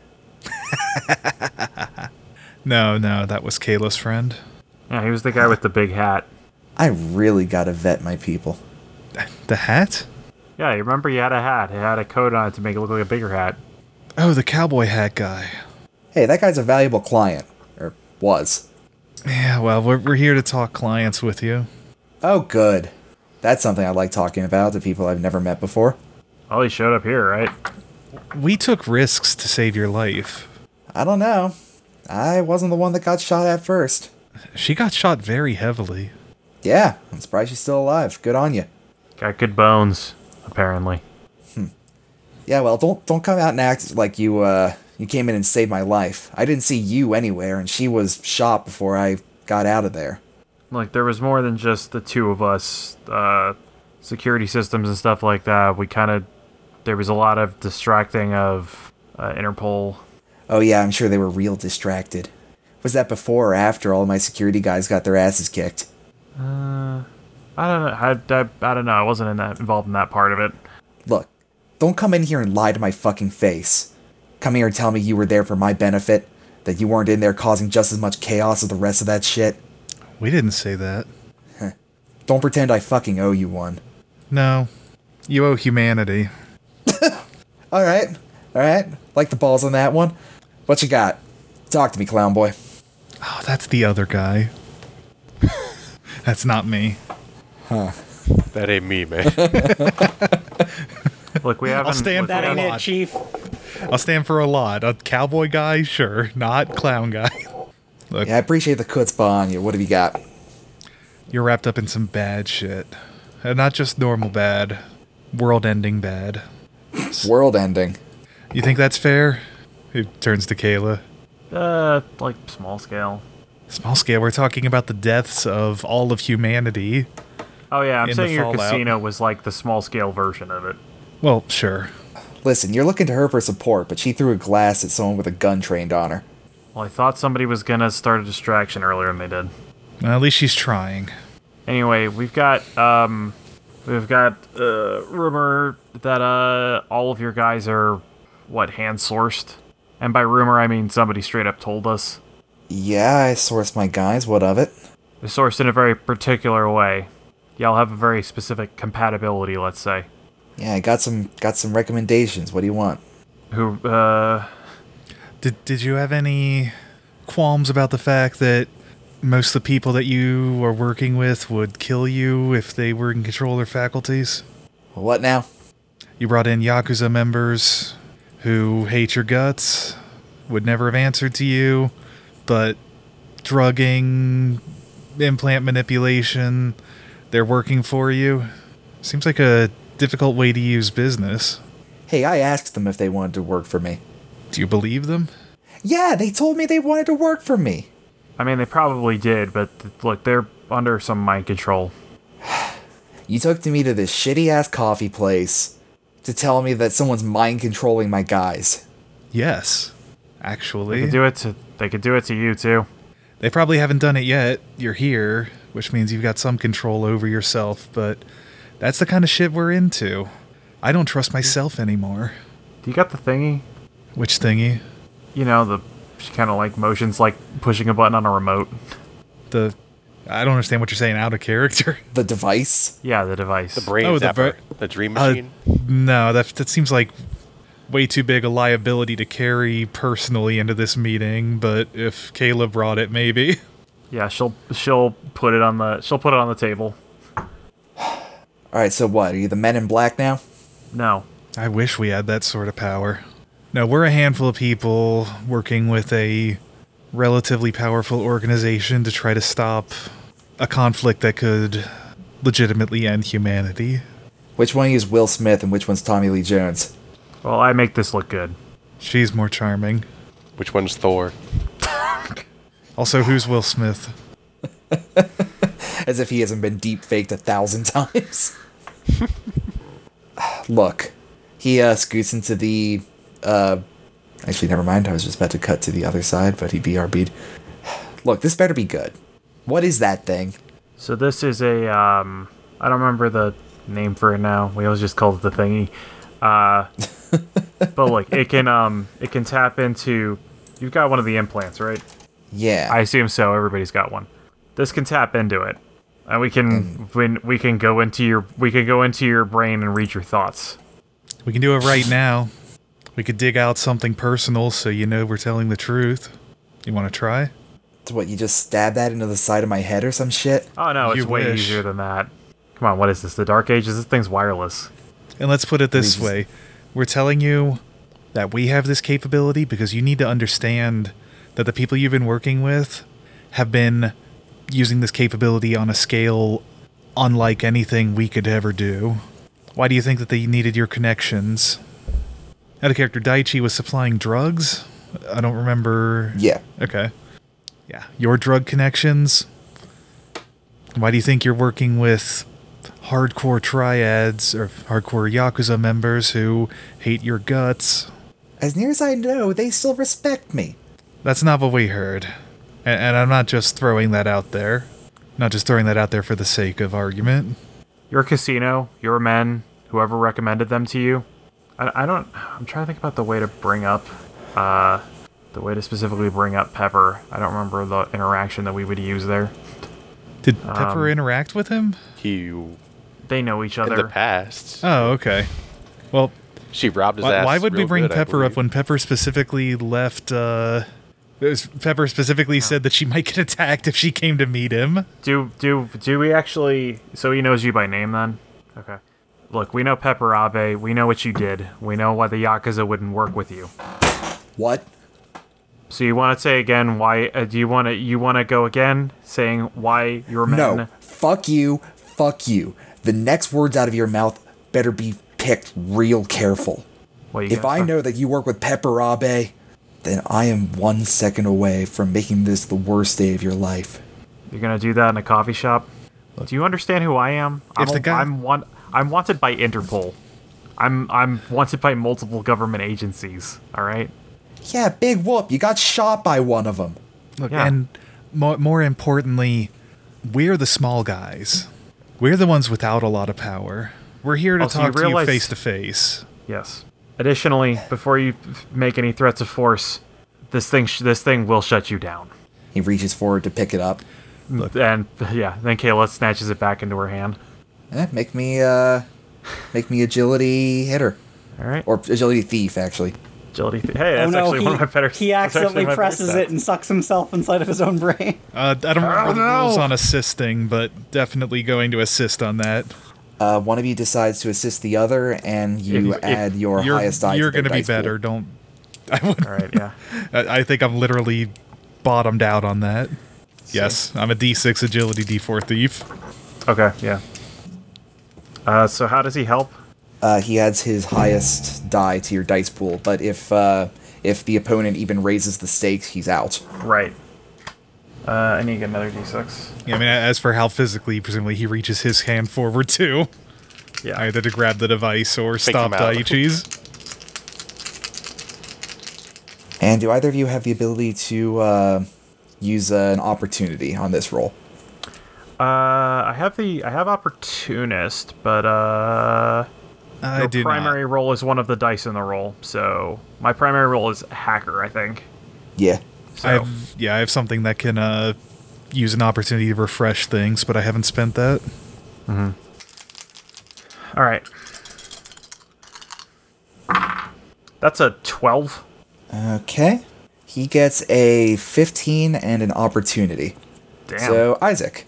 [SPEAKER 5] No, no, that was Kayla's friend.
[SPEAKER 2] Yeah, he was the guy with the big hat.
[SPEAKER 1] I really gotta vet my people.
[SPEAKER 5] The hat?
[SPEAKER 2] Yeah, you remember you had a hat. It had a coat on it to make it look like a bigger hat.
[SPEAKER 5] Oh, the cowboy hat guy.
[SPEAKER 1] Hey, that guy's a valuable client, or was.
[SPEAKER 5] Yeah, well, we're, we're here to talk clients with you.
[SPEAKER 1] Oh, good. That's something I like talking about to people I've never met before.
[SPEAKER 2] Oh, he showed up here, right?
[SPEAKER 5] We took risks to save your life.
[SPEAKER 1] I don't know. I wasn't the one that got shot at first.
[SPEAKER 5] She got shot very heavily.
[SPEAKER 1] Yeah, I'm surprised she's still alive. Good on you.
[SPEAKER 2] Got good bones, apparently.
[SPEAKER 1] Yeah, well, don't don't come out and act like you uh you came in and saved my life. I didn't see you anywhere, and she was shot before I got out of there.
[SPEAKER 2] Like there was more than just the two of us. Uh, security systems and stuff like that. We kind of there was a lot of distracting of uh, Interpol.
[SPEAKER 1] Oh yeah, I'm sure they were real distracted. Was that before or after all my security guys got their asses kicked?
[SPEAKER 2] I don't know. I, I, I don't know. I wasn't in that involved in that part of it.
[SPEAKER 1] Look, don't come in here and lie to my fucking face. Come here and tell me you were there for my benefit, that you weren't in there causing just as much chaos as the rest of that shit.
[SPEAKER 5] We didn't say that.
[SPEAKER 1] Don't pretend I fucking owe you one.
[SPEAKER 5] No. You owe humanity.
[SPEAKER 1] All right, all right. Like the balls on that one. What you got? Talk to me, clown boy.
[SPEAKER 5] Oh, that's the other guy. that's not me.
[SPEAKER 4] that ain't me, man.
[SPEAKER 2] Look, we haven't.
[SPEAKER 5] stand
[SPEAKER 2] look, we
[SPEAKER 5] by
[SPEAKER 3] That ain't
[SPEAKER 2] haven't-
[SPEAKER 5] God.
[SPEAKER 3] it, Chief.
[SPEAKER 5] I'll stand for a lot. A cowboy guy, sure. Not clown guy. Look,
[SPEAKER 1] Yeah, I appreciate the chutzpah on you. What have you got?
[SPEAKER 5] you're wrapped up in some bad shit. And not just normal bad, world ending bad.
[SPEAKER 1] World ending.
[SPEAKER 5] You think that's fair? He turns to Kayla.
[SPEAKER 2] Uh, like small scale.
[SPEAKER 5] Small scale, we're talking about the deaths of all of humanity.
[SPEAKER 2] Oh yeah, I'm
[SPEAKER 5] In the
[SPEAKER 2] saying your
[SPEAKER 5] Fallout.
[SPEAKER 2] casino was like the small scale version of it.
[SPEAKER 5] Well, sure.
[SPEAKER 1] Listen, you're looking to her for support, but she threw a glass at someone with a gun trained on her.
[SPEAKER 2] Well, I thought somebody was gonna start a distraction earlier than they did.
[SPEAKER 5] Well, at least she's trying.
[SPEAKER 2] Anyway, we've got um, we've got uh, rumor that uh, all of your guys are what hand sourced, and by rumor I mean somebody straight up told us.
[SPEAKER 1] Yeah, I sourced my guys. What of it?
[SPEAKER 2] They're sourced in a very particular way. Y'all have a very specific compatibility, let's say.
[SPEAKER 1] Yeah, I got some got some recommendations. What do you want?
[SPEAKER 2] Who uh,
[SPEAKER 5] Did Did you have any qualms about the fact that most of the people that you are working with would kill you if they were in control of their faculties.
[SPEAKER 1] What now?
[SPEAKER 5] You brought in Yakuza members who hate your guts, would never have answered to you, but drugging, implant manipulation, they're working for you. Seems like a difficult way to use business.
[SPEAKER 1] Hey, I asked them if they wanted to work for me.
[SPEAKER 5] Do you believe them?
[SPEAKER 1] Yeah, they told me they wanted to work for me.
[SPEAKER 2] I mean, they probably did, but th- look, they're under some mind control.
[SPEAKER 1] You took me to this shitty ass coffee place to tell me that someone's mind controlling my guys.
[SPEAKER 5] Yes. Actually,
[SPEAKER 2] They could do it to they could do it to you too.
[SPEAKER 5] They probably haven't done it yet. You're here, which means you've got some control over yourself, but that's the kind of shit we're into. I don't trust myself anymore.
[SPEAKER 2] Do you got the thingy?
[SPEAKER 5] Which thingy?
[SPEAKER 2] You know the kind of like motions like pushing a button on a remote.
[SPEAKER 5] The I don't understand what you're saying out of character.
[SPEAKER 1] The device?
[SPEAKER 2] Yeah, the device.
[SPEAKER 4] The brain
[SPEAKER 5] Oh, the
[SPEAKER 4] zapper, the,
[SPEAKER 5] ver-
[SPEAKER 4] dream
[SPEAKER 5] Uh,
[SPEAKER 4] machine.
[SPEAKER 5] no, that that seems like way too big a liability to carry personally into this meeting, but if Kayla brought it maybe.
[SPEAKER 2] yeah, she'll she'll put it on the she'll put it on the table.
[SPEAKER 1] Alright, so what? Are you the men in black now?
[SPEAKER 2] No,
[SPEAKER 5] I wish we had that sort of power. No, we're a handful of people working with a relatively powerful organization to try to stop a conflict that could legitimately end humanity.
[SPEAKER 1] Which one of you is Will Smith and which one's Tommy Lee Jones?
[SPEAKER 2] well I make this look good.
[SPEAKER 5] She's more charming.
[SPEAKER 4] Which one's Thor?
[SPEAKER 5] Also, who's Will Smith?
[SPEAKER 1] As if he hasn't been deep faked a thousand times. Look, he uh, scoots into the. Uh, actually, never mind. I was just about to cut to the other side, but he BRB'd. Look, this better be good. What is that thing?
[SPEAKER 2] So this is a um I don't remember the name for it now. We always just called it the thingy. Uh but like it can um it can tap into you've got one of the implants, right?
[SPEAKER 1] Yeah.
[SPEAKER 2] I assume so. Everybody's got one. This can tap into it. And we can when we can go into your we can go into your brain and read your thoughts.
[SPEAKER 5] We can do it right now. We could dig out something personal so you know we're telling the truth. You want to try?
[SPEAKER 1] what, you just stabbed that into the side of my head or some shit?
[SPEAKER 2] Oh no, it's
[SPEAKER 5] You
[SPEAKER 2] way
[SPEAKER 5] wish.
[SPEAKER 2] easier than that. Come on, what is this? The Dark Ages? This thing's wireless.
[SPEAKER 5] And let's put it this
[SPEAKER 1] just-
[SPEAKER 5] way we're telling you that we have this capability because you need to understand that the people you've been working with have been using this capability on a scale unlike anything we could ever do. Why do you think that they needed your connections? Now, the character Daichi was supplying drugs? I don't remember.
[SPEAKER 1] Yeah.
[SPEAKER 5] Okay. Yeah. Your drug connections. Why do you think you're working with hardcore triads or hardcore Yakuza members who hate your guts?
[SPEAKER 1] As near as I know, they still respect me.
[SPEAKER 5] That's not what we heard. And, and I'm not just throwing that out there. Not just throwing that out there for the sake of argument.
[SPEAKER 2] Your casino, your men, whoever recommended them to you. I, I don't. I'm trying to think about the way to bring up, uh, the way to specifically bring up Pepper. I don't remember the interaction that we would use there.
[SPEAKER 5] Did Pepper
[SPEAKER 4] Um,
[SPEAKER 5] interact with him?
[SPEAKER 4] He in
[SPEAKER 2] They know each
[SPEAKER 4] the
[SPEAKER 2] other.
[SPEAKER 4] past.
[SPEAKER 5] Oh, okay. Well,
[SPEAKER 4] she robbed his
[SPEAKER 5] Why,
[SPEAKER 4] ass.
[SPEAKER 5] why would we
[SPEAKER 4] real
[SPEAKER 5] bring
[SPEAKER 4] good, I
[SPEAKER 5] Pepper up
[SPEAKER 4] believe.
[SPEAKER 5] when Pepper specifically left? Uh, it was- Pepper specifically said that she might get attacked if she came to meet him.
[SPEAKER 2] Do do do we actually? So he knows you by name then. Okay. Look, we know Pepper Abe. We know what you did. We know why the Yakuza wouldn't work with you.
[SPEAKER 1] What?
[SPEAKER 2] So you want to say again why? Uh, do you want to you want to go again saying why your men?
[SPEAKER 1] No. Fuck you. Fuck you. The next words out of your mouth better be picked real careful.
[SPEAKER 2] What, you
[SPEAKER 1] If
[SPEAKER 2] gonna
[SPEAKER 1] I
[SPEAKER 2] say?
[SPEAKER 1] know that you work with Pepper Abe, then I am one second away from making this the worst day of your life.
[SPEAKER 2] You're gonna do that in a coffee shop? Do you understand who I am? I'm,
[SPEAKER 5] If the guy-
[SPEAKER 2] I'm one. I'm wanted by Interpol. I'm I'm wanted by multiple government agencies. All right.
[SPEAKER 1] Yeah, big whoop. You got shot by one of them.
[SPEAKER 5] Look,
[SPEAKER 2] Yeah.
[SPEAKER 5] and more, more importantly, we're the small guys. We're the ones without a lot of power. We're here to
[SPEAKER 2] Also, you
[SPEAKER 5] talk to you
[SPEAKER 2] realize-
[SPEAKER 5] face to face.
[SPEAKER 2] Yes. Additionally, before you f- make any threats of force, this thing sh- this thing will shut you down.
[SPEAKER 1] He reaches forward to pick it up.
[SPEAKER 2] And yeah, then Kayla snatches it back into her hand.
[SPEAKER 1] Eh, make me, uh, make me agility hitter
[SPEAKER 2] All right.
[SPEAKER 1] or agility thief, actually.
[SPEAKER 2] Agility. Th- hey, that's
[SPEAKER 3] oh no,
[SPEAKER 2] actually
[SPEAKER 3] he,
[SPEAKER 2] one of my better.
[SPEAKER 3] he
[SPEAKER 2] that's actually
[SPEAKER 3] accidentally
[SPEAKER 2] one of my better
[SPEAKER 3] presses it
[SPEAKER 2] stats.
[SPEAKER 3] and sucks himself inside of his own brain.
[SPEAKER 5] Uh, I don't remember the
[SPEAKER 2] no.
[SPEAKER 5] rules on assisting, but definitely going to assist on that.
[SPEAKER 1] Uh, one of you decides to assist the other, and you
[SPEAKER 2] If- if
[SPEAKER 1] add your
[SPEAKER 5] you're
[SPEAKER 1] highest die.
[SPEAKER 5] you're
[SPEAKER 1] going to
[SPEAKER 5] gonna
[SPEAKER 1] their dice pool.
[SPEAKER 5] be better. Don't. I would.
[SPEAKER 2] All right, yeah.
[SPEAKER 5] I I think I'm literally bottomed out on that. Yes, I'm a D6 agility D4 thief.
[SPEAKER 2] Okay, yeah. Uh, so how does he help?
[SPEAKER 1] Uh, he adds his highest die to your dice pool, but if uh, if the opponent even raises the stakes, he's out.
[SPEAKER 2] Right. Uh, I need to get another d6.
[SPEAKER 5] Yeah, I mean, as for how physically, presumably he reaches his hand forward too,
[SPEAKER 2] Yeah.
[SPEAKER 5] either to grab the device or stop
[SPEAKER 4] him out.
[SPEAKER 5] Daiichi's.
[SPEAKER 1] And do either of you have the ability to uh, use uh, an opportunity on this roll?
[SPEAKER 2] Uh, I have the I have opportunist, but uh,
[SPEAKER 5] I
[SPEAKER 2] your
[SPEAKER 5] do
[SPEAKER 2] primary
[SPEAKER 5] not.
[SPEAKER 2] role is one of the dice in the roll. So my primary role is hacker, I think.
[SPEAKER 1] Yeah.
[SPEAKER 2] So
[SPEAKER 5] I have, yeah, I have something that can uh, use an opportunity to refresh things, but I haven't spent that.
[SPEAKER 2] all right. That's a twelve.
[SPEAKER 1] Okay. He gets a 15 and an opportunity.
[SPEAKER 2] Damn.
[SPEAKER 1] So Isaac,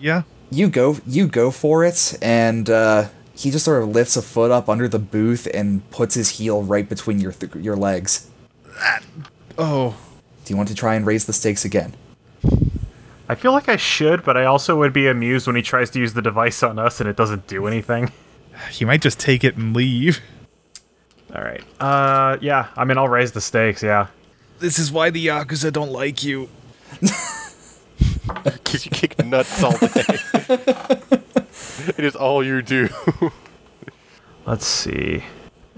[SPEAKER 5] Yeah,
[SPEAKER 1] you go you go for it, and uh, he just sort of lifts a foot up under the booth and puts his heel right between your th- your legs.
[SPEAKER 5] Oh,
[SPEAKER 1] Do you want to try and raise the stakes again?
[SPEAKER 2] I feel like I should, but I also would be amused when he tries to use the device on us and it doesn't do anything.
[SPEAKER 5] he might just take it and leave.
[SPEAKER 2] All right. Uh, yeah. I mean, I'll raise the stakes. Yeah.
[SPEAKER 5] This is why the Yakuza don't like you.
[SPEAKER 4] Because you kick nuts all day. it is all you do.
[SPEAKER 2] Let's see.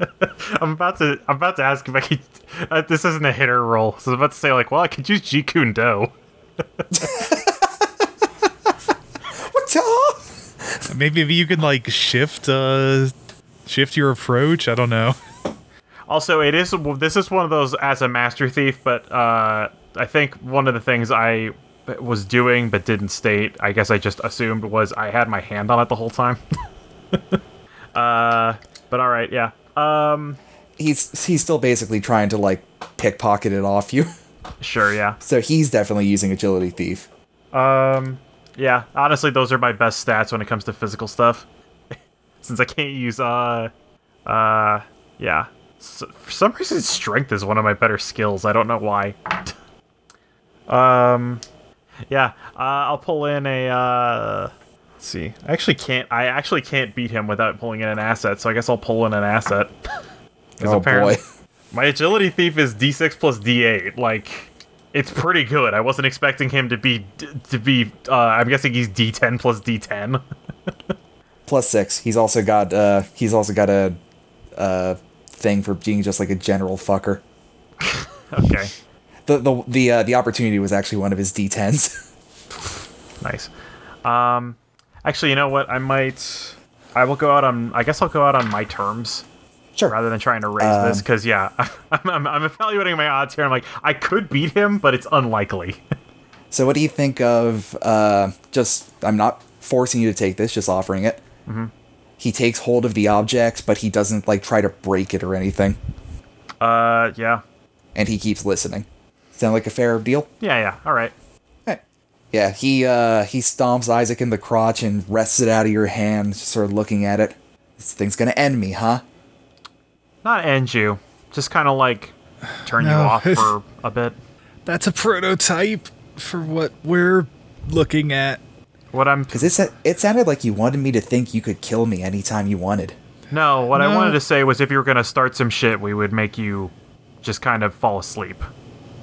[SPEAKER 2] I'm about to. I'm about to ask if I could. Uh, this isn't a hitter roll, so I was about to say like, well, I could use Jeet Kune Do.
[SPEAKER 1] What? the-
[SPEAKER 5] Maybe if you can like shift, uh, shift your approach. I don't know.
[SPEAKER 2] Also, it is. This is one of those as a master thief, but uh, I think one of the things I was doing but didn't state. I guess I just assumed was I had my hand on it the whole time. uh, but all right, yeah. Um,
[SPEAKER 1] He's he's still basically trying to like pickpocket it off you.
[SPEAKER 2] sure, yeah.
[SPEAKER 1] So he's definitely using agility thief.
[SPEAKER 2] Um, yeah. Honestly, those are my best stats when it comes to physical stuff, since I can't use uh, uh, yeah. S for some reason, strength is one of my better skills. I don't know why. um, yeah. Uh, I'll pull in a uh. Let's see. I actually can't. I actually can't beat him without pulling in an asset. So I guess I'll pull in an asset. 'Cause
[SPEAKER 1] Oh
[SPEAKER 2] apparently-
[SPEAKER 1] boy.
[SPEAKER 2] my agility thief is d6 plus d8. Like, it's pretty good. I wasn't expecting him to be to be. Uh, I'm guessing he's d10 plus d10.
[SPEAKER 1] Plus six. He's also got uh he's also got a uh thing for being just like a general fucker.
[SPEAKER 2] okay,
[SPEAKER 1] The the the uh, the opportunity was actually one of his D10s.
[SPEAKER 2] nice. Um, actually, you know what? I might. I will go out on. I guess I'll go out on my terms
[SPEAKER 1] sure.
[SPEAKER 2] rather than trying to raise this because yeah, I'm, I'm, I'm evaluating my odds here. I'm like, I could beat him, but it's unlikely.
[SPEAKER 1] So what do you think of uh just I'm not forcing you to take this, just offering it. Mm-hmm. He takes hold of the object, but he doesn't like try to break it or anything,
[SPEAKER 2] uh, yeah,
[SPEAKER 1] and he keeps listening. Sound like a fair deal?
[SPEAKER 2] yeah, yeah. All right.
[SPEAKER 1] Yeah, he uh he stomps Isaac in the crotch and wrests it out of your hand, just sort of looking at it. This thing's gonna end me, huh?
[SPEAKER 2] Not end you. Just kind of like turn you
[SPEAKER 5] No.
[SPEAKER 2] off for a bit.
[SPEAKER 5] That's a prototype for what we're looking at.
[SPEAKER 2] What I'm
[SPEAKER 1] Because it sa- it sounded like you wanted me to think you could kill me anytime you wanted.
[SPEAKER 2] No, what I
[SPEAKER 5] No.
[SPEAKER 2] wanted to say was if you were going to start some shit, we would make you just kind of fall asleep.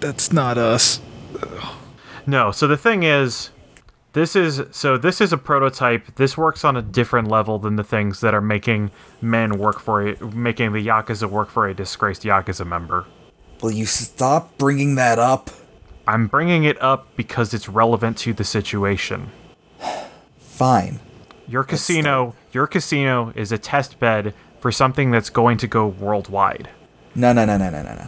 [SPEAKER 5] That's not us.
[SPEAKER 2] No, so the thing is this is so this is a prototype. This works on a different level than the things that are making men work for a, making the yakuza work for a disgraced yakuza member.
[SPEAKER 1] Will you stop bringing that up?
[SPEAKER 2] I'm bringing it up because it's relevant to the situation.
[SPEAKER 1] Fine.
[SPEAKER 2] Your casino, your casino is a test bed for something that's going to go worldwide.
[SPEAKER 1] No, no, no, no, no, no, no.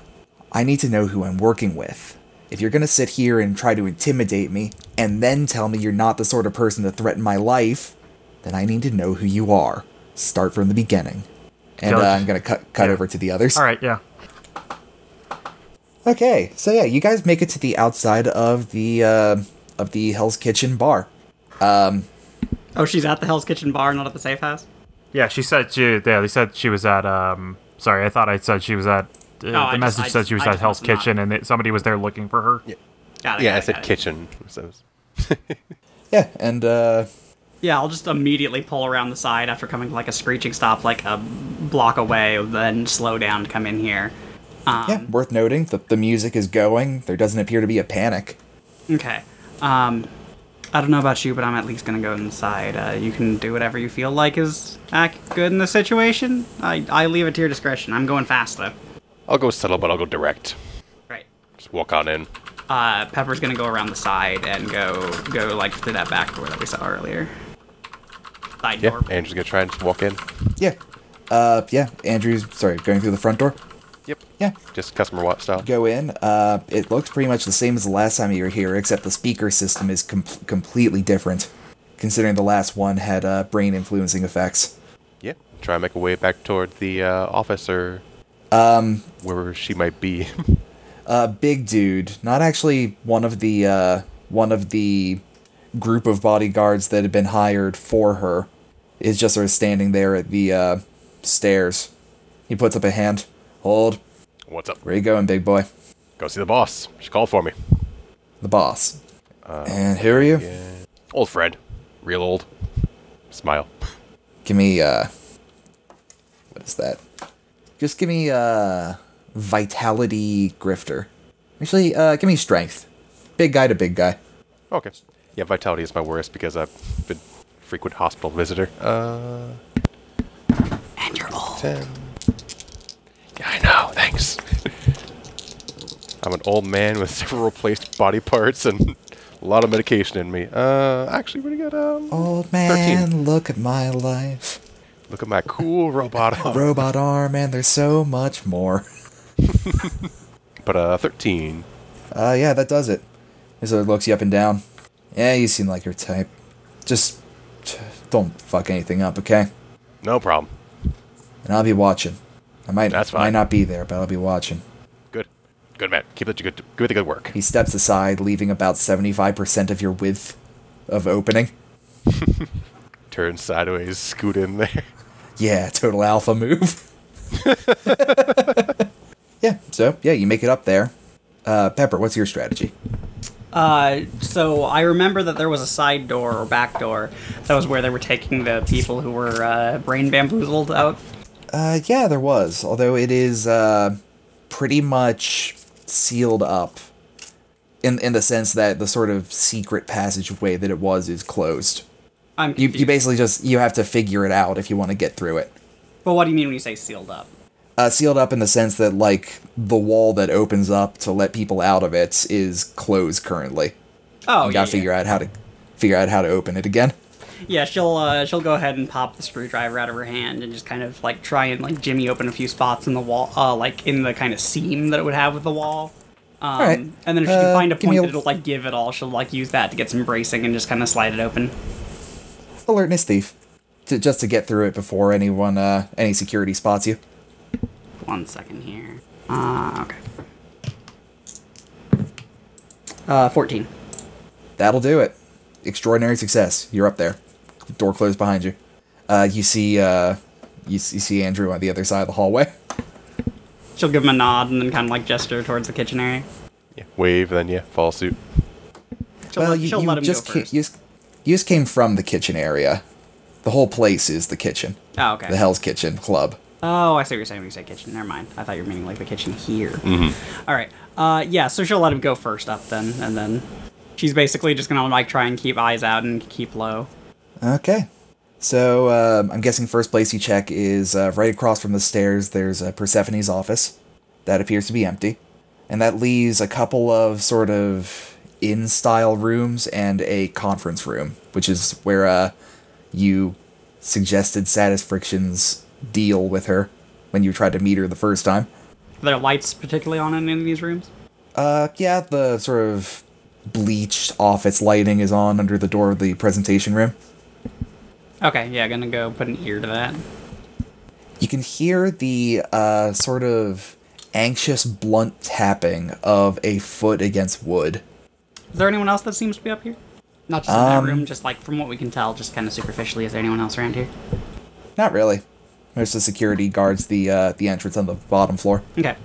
[SPEAKER 1] I need to know who I'm working with. If you're gonna sit here and try to intimidate me and then tell me you're not the sort of person to threaten my life, then I need to know who you are. Start from the beginning. And uh,
[SPEAKER 2] Judge.
[SPEAKER 1] I'm gonna cut cut
[SPEAKER 2] Yeah.
[SPEAKER 1] over to the others.
[SPEAKER 2] All right, yeah.
[SPEAKER 1] Okay, so yeah, you guys make it to the outside of the uh, of the Hell's Kitchen bar.
[SPEAKER 3] Oh, she's at the Hell's Kitchen bar, not at the safe house.
[SPEAKER 2] Yeah, she said she. Yeah, they said she was at. Um, sorry, I thought I said she was at. Uh, the
[SPEAKER 3] I just-
[SPEAKER 2] message
[SPEAKER 3] I
[SPEAKER 2] said
[SPEAKER 3] just-
[SPEAKER 2] she was
[SPEAKER 3] I
[SPEAKER 2] at
[SPEAKER 3] just
[SPEAKER 2] Hell's
[SPEAKER 3] must not.
[SPEAKER 2] Kitchen, and that somebody was there looking for her.
[SPEAKER 3] Got it.
[SPEAKER 4] Yeah,
[SPEAKER 3] got
[SPEAKER 4] I
[SPEAKER 3] it,
[SPEAKER 4] said
[SPEAKER 3] got it.
[SPEAKER 4] kitchen. So
[SPEAKER 1] Yeah, and uh,
[SPEAKER 3] Yeah, I'll just immediately pull around the side after coming to like a screeching stop, like a block away, then slow down to come in here.
[SPEAKER 1] yeah,
[SPEAKER 2] Um.
[SPEAKER 1] worth noting that the music is going. There doesn't appear to be a panic.
[SPEAKER 3] Okay. Um, I don't know about you, but I'm at least gonna go inside. Uh, you can do whatever you feel like is ac- good in the situation. I I leave it to your discretion. I'm going fast though.
[SPEAKER 4] I'll go subtle, but I'll go direct.
[SPEAKER 3] Right.
[SPEAKER 4] Just walk on in.
[SPEAKER 3] Uh, Pepper's gonna go around the side and go go like through that back door that we saw earlier. Side
[SPEAKER 4] Yeah,
[SPEAKER 3] door.
[SPEAKER 4] Andrew's gonna try and just walk in.
[SPEAKER 1] Yeah, uh, yeah. Andrew's sorry, going through the front door.
[SPEAKER 4] Yep.
[SPEAKER 1] Yeah,
[SPEAKER 4] Just customer watch style.
[SPEAKER 1] go in. Uh, it looks pretty much the same as the last time you were here, except the speaker system is com- completely different, considering the last one had uh, brain influencing effects.
[SPEAKER 4] Yeah. Try and make a way back toward the uh, office or um, wherever she might be.
[SPEAKER 1] a big dude, not actually one of the uh, one of the group of bodyguards that had been hired for her, is just sort of standing there at the uh, stairs. He puts up a hand. Hold.
[SPEAKER 4] What's up?
[SPEAKER 1] Where you going, big boy?
[SPEAKER 4] Go see the boss. She called for me.
[SPEAKER 1] The boss. and who are you?
[SPEAKER 4] Old friend. Real old. Smile.
[SPEAKER 1] Give me uh, what is that? Just give me uh, vitality grifter. Actually, uh, give me strength. Big guy to big guy.
[SPEAKER 4] Okay. Yeah, vitality is my worst because I've been frequent hospital visitor. Uh,
[SPEAKER 3] And you're old.
[SPEAKER 4] ten. Yeah, I know. Thanks. I'm an old man with several replaced body parts and a lot of medication in me. Uh, actually, pretty good. Um,
[SPEAKER 1] Old man, look at my life.
[SPEAKER 4] Look at my cool robot arm.
[SPEAKER 1] robot arm, and there's so much more.
[SPEAKER 4] But uh, 13.
[SPEAKER 1] Uh, yeah, that does it. He sort of looks you up and down. Yeah, you seem like your type. Just t- don't fuck anything up, okay?
[SPEAKER 4] No problem.
[SPEAKER 1] And I'll be watching. I might
[SPEAKER 4] That's
[SPEAKER 1] might
[SPEAKER 4] fine.
[SPEAKER 1] not be there, but I'll be watching.
[SPEAKER 4] Good. Good man. Keep it good. Give it the good work.
[SPEAKER 1] He steps aside, leaving about 75% of your width of opening.
[SPEAKER 4] Turn sideways. Scoot in there.
[SPEAKER 1] Yeah, total alpha move. yeah, so, yeah, you make it up there. Uh, Pepper, what's your strategy?
[SPEAKER 3] Uh, so I remember that there was a side door or back door. That was where they were taking the people who were uh, brain bamboozled out.
[SPEAKER 1] Uh, yeah, there was. Although it is uh, pretty much sealed up, in in the sense that the sort of secret passageway that it was is closed.
[SPEAKER 3] I'm
[SPEAKER 1] You
[SPEAKER 3] confused.
[SPEAKER 1] you basically just you have to figure it out if you want to get through it.
[SPEAKER 3] but what do you mean when you say sealed up?
[SPEAKER 1] Uh, sealed up in the sense that like the wall that opens up to let people out of it is closed currently.
[SPEAKER 3] Oh,
[SPEAKER 1] you
[SPEAKER 3] yeah,
[SPEAKER 1] gotta
[SPEAKER 3] yeah.
[SPEAKER 1] figure out how to figure out how to open it again.
[SPEAKER 3] Yeah, she'll uh, she'll go ahead and pop the screwdriver out of her hand and just kind of like try and like jimmy open a few spots in the wall, uh, like in the kind of seam that it would have with the wall. Um,
[SPEAKER 1] All right.
[SPEAKER 3] And then if she can
[SPEAKER 1] Uh,
[SPEAKER 3] find a
[SPEAKER 1] give me
[SPEAKER 3] point
[SPEAKER 1] a-
[SPEAKER 3] that it'll like give it all, she'll like use that to get some bracing and just kind of slide it open.
[SPEAKER 1] Alertness thief, to, just to get through it before anyone uh, any security spots you.
[SPEAKER 3] One second here. Uh, okay. Uh, fourteen.
[SPEAKER 1] That'll do it. Extraordinary success. You're up there. Door closed behind you. Uh, you see, uh, you, s- you see Andrew on the other side of the hallway.
[SPEAKER 3] She'll give him a nod and then kind of like gesture towards the kitchen area.
[SPEAKER 4] Yeah. Wave. Then yeah. Follow suit.
[SPEAKER 3] She'll, let, she'll let him
[SPEAKER 1] just
[SPEAKER 3] go
[SPEAKER 1] ca-
[SPEAKER 3] first.
[SPEAKER 1] you just you just came from the kitchen area. The whole place is the kitchen.
[SPEAKER 3] oh, okay.
[SPEAKER 1] The Hell's Kitchen Club.
[SPEAKER 3] Oh, I see what you're saying when you say kitchen. Never mind. I thought you were meaning like the kitchen here. All right. Uh, yeah. So she'll let him go first up then, and then she's basically just gonna like try and keep eyes out and keep low.
[SPEAKER 1] Okay. So um, I'm guessing first place you check is uh, right across from the stairs. There's uh, Persephone's office. That appears to be empty, and that leaves a couple of sort of in-style rooms and a conference room, which is where uh, you suggested Satisfriction's deal with her when you tried to meet her the first time.
[SPEAKER 3] Are there lights particularly on in any of these rooms?
[SPEAKER 1] Uh, yeah, the sort of bleached office lighting is on under the door of the presentation room.
[SPEAKER 3] Okay. Yeah. Gonna go put an ear to that.
[SPEAKER 1] you can hear the uh, sort of anxious, blunt tapping of a foot against wood.
[SPEAKER 3] Is there anyone else that seems to be up here? Not just in
[SPEAKER 1] Um,
[SPEAKER 3] that room, just like from what we can tell, just kind of superficially. Is there anyone else around here?
[SPEAKER 1] Not really. Most of the security guards the uh, the entrance on the bottom floor.
[SPEAKER 3] Okay.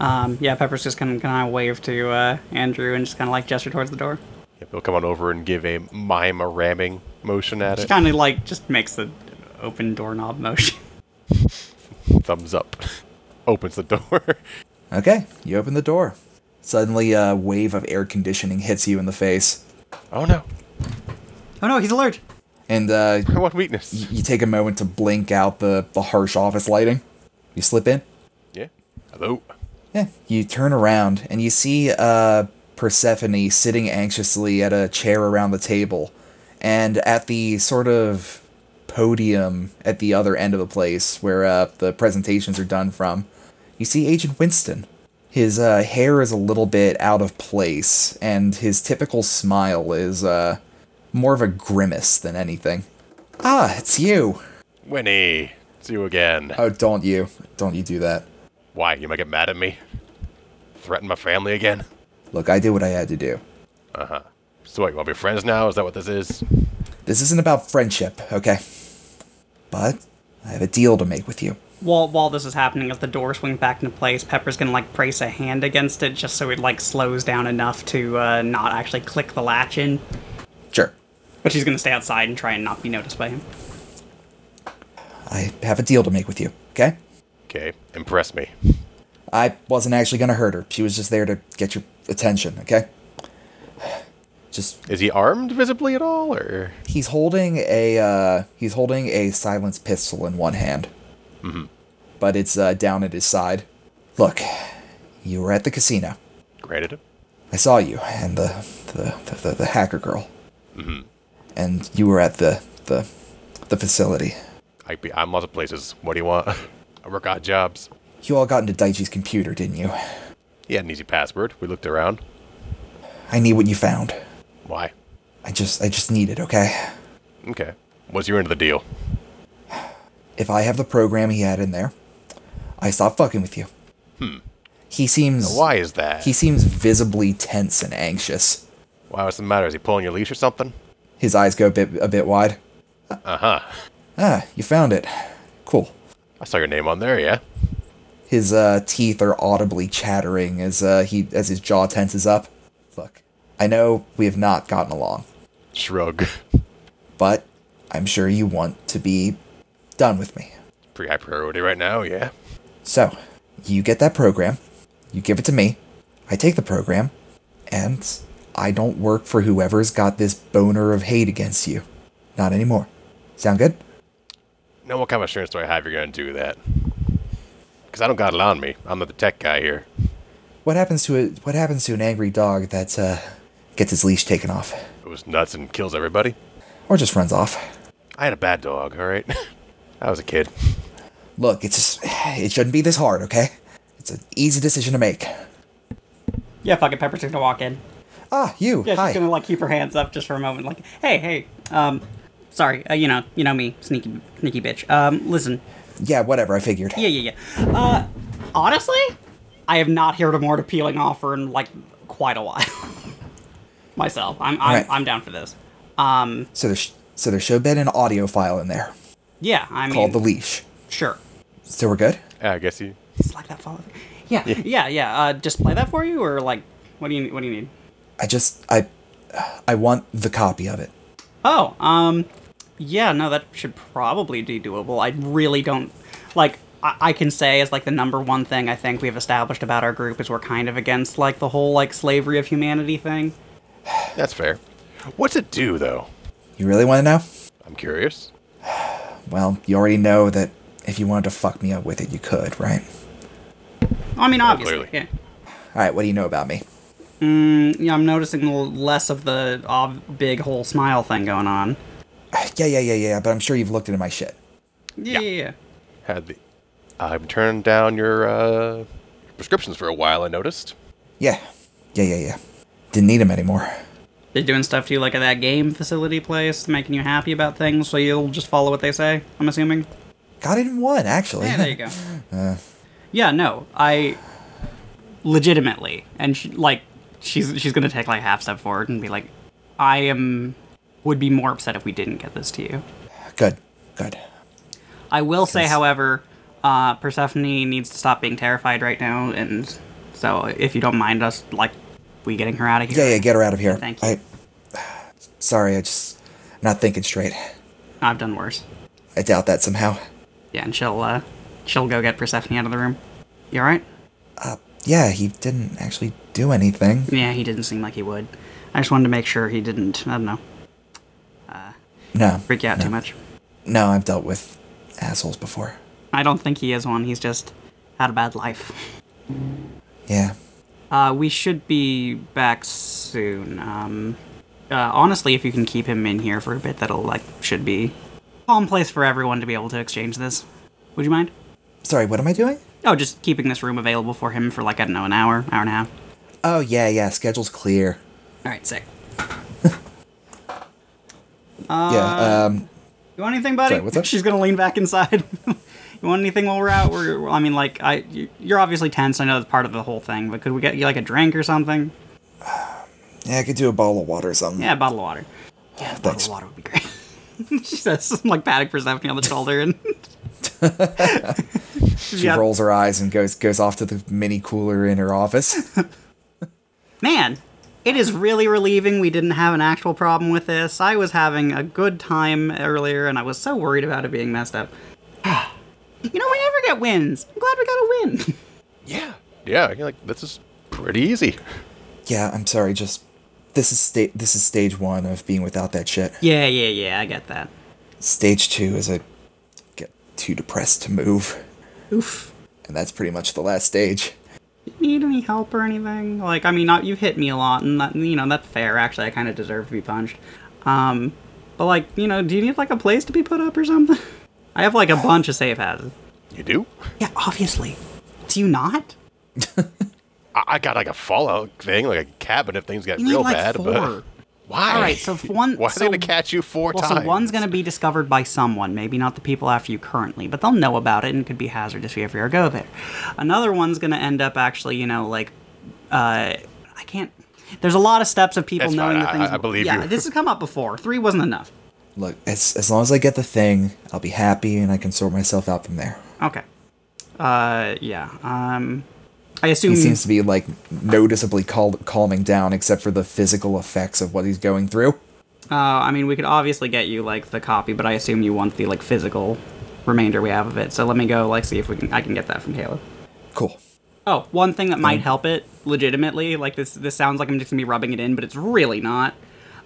[SPEAKER 3] Um, yeah, Pepper's just gonna kind of wave to uh, Andrew and just kind of like gesture towards the door.
[SPEAKER 4] Yep, he'll come on over and give a mime a ramming motion at
[SPEAKER 3] Just
[SPEAKER 4] it.
[SPEAKER 3] kind of like just makes the open doorknob motion.
[SPEAKER 4] Thumbs up. Opens the door.
[SPEAKER 1] Okay, you open the door. Suddenly, a wave of air conditioning hits you in the face,
[SPEAKER 4] Oh no.
[SPEAKER 3] Oh no, he's alert.
[SPEAKER 1] and uh,
[SPEAKER 4] My one weakness.
[SPEAKER 1] you take a moment to blink out the, the harsh office lighting. You slip in.
[SPEAKER 4] Yeah. Hello.
[SPEAKER 1] Yeah. You turn around and you see uh, Persephone sitting anxiously at a chair around the table. And at the sort of podium at the other end of the place where uh, the presentations are done from, you see Agent Winston. His uh, hair is a little bit out of place, and his typical smile is uh, more of a grimace than anything. Ah, it's you!
[SPEAKER 4] Winnie. It's you again.
[SPEAKER 1] Oh, don't you. Don't you do that.
[SPEAKER 4] Why? You might get mad at me? Threaten my family again?
[SPEAKER 1] Look, I did what I had to do.
[SPEAKER 4] So what, you want to be friends now? Is that what this is?
[SPEAKER 1] This isn't about friendship, okay? But I have a deal to make with you.
[SPEAKER 3] While while this is happening, as the door swings back into place, Pepper's gonna like brace a hand against it just so it like slows down enough to uh, not actually click the latch in.
[SPEAKER 1] Sure.
[SPEAKER 3] But she's gonna stay outside and try and not be noticed by him.
[SPEAKER 1] I have a deal to make with you, okay?
[SPEAKER 4] Okay. Impress me.
[SPEAKER 1] I wasn't actually gonna hurt her. She was just there to get your attention, okay? Just
[SPEAKER 4] Is he armed visibly at all, or
[SPEAKER 1] he's holding a uh he's holding a silenced pistol in one hand. Mm-hmm. But it's uh down at his side. Look, you were at the casino.
[SPEAKER 4] granted him?
[SPEAKER 1] I saw you and the the the, the, the hacker girl. Mm-hmm. And you were at the the the facility.
[SPEAKER 4] I be, I'm lots of places. What do you want? I work odd jobs.
[SPEAKER 1] You all got into Daichi's computer, didn't you?
[SPEAKER 4] He had an easy password. We looked around.
[SPEAKER 1] I need what you found.
[SPEAKER 4] Why?
[SPEAKER 1] I just I just need it, okay?
[SPEAKER 4] Okay. What's your end of the deal?
[SPEAKER 1] If I have the program he had in there, I stop fucking with you. Hmm. He seems
[SPEAKER 4] Why is that?
[SPEAKER 1] he seems visibly tense and anxious.
[SPEAKER 4] Why? What's the matter? Is he pulling your leash or something?
[SPEAKER 1] His eyes go a bit a bit wide.
[SPEAKER 4] Uh huh.
[SPEAKER 1] Ah, you found it. Cool.
[SPEAKER 4] I saw your name on there. Yeah.
[SPEAKER 1] His uh, teeth are audibly chattering as uh, he as his jaw tenses up. Look, I know we have not gotten along,
[SPEAKER 4] Shrug.
[SPEAKER 1] but I'm sure you want to be done with me.
[SPEAKER 4] Pretty high priority right now. Yeah.
[SPEAKER 1] So, you get that program, you give it to me, I take the program, and I don't work for whoever's got this boner of hate against you. Not anymore. Sound good?
[SPEAKER 4] Now, what kind of assurance do I have you're gonna do that? Because I don't got it on me. I'm not the tech guy here.
[SPEAKER 1] What happens to a, what happens to an angry dog that uh, gets his leash taken off,
[SPEAKER 4] It was nuts and kills everybody.
[SPEAKER 1] or just runs off?
[SPEAKER 4] I had a bad dog. All right. I was a kid.
[SPEAKER 1] Look, it's just it shouldn't be this hard, okay? It's an easy decision to make.
[SPEAKER 3] Yeah, fuck it. Pepper's just gonna walk in.
[SPEAKER 1] Ah, you.
[SPEAKER 3] Yeah,
[SPEAKER 1] hi.
[SPEAKER 3] she's gonna like keep her hands up just for a moment. Like, hey, hey, um, sorry, uh, you know, you know me, sneaky, sneaky bitch. Um, listen,
[SPEAKER 1] Yeah, whatever. I figured.
[SPEAKER 3] yeah, yeah, yeah. Uh, honestly, I have not heard a more appealing offer in like quite a while. Myself, I'm, I'm,
[SPEAKER 1] Alright.
[SPEAKER 3] I'm down for this. Um,
[SPEAKER 1] So there's so there's show bed and audio file in there
[SPEAKER 3] yeah, I mean,
[SPEAKER 1] called the leash.
[SPEAKER 3] sure.
[SPEAKER 1] So we're good.
[SPEAKER 4] I guess he.
[SPEAKER 3] Just like that follow. Yeah, yeah, yeah. Uh, just play that for you, or like, what do you, what do you need?
[SPEAKER 1] I just I I want the copy of it.
[SPEAKER 3] Oh, um, yeah, no, that should probably be doable. I really don't like. I, I can say as like the number one thing I think we've established about our group is we're kind of against like the whole like slavery of humanity thing.
[SPEAKER 4] That's fair. What's it do though?
[SPEAKER 1] You really want to know?
[SPEAKER 4] I'm curious.
[SPEAKER 1] Well, you already know that if you wanted to fuck me up with it, you could, right?
[SPEAKER 3] I mean, obviously,
[SPEAKER 4] clearly.
[SPEAKER 3] yeah.
[SPEAKER 1] All right, what do you know about me?
[SPEAKER 3] Mm, yeah. I'm noticing a little less of the ob- big whole smile thing going on.
[SPEAKER 1] Yeah, yeah, yeah, yeah, but I'm sure you've looked into my shit.
[SPEAKER 3] Yeah, yeah, yeah.
[SPEAKER 4] Had the. I've turned down your uh, prescriptions for a while. I noticed.
[SPEAKER 1] Yeah. Yeah, yeah, yeah. Didn't need 'em anymore.
[SPEAKER 3] They're doing stuff to you like at that game facility place, making you happy about things, so you'll just follow what they say. I'm assuming.
[SPEAKER 1] Got it in one, actually.
[SPEAKER 3] Yeah, there you go. yeah, no, I legitimately, and she, like she's she's gonna take like a half step forward and be like, "I am would be more upset if we didn't get this to you."
[SPEAKER 1] Good, good.
[SPEAKER 3] I will say,
[SPEAKER 1] 'Cause-
[SPEAKER 3] however, uh, Persephone needs to stop being terrified right now, and so if you don't mind us, like, we getting her out of here.
[SPEAKER 1] Yeah, yeah, get her out of here.
[SPEAKER 3] Thank you.
[SPEAKER 1] I, sorry, I just not thinking straight.
[SPEAKER 3] I've done worse.
[SPEAKER 1] I doubt that somehow.
[SPEAKER 3] Yeah, and she'll uh, she'll go get Persephone out of the room. You all right?
[SPEAKER 1] Yeah, he didn't actually do anything.
[SPEAKER 3] Yeah, he didn't seem like he would. I just wanted to make sure he didn't. I don't know,
[SPEAKER 1] No,
[SPEAKER 3] freak you out too much.
[SPEAKER 1] no, I've dealt with assholes before.
[SPEAKER 3] I don't think he is one. He's just had a bad life.
[SPEAKER 1] Yeah,
[SPEAKER 3] Uh, we should be back soon. Um, uh, honestly, if you can keep him in here for a bit, that'll like should be calm place for everyone to be able to exchange this. Would you mind?
[SPEAKER 1] sorry, what am I doing?
[SPEAKER 3] Oh, just keeping this room available for him for like I don't know an hour, hour and a half.
[SPEAKER 1] Oh yeah, yeah, schedule's clear.
[SPEAKER 3] All right, sick.
[SPEAKER 1] yeah,
[SPEAKER 3] Uh,
[SPEAKER 1] um,
[SPEAKER 3] You want anything, buddy?
[SPEAKER 1] Sorry, what's that?
[SPEAKER 3] She's gonna lean back inside. you want anything while we're out? We're, I mean, like I, you- you're obviously tense. I know that's part of the whole thing, but could we get you like a drink or something?
[SPEAKER 1] yeah, I could do a bottle of water or something.
[SPEAKER 3] Yeah, a bottle of water. Yeah, a bottle
[SPEAKER 1] Thanks.
[SPEAKER 3] of water would be great. she says, like patting Persephone on the shoulder, and
[SPEAKER 1] she
[SPEAKER 3] yeah.
[SPEAKER 1] rolls her eyes and goes goes off to the mini cooler in her office.
[SPEAKER 3] man, it is really relieving we didn't have an actual problem with this. I was having a good time earlier, and I was so worried about it being messed up. you know, we never get wins. I'm glad we got a win.
[SPEAKER 4] Yeah. Yeah. You're like, this is pretty easy.
[SPEAKER 1] yeah, I'm sorry, just this is sta- this is stage one of being without that shit.
[SPEAKER 3] yeah, yeah, yeah. I get that.
[SPEAKER 1] Stage two is I get too depressed to move,
[SPEAKER 3] Oof.
[SPEAKER 1] and that's pretty much the last stage.
[SPEAKER 3] Need any help or anything? Like, I mean, not you've hit me a lot, and that, you know that's fair. Actually, I kind of deserve to be punched. Um, but like, you know, do you need like a place to be put up or something? I have like a bunch of safe houses.
[SPEAKER 4] You do?
[SPEAKER 3] Yeah, obviously. Do you not?
[SPEAKER 4] I, I got like a Fallout thing, like a cabin if things got
[SPEAKER 3] You need
[SPEAKER 4] real
[SPEAKER 3] like
[SPEAKER 4] bad.
[SPEAKER 3] four.
[SPEAKER 4] But why?
[SPEAKER 3] All right, so if one-
[SPEAKER 4] Why
[SPEAKER 3] so-
[SPEAKER 4] are they gonna catch you four
[SPEAKER 3] Well,
[SPEAKER 4] times?
[SPEAKER 3] so one's gonna be discovered by someone, maybe not the people after you currently, but they'll know about it and could be hazardous if you ever go there. Another one's gonna end up actually, you know, like, uh, I can't. There's a lot of steps of people
[SPEAKER 4] That's
[SPEAKER 3] knowing
[SPEAKER 4] fine,
[SPEAKER 3] the
[SPEAKER 4] I-
[SPEAKER 3] things.
[SPEAKER 4] I- I believe
[SPEAKER 3] yeah,
[SPEAKER 4] you.
[SPEAKER 3] this has come up before. Three wasn't enough.
[SPEAKER 1] Look, as as long as I get the thing, I'll be happy and I can sort myself out from there.
[SPEAKER 3] Okay. Uh, yeah. Um, I assume.
[SPEAKER 1] He seems to be like noticeably cal- calming down, except for the physical effects of what he's going through.
[SPEAKER 3] uh, I mean, we could obviously get you like the copy, but I assume you want the like physical remainder we have of it. So let me go like see if we can I can get that from Caleb.
[SPEAKER 1] Cool.
[SPEAKER 3] Oh, one thing that might help it legitimately, like this this sounds like I'm just gonna be rubbing it in, but it's really not.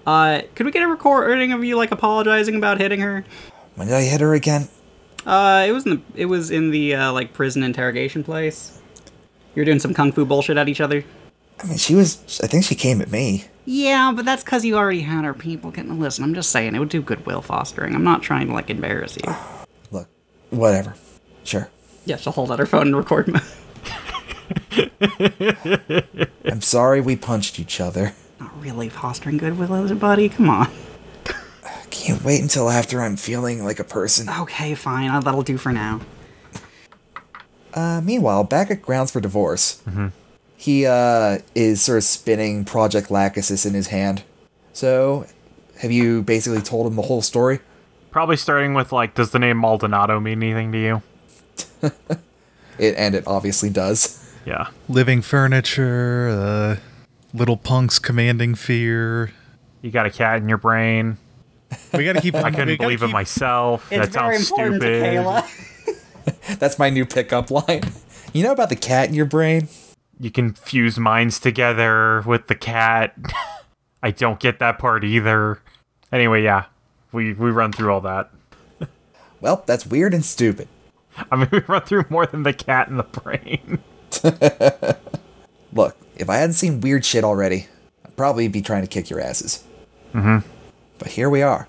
[SPEAKER 3] Uh, could we get a recording of you like apologizing about hitting her?
[SPEAKER 1] When did I hit her again?
[SPEAKER 3] Uh, it was in the it was in the uh, like prison interrogation place. You were doing some kung fu bullshit at each other.
[SPEAKER 1] I mean, she was. I think she came at me.
[SPEAKER 3] Yeah, but that's because you already had our people getting to listen. I'm just saying it would do goodwill fostering. I'm not trying to like embarrass you.
[SPEAKER 1] Look, whatever. Sure.
[SPEAKER 3] Yeah, she'll hold out her phone and record. my-
[SPEAKER 1] I'm sorry we punched each other.
[SPEAKER 3] not really fostering goodwill, is it, buddy? Come on.
[SPEAKER 1] I can't wait until after I'm feeling like a person.
[SPEAKER 3] Okay, fine. uh, That'll do for now.
[SPEAKER 1] Uh, meanwhile, back at Grounds for Divorce, he uh, is sort of spinning Project Lachesis in his hand. So, have you basically told him the whole story?
[SPEAKER 2] Probably starting with like, does the name Maldonado mean anything to you?
[SPEAKER 1] It, and it obviously does.
[SPEAKER 2] Yeah.
[SPEAKER 5] Living furniture, uh, little punks commanding fear.
[SPEAKER 2] You got a cat in your brain.
[SPEAKER 5] We gotta keep.
[SPEAKER 2] I couldn't believe it myself. that sounds stupid.
[SPEAKER 1] That's my new pickup line. You know about the cat in your brain?
[SPEAKER 2] You can fuse minds together with the cat. I don't get that part either. Anyway, yeah. We we run through all that.
[SPEAKER 1] Well, that's weird and stupid.
[SPEAKER 2] I mean, we run through more than the cat in the brain.
[SPEAKER 1] Look, if I hadn't seen weird shit already, I'd probably be trying to kick your asses. Mm-hmm. But here we are.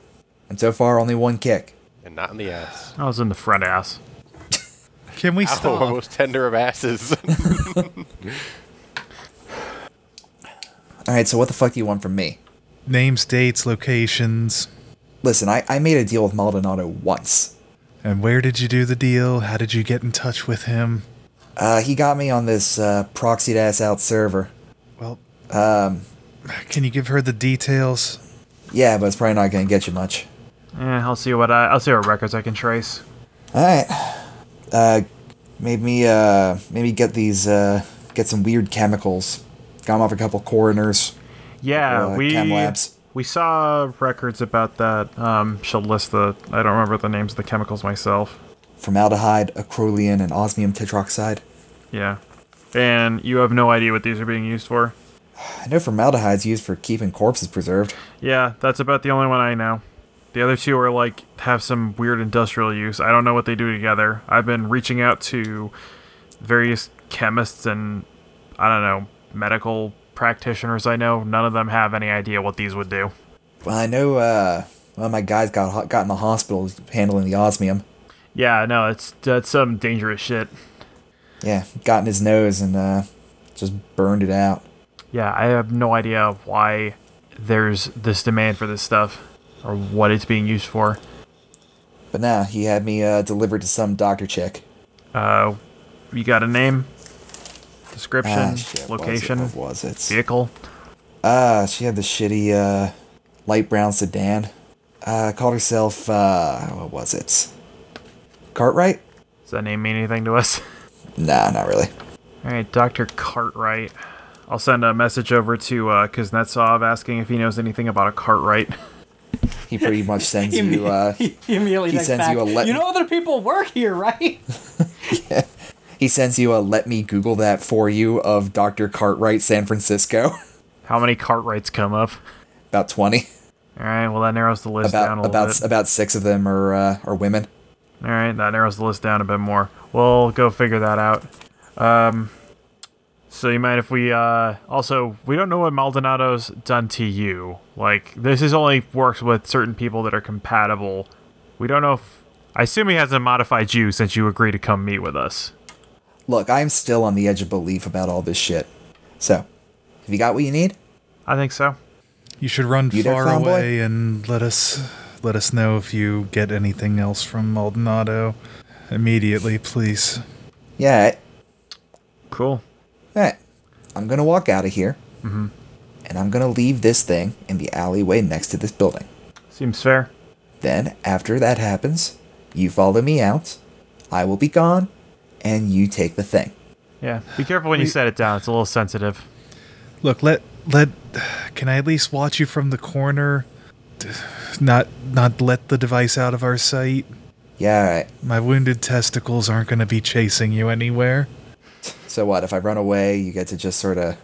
[SPEAKER 1] And so far, only one kick.
[SPEAKER 4] and not in the ass.
[SPEAKER 2] I was in the front ass.
[SPEAKER 5] Can we
[SPEAKER 4] Ow,
[SPEAKER 5] stop?
[SPEAKER 4] most tender of asses.
[SPEAKER 1] Alright, so what the fuck do you want from me?
[SPEAKER 5] Names, dates, locations,
[SPEAKER 1] Listen, I, I made a deal with Maldonado once.
[SPEAKER 5] and where did you do the deal? How did you get in touch with him?
[SPEAKER 1] Uh, he got me on this uh, proxied ass out server.
[SPEAKER 5] Well, um, can you give her the details?
[SPEAKER 1] Yeah, but it's probably not going to get you much.
[SPEAKER 2] Eh, I'll see what I, I'll see what records I can trace.
[SPEAKER 1] All right. Uh, made me uh, maybe get these uh, get some weird chemicals. Got him off a couple coroners.
[SPEAKER 2] Yeah,
[SPEAKER 1] Uh,
[SPEAKER 2] we
[SPEAKER 1] Chem Labs.
[SPEAKER 2] we saw records about that. Um, she'll list the. I don't remember the names of the chemicals myself.
[SPEAKER 1] formaldehyde, acrolein, and osmium tetroxide.
[SPEAKER 2] Yeah, and you have no idea what these are being used for.
[SPEAKER 1] I know formaldehyde's used for keeping corpses preserved.
[SPEAKER 2] Yeah, that's about the only one I know. The other two are like have some weird industrial use. I don't know what they do together. I've been reaching out to various chemists and I don't know medical practitioners I know. None of them have any idea what these would do.
[SPEAKER 1] Well, I know uh, one of my guys got ho- got in the hospital handling the osmium.
[SPEAKER 2] Yeah, no, it's that's some dangerous shit.
[SPEAKER 1] Yeah, got in his nose and uh, just burned it out.
[SPEAKER 2] Yeah, I have no idea why there's this demand for this stuff or what it's being used for.
[SPEAKER 1] But nah, he had me uh, delivered to some doctor chick.
[SPEAKER 2] Uh, you got a name, description,
[SPEAKER 1] Ah, shit, what was it?
[SPEAKER 2] location,
[SPEAKER 1] What was it?
[SPEAKER 2] vehicle.
[SPEAKER 1] Ah, she had the shitty uh, light brown sedan. Uh, called herself uh, what was it? Cartwright?
[SPEAKER 2] Does that name mean anything to us?
[SPEAKER 1] Nah, not really.
[SPEAKER 2] All right, Dr. Cartwright. I'll send a message over to uh, Kuznetsov asking if he knows anything about a Cartwright.
[SPEAKER 1] He pretty much sends you. Uh,
[SPEAKER 6] he immediately
[SPEAKER 1] he
[SPEAKER 6] texts
[SPEAKER 1] sends
[SPEAKER 6] back,
[SPEAKER 1] you a let-
[SPEAKER 6] you know other people work here, right?
[SPEAKER 1] He sends you a let me Google that for you of Dr. Cartwright, San Francisco.
[SPEAKER 2] How many Cartwrights come up?
[SPEAKER 1] about 20.
[SPEAKER 2] All right, well that narrows the list down
[SPEAKER 1] About
[SPEAKER 2] a little
[SPEAKER 1] about
[SPEAKER 2] bit.
[SPEAKER 1] about 6 of them are uh, are women.
[SPEAKER 2] All right, that narrows the list down a bit more. We'll go figure that out. Um, so you mind if we uh, also we don't know what Maldonado's done to you. Like this is only works with certain people that are compatible. We don't know if I assume he hasn't modified you since you agreed to come meet with us.
[SPEAKER 1] Look, I'm still on the edge of belief about all this shit. So, have you got what you need?
[SPEAKER 2] I think so.
[SPEAKER 5] You should run
[SPEAKER 1] You there,
[SPEAKER 5] far
[SPEAKER 1] clown boy?
[SPEAKER 5] away and let us let us know if you get anything else from Maldonado immediately, please.
[SPEAKER 1] Yeah.
[SPEAKER 2] Cool.
[SPEAKER 1] All right. I'm going to walk out of here.
[SPEAKER 2] Mm-hmm.
[SPEAKER 1] And I'm going to leave this thing in the alleyway next to this building.
[SPEAKER 2] Seems fair.
[SPEAKER 1] Then, after that happens, you follow me out. I will be gone. And you take the thing.
[SPEAKER 2] Yeah. Be careful when you set it down. It's a little sensitive.
[SPEAKER 5] Look, let let can I at least watch you from the corner? D- Not not let the device out of our sight.
[SPEAKER 1] Yeah, all right.
[SPEAKER 5] My wounded testicles aren't going to be chasing you anywhere.
[SPEAKER 1] So what? If I run away, you get to just sort of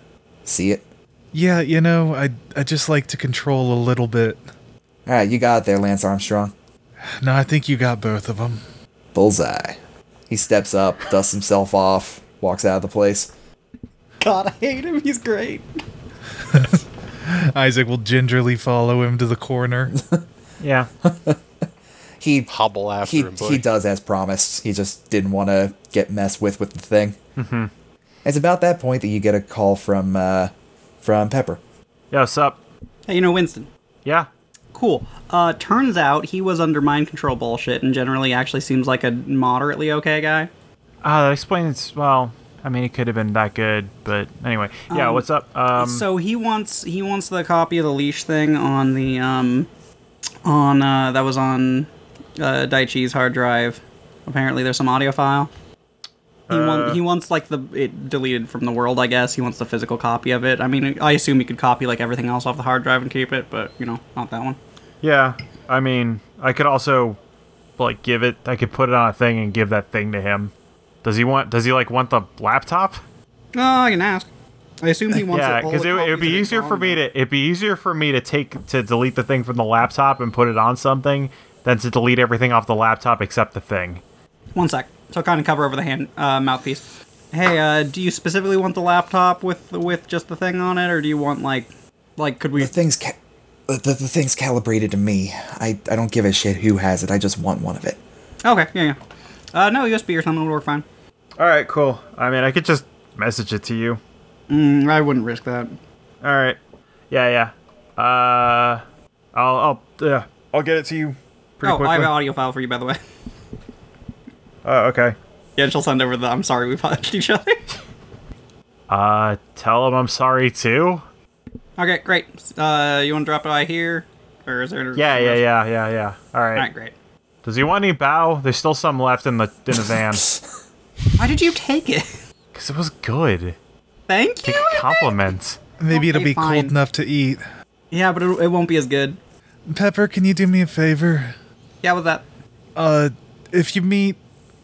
[SPEAKER 1] see it.
[SPEAKER 5] Yeah, you know, I I just like to control a little bit.
[SPEAKER 1] All right, you got it there, Lance Armstrong.
[SPEAKER 5] No, I think you got both of them.
[SPEAKER 1] Bullseye. He steps up, dusts himself off, walks out of the place.
[SPEAKER 3] God, I hate him. He's great.
[SPEAKER 5] Isaac will gingerly follow him to the corner.
[SPEAKER 2] Yeah.
[SPEAKER 1] He
[SPEAKER 4] Hobble after
[SPEAKER 1] he
[SPEAKER 4] him, boy.
[SPEAKER 1] he does as promised. He just didn't want to get messed with with the thing. Mm-hmm. It's about that point that you get a call from uh, from Pepper.
[SPEAKER 2] Yo, sup?
[SPEAKER 6] Hey, you know, Winston.
[SPEAKER 2] Yeah.
[SPEAKER 6] Cool. Uh, turns out he was under mind control bullshit and generally actually seems like a moderately okay guy.
[SPEAKER 2] Ah, that explains. Well, I mean, it could have been that good, but anyway. Yeah. what's up? Um.
[SPEAKER 6] so he wants he wants the copy of the leash thing on the um on uh that was on uh Daichi's hard drive. Apparently there's some audio file. He, want,
[SPEAKER 2] Uh.
[SPEAKER 6] he wants like the it deleted from the world, I guess. He wants the physical copy of it. I mean, I assume he could copy like everything else off the hard drive and keep it, but you know, not that one.
[SPEAKER 2] Yeah, I mean, I could also like give it. I could put it on a thing and give that thing to him. Does he want? Does he like want the laptop?
[SPEAKER 6] Oh, I can ask. I assume he wants.
[SPEAKER 2] yeah,
[SPEAKER 6] all
[SPEAKER 2] because
[SPEAKER 6] the
[SPEAKER 2] it, it would
[SPEAKER 6] copies
[SPEAKER 2] be
[SPEAKER 6] of it
[SPEAKER 2] easier for
[SPEAKER 6] gone.
[SPEAKER 2] me to. It'd be easier for me to take to delete the thing from the laptop and put it on something than to delete everything off the laptop except the thing.
[SPEAKER 6] One sec. So kind of cover over the hand uh, mouthpiece. Hey, uh, do you specifically want the laptop with with just the thing on it, or do you want like like could we?
[SPEAKER 1] The thing's ca- the, the, the thing's calibrated to me. I I don't give a shit who has it. I just want one of it.
[SPEAKER 6] Okay, yeah, yeah. Uh, no USB or something would work fine.
[SPEAKER 2] All right, cool. I mean, I could just message it to you.
[SPEAKER 6] Mm, I wouldn't risk that.
[SPEAKER 2] All right. Yeah, yeah. Uh, I'll, I'll, uh, I'll get it to you pretty
[SPEAKER 6] oh,
[SPEAKER 2] quickly.
[SPEAKER 6] I have an audio file for you, by the way.
[SPEAKER 2] Uh, okay.
[SPEAKER 3] Yeah, and she'll send over the I'm sorry we punched each other.
[SPEAKER 2] Uh, tell him I'm sorry too.
[SPEAKER 3] okay, great. Uh, you want to drop by here? Or is there.
[SPEAKER 2] Yeah, yeah, yeah, yeah, yeah. All right.
[SPEAKER 3] Alright, great.
[SPEAKER 2] Does he want any bow? There's still some left in the in the van.
[SPEAKER 3] Why did you take it?
[SPEAKER 2] Cause it was good.
[SPEAKER 3] Thank you.
[SPEAKER 2] Take a compliment.
[SPEAKER 5] Maybe it'll
[SPEAKER 3] Okay,
[SPEAKER 5] be cold
[SPEAKER 3] fine.
[SPEAKER 5] enough to eat.
[SPEAKER 3] Yeah, but it, it won't be as good.
[SPEAKER 5] Pepper, can you do me a favor?
[SPEAKER 3] Yeah, with that.
[SPEAKER 5] Uh, if you meet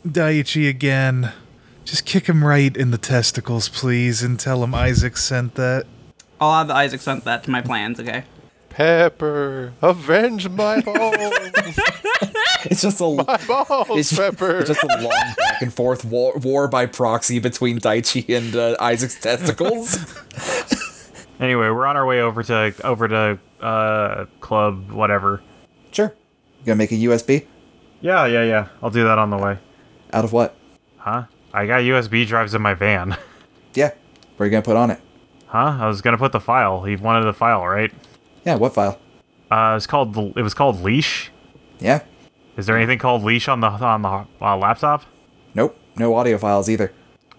[SPEAKER 5] Daiichi again, just kick him right in the testicles, please, and tell him Isaac sent that.
[SPEAKER 3] I'll have the Isaac sent that to my plans, okay?
[SPEAKER 4] Pepper, avenge my balls,
[SPEAKER 1] It's just a
[SPEAKER 4] my balls,
[SPEAKER 1] it's ju-
[SPEAKER 4] Pepper.
[SPEAKER 1] it's just a long back and forth war, war by proxy between Daichi and uh, Isaac's testicles.
[SPEAKER 2] Anyway, we're on our way over to over to uh club whatever.
[SPEAKER 1] sure. You gonna make a USB?
[SPEAKER 2] Yeah, yeah, yeah. I'll do that on the way.
[SPEAKER 1] Out of what?
[SPEAKER 2] Huh? I got USB drives in my van.
[SPEAKER 1] Yeah. What are you gonna put on it?
[SPEAKER 2] Huh? I was gonna put the file. He wanted the file, right?
[SPEAKER 1] Yeah, what file?
[SPEAKER 2] Uh, it's called. It was called leash.
[SPEAKER 1] Yeah.
[SPEAKER 2] Is there anything called leash on the on the uh, laptop?
[SPEAKER 1] Nope. No audio files either.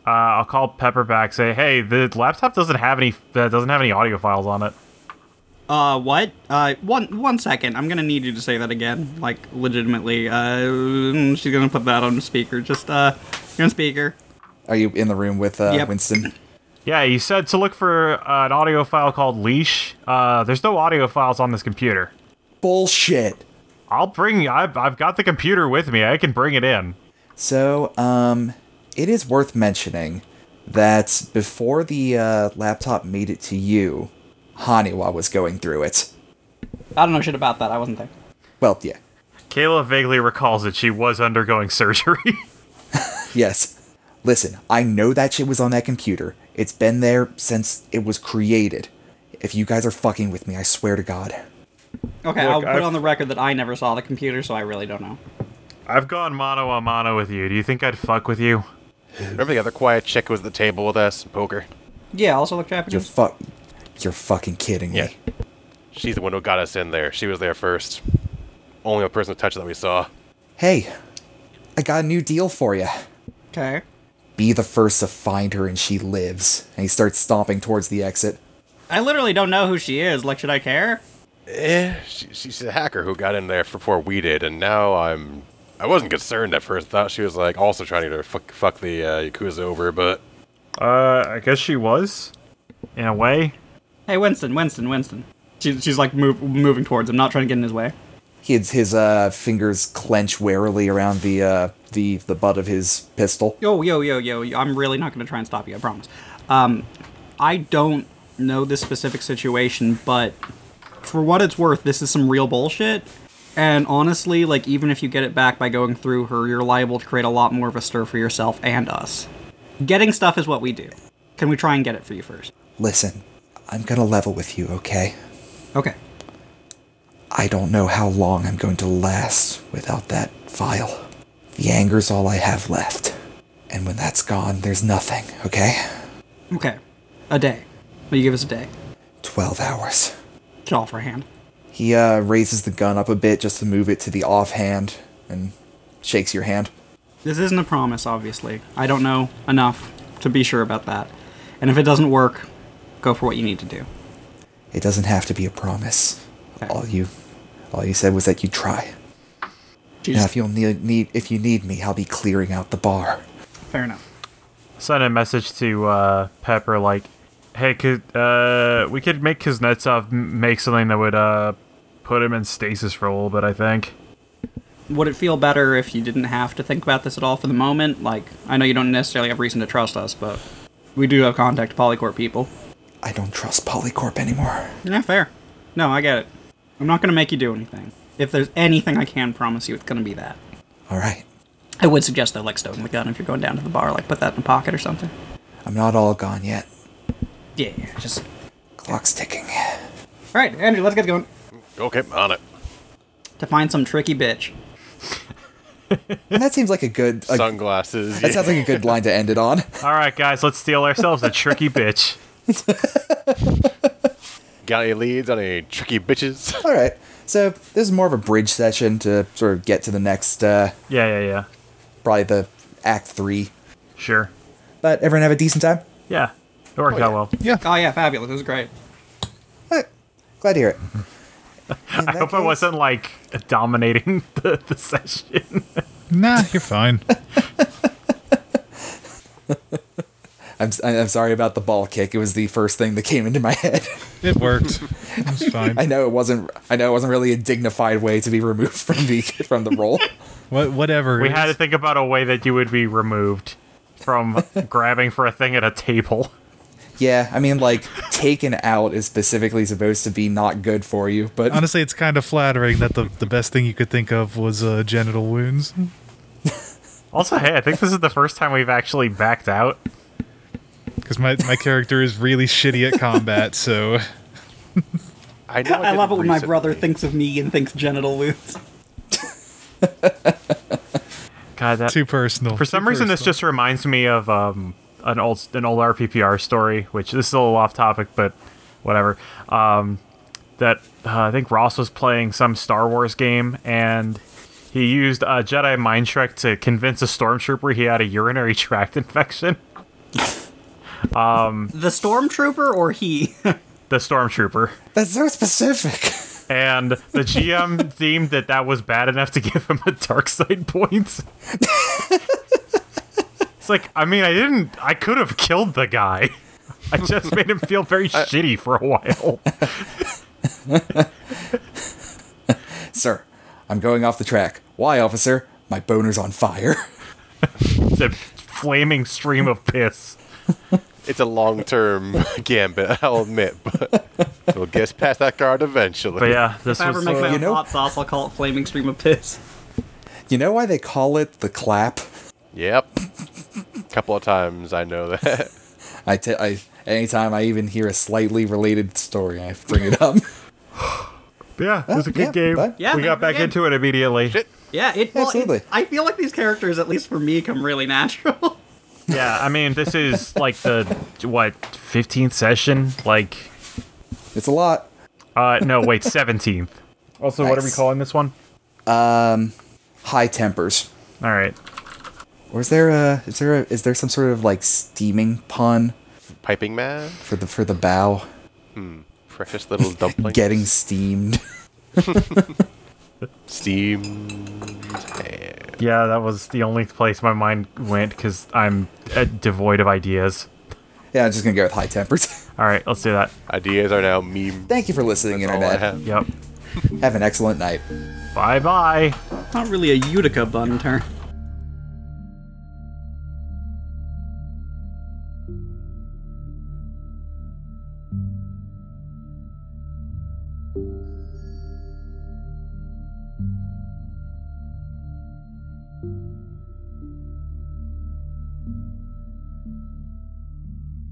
[SPEAKER 2] Uh, I'll call Pepper back. Say, hey, the laptop doesn't have any uh, doesn't have any audio files on it.
[SPEAKER 3] Uh, what? Uh, one one second. I'm gonna need you to say that again, like legitimately. Uh, she's gonna put that on speaker. Just uh, on speaker.
[SPEAKER 1] Are you in the room with uh,
[SPEAKER 3] Yep.
[SPEAKER 1] Winston?
[SPEAKER 2] Yeah, you said to look for uh, an audio file called leash. Uh, there's no audio files on this computer.
[SPEAKER 1] Bullshit.
[SPEAKER 2] I'll bring. I've, I've got the computer with me. I can bring it in.
[SPEAKER 1] So, um, it is worth mentioning that before the uh, laptop made it to you, Haniwa was going through it.
[SPEAKER 3] I don't know shit about that. I wasn't there.
[SPEAKER 1] Well, yeah.
[SPEAKER 2] Kayla vaguely recalls that she was undergoing surgery.
[SPEAKER 1] Yes. Listen, I know that shit was on that computer. It's been there since it was created. If you guys are fucking with me, I swear to God.
[SPEAKER 3] Okay,
[SPEAKER 2] Look,
[SPEAKER 3] I'll put
[SPEAKER 2] I've-
[SPEAKER 3] on the record that I never saw the computer, so I really don't know.
[SPEAKER 2] I've gone mano a mano with you. Do you think I'd fuck with you?
[SPEAKER 4] Remember the other quiet chick who was at the table with us in poker?
[SPEAKER 3] Yeah, also look
[SPEAKER 1] You're
[SPEAKER 3] Japanese.
[SPEAKER 1] fuck. You're fucking kidding me.
[SPEAKER 4] Yeah. She's the one who got us in there. She was there first. Only person to touch that we saw.
[SPEAKER 1] Hey, I got a new deal for you.
[SPEAKER 3] Okay.
[SPEAKER 1] Be the first to find her, and she lives. And he starts stomping towards the exit.
[SPEAKER 3] I literally don't know who she is. Like, should I care?
[SPEAKER 4] Eh, she, she's a hacker who got in there before we did, and now I'm. I wasn't concerned at first. Thought she was like also trying to fuck, fuck the uh, yakuza over, but
[SPEAKER 2] Uh, I guess she was. In a way.
[SPEAKER 3] Hey, Winston, Winston, Winston. She's she's like move, moving towards him, not trying to get in his way.
[SPEAKER 1] His his uh, fingers clench warily around the uh, the the butt of his pistol.
[SPEAKER 3] Yo, yo, yo, yo. yo, I'm really not going to try and stop you. I promise. Um, I don't know this specific situation, but for what it's worth, this is some real bullshit. And honestly, like even if you get it back by going through her, you're liable to create a lot more of a stir for yourself and us. Getting stuff is what we do. Can we try and get it for you first?
[SPEAKER 1] Listen, I'm gonna level with you, okay?
[SPEAKER 3] Okay.
[SPEAKER 1] I don't know how long I'm going to last without that file. The anger's all I have left. And when that's gone, there's nothing, okay?
[SPEAKER 3] Okay. A day. Will you give us a day?
[SPEAKER 1] 12 hours.
[SPEAKER 3] Jaw for hand.
[SPEAKER 1] He uh, raises the gun up a bit just to move it to the offhand and shakes your hand.
[SPEAKER 3] This isn't a promise, obviously. I don't know enough to be sure about that. And if it doesn't work, go for what you need to do.
[SPEAKER 1] It doesn't have to be a promise.
[SPEAKER 3] Okay.
[SPEAKER 1] All you all you said was that you'd try.
[SPEAKER 3] She's
[SPEAKER 1] Now if you'll need, need if you need me, I'll be clearing out the bar.
[SPEAKER 3] fair enough.
[SPEAKER 2] Sent a message to uh, Pepper like, hey, could uh, we could make Kuznetsov m- make something that would uh, put him in stasis for a little bit. I think.
[SPEAKER 3] Would it feel better if you didn't have to think about this at all for the moment? Like, I know you don't necessarily have reason to trust us, but we do have contact polycorp people.
[SPEAKER 1] I don't trust Polycorp anymore.
[SPEAKER 3] Yeah, fair. No, I get it. I'm not gonna make you do anything. If there's anything I can promise you, it's gonna be that.
[SPEAKER 1] All right.
[SPEAKER 3] I would suggest though, like stowing the gun if you're going down to the bar, like put that in a pocket or something.
[SPEAKER 1] I'm not all gone yet.
[SPEAKER 3] Yeah, yeah, just.
[SPEAKER 1] Clock's ticking.
[SPEAKER 3] All right, Andrew, let's get going.
[SPEAKER 4] okay, on it.
[SPEAKER 3] To find some tricky bitch.
[SPEAKER 1] And that seems like a good a
[SPEAKER 4] Sunglasses.
[SPEAKER 1] That sounds like a good line to end it on.
[SPEAKER 2] All right, guys, let's steal ourselves a tricky bitch.
[SPEAKER 4] Got any leads on any tricky bitches?
[SPEAKER 1] All right. So this is more of a bridge session to sort of get to the next, uh,
[SPEAKER 2] Yeah, yeah, yeah.
[SPEAKER 1] probably the Act Three.
[SPEAKER 2] Sure.
[SPEAKER 1] But everyone have a decent time.
[SPEAKER 2] Yeah. It worked out well.
[SPEAKER 5] Yeah.
[SPEAKER 6] Oh yeah, fabulous. It was great.
[SPEAKER 1] Alright. Glad to hear it.
[SPEAKER 2] I hope I wasn't like dominating the, the session.
[SPEAKER 5] Nah, you're fine.
[SPEAKER 1] I'm, s- I'm sorry about the ball kick. It was the first thing that came into my head.
[SPEAKER 5] It worked. It was fine.
[SPEAKER 1] I know it wasn't. I know it wasn't really a dignified way to be removed from the from the role.
[SPEAKER 5] What, whatever.
[SPEAKER 2] We
[SPEAKER 5] it
[SPEAKER 2] had to
[SPEAKER 5] is.
[SPEAKER 2] think about a way that you would be removed from grabbing for a thing at a table.
[SPEAKER 1] yeah, I mean, like taken out is specifically supposed to be not good for you, but
[SPEAKER 5] Honestly, it's kind of flattering that the, the best thing you could think of was uh, genital wounds.
[SPEAKER 2] Also, hey, I think this is the first time we've actually backed out.
[SPEAKER 5] Because my, my character is really shitty at combat, so.
[SPEAKER 4] I, know
[SPEAKER 6] I
[SPEAKER 4] did
[SPEAKER 6] love it when my brother
[SPEAKER 4] recently.
[SPEAKER 6] thinks of me and thinks genital wounds.
[SPEAKER 2] God, that
[SPEAKER 5] Too personal.
[SPEAKER 2] for some reason this just reminds me of um, an old an old RPPR story, which this is a little off topic, but whatever. Um, that uh, I think Ross was playing some Star Wars game and. He used a Jedi mind trick to convince a stormtrooper he had a urinary tract infection.
[SPEAKER 6] The stormtrooper or he?
[SPEAKER 2] The stormtrooper.
[SPEAKER 1] that's so specific.
[SPEAKER 2] and the GM deemed that that was bad enough to give him a dark side point. it's like, I mean, I didn't, I could have killed the guy. I just made him feel very shitty for a while.
[SPEAKER 1] Sir, I'm going off the track. Why, officer? My boner's on fire.
[SPEAKER 2] It's a flaming stream of piss.
[SPEAKER 4] It's a long term gambit, I'll admit, but we'll get past that guard eventually.
[SPEAKER 2] But yeah, this
[SPEAKER 6] If I ever
[SPEAKER 2] was
[SPEAKER 6] make my
[SPEAKER 1] you
[SPEAKER 6] own
[SPEAKER 1] know-
[SPEAKER 6] hot sauce, I'll call it flaming stream of piss.
[SPEAKER 1] You know why they call it the clap?
[SPEAKER 4] Yep. Couple of times I know that.
[SPEAKER 1] I, t- I anytime I even hear a slightly related story, I bring it up.
[SPEAKER 2] yeah, it was a good
[SPEAKER 1] yeah,
[SPEAKER 2] game.
[SPEAKER 1] but-
[SPEAKER 6] Yeah,
[SPEAKER 2] we got
[SPEAKER 6] good
[SPEAKER 2] back
[SPEAKER 6] game.
[SPEAKER 2] into it immediately.
[SPEAKER 6] Yeah, it, well, it-
[SPEAKER 1] Absolutely.
[SPEAKER 6] I feel like these characters, at least for me, come really natural.
[SPEAKER 2] Yeah, I mean, this is like the what 15th session? Like,
[SPEAKER 1] It's a lot.
[SPEAKER 2] uh, no, wait, 17th. Also, what are we
[SPEAKER 1] Nice.
[SPEAKER 2] calling this one?
[SPEAKER 1] High tempers.
[SPEAKER 2] All right.
[SPEAKER 1] Or is there a is there a is there some sort of like steaming pun
[SPEAKER 4] Piping man,
[SPEAKER 1] for the for the bow?
[SPEAKER 4] precious little dumpling.
[SPEAKER 1] Getting steamed.
[SPEAKER 4] steamed.
[SPEAKER 2] Yeah, that was the only place my mind went because I'm uh, devoid of ideas.
[SPEAKER 1] yeah, I'm just gonna go with high tempers.
[SPEAKER 2] All right, let's do that.
[SPEAKER 4] Ideas are now meme.
[SPEAKER 1] Thank you for listening,
[SPEAKER 4] That's all I
[SPEAKER 1] internet.
[SPEAKER 4] have.
[SPEAKER 2] Yep.
[SPEAKER 1] Have an excellent night.
[SPEAKER 2] Bye bye.
[SPEAKER 6] Not really a Utica bun turn.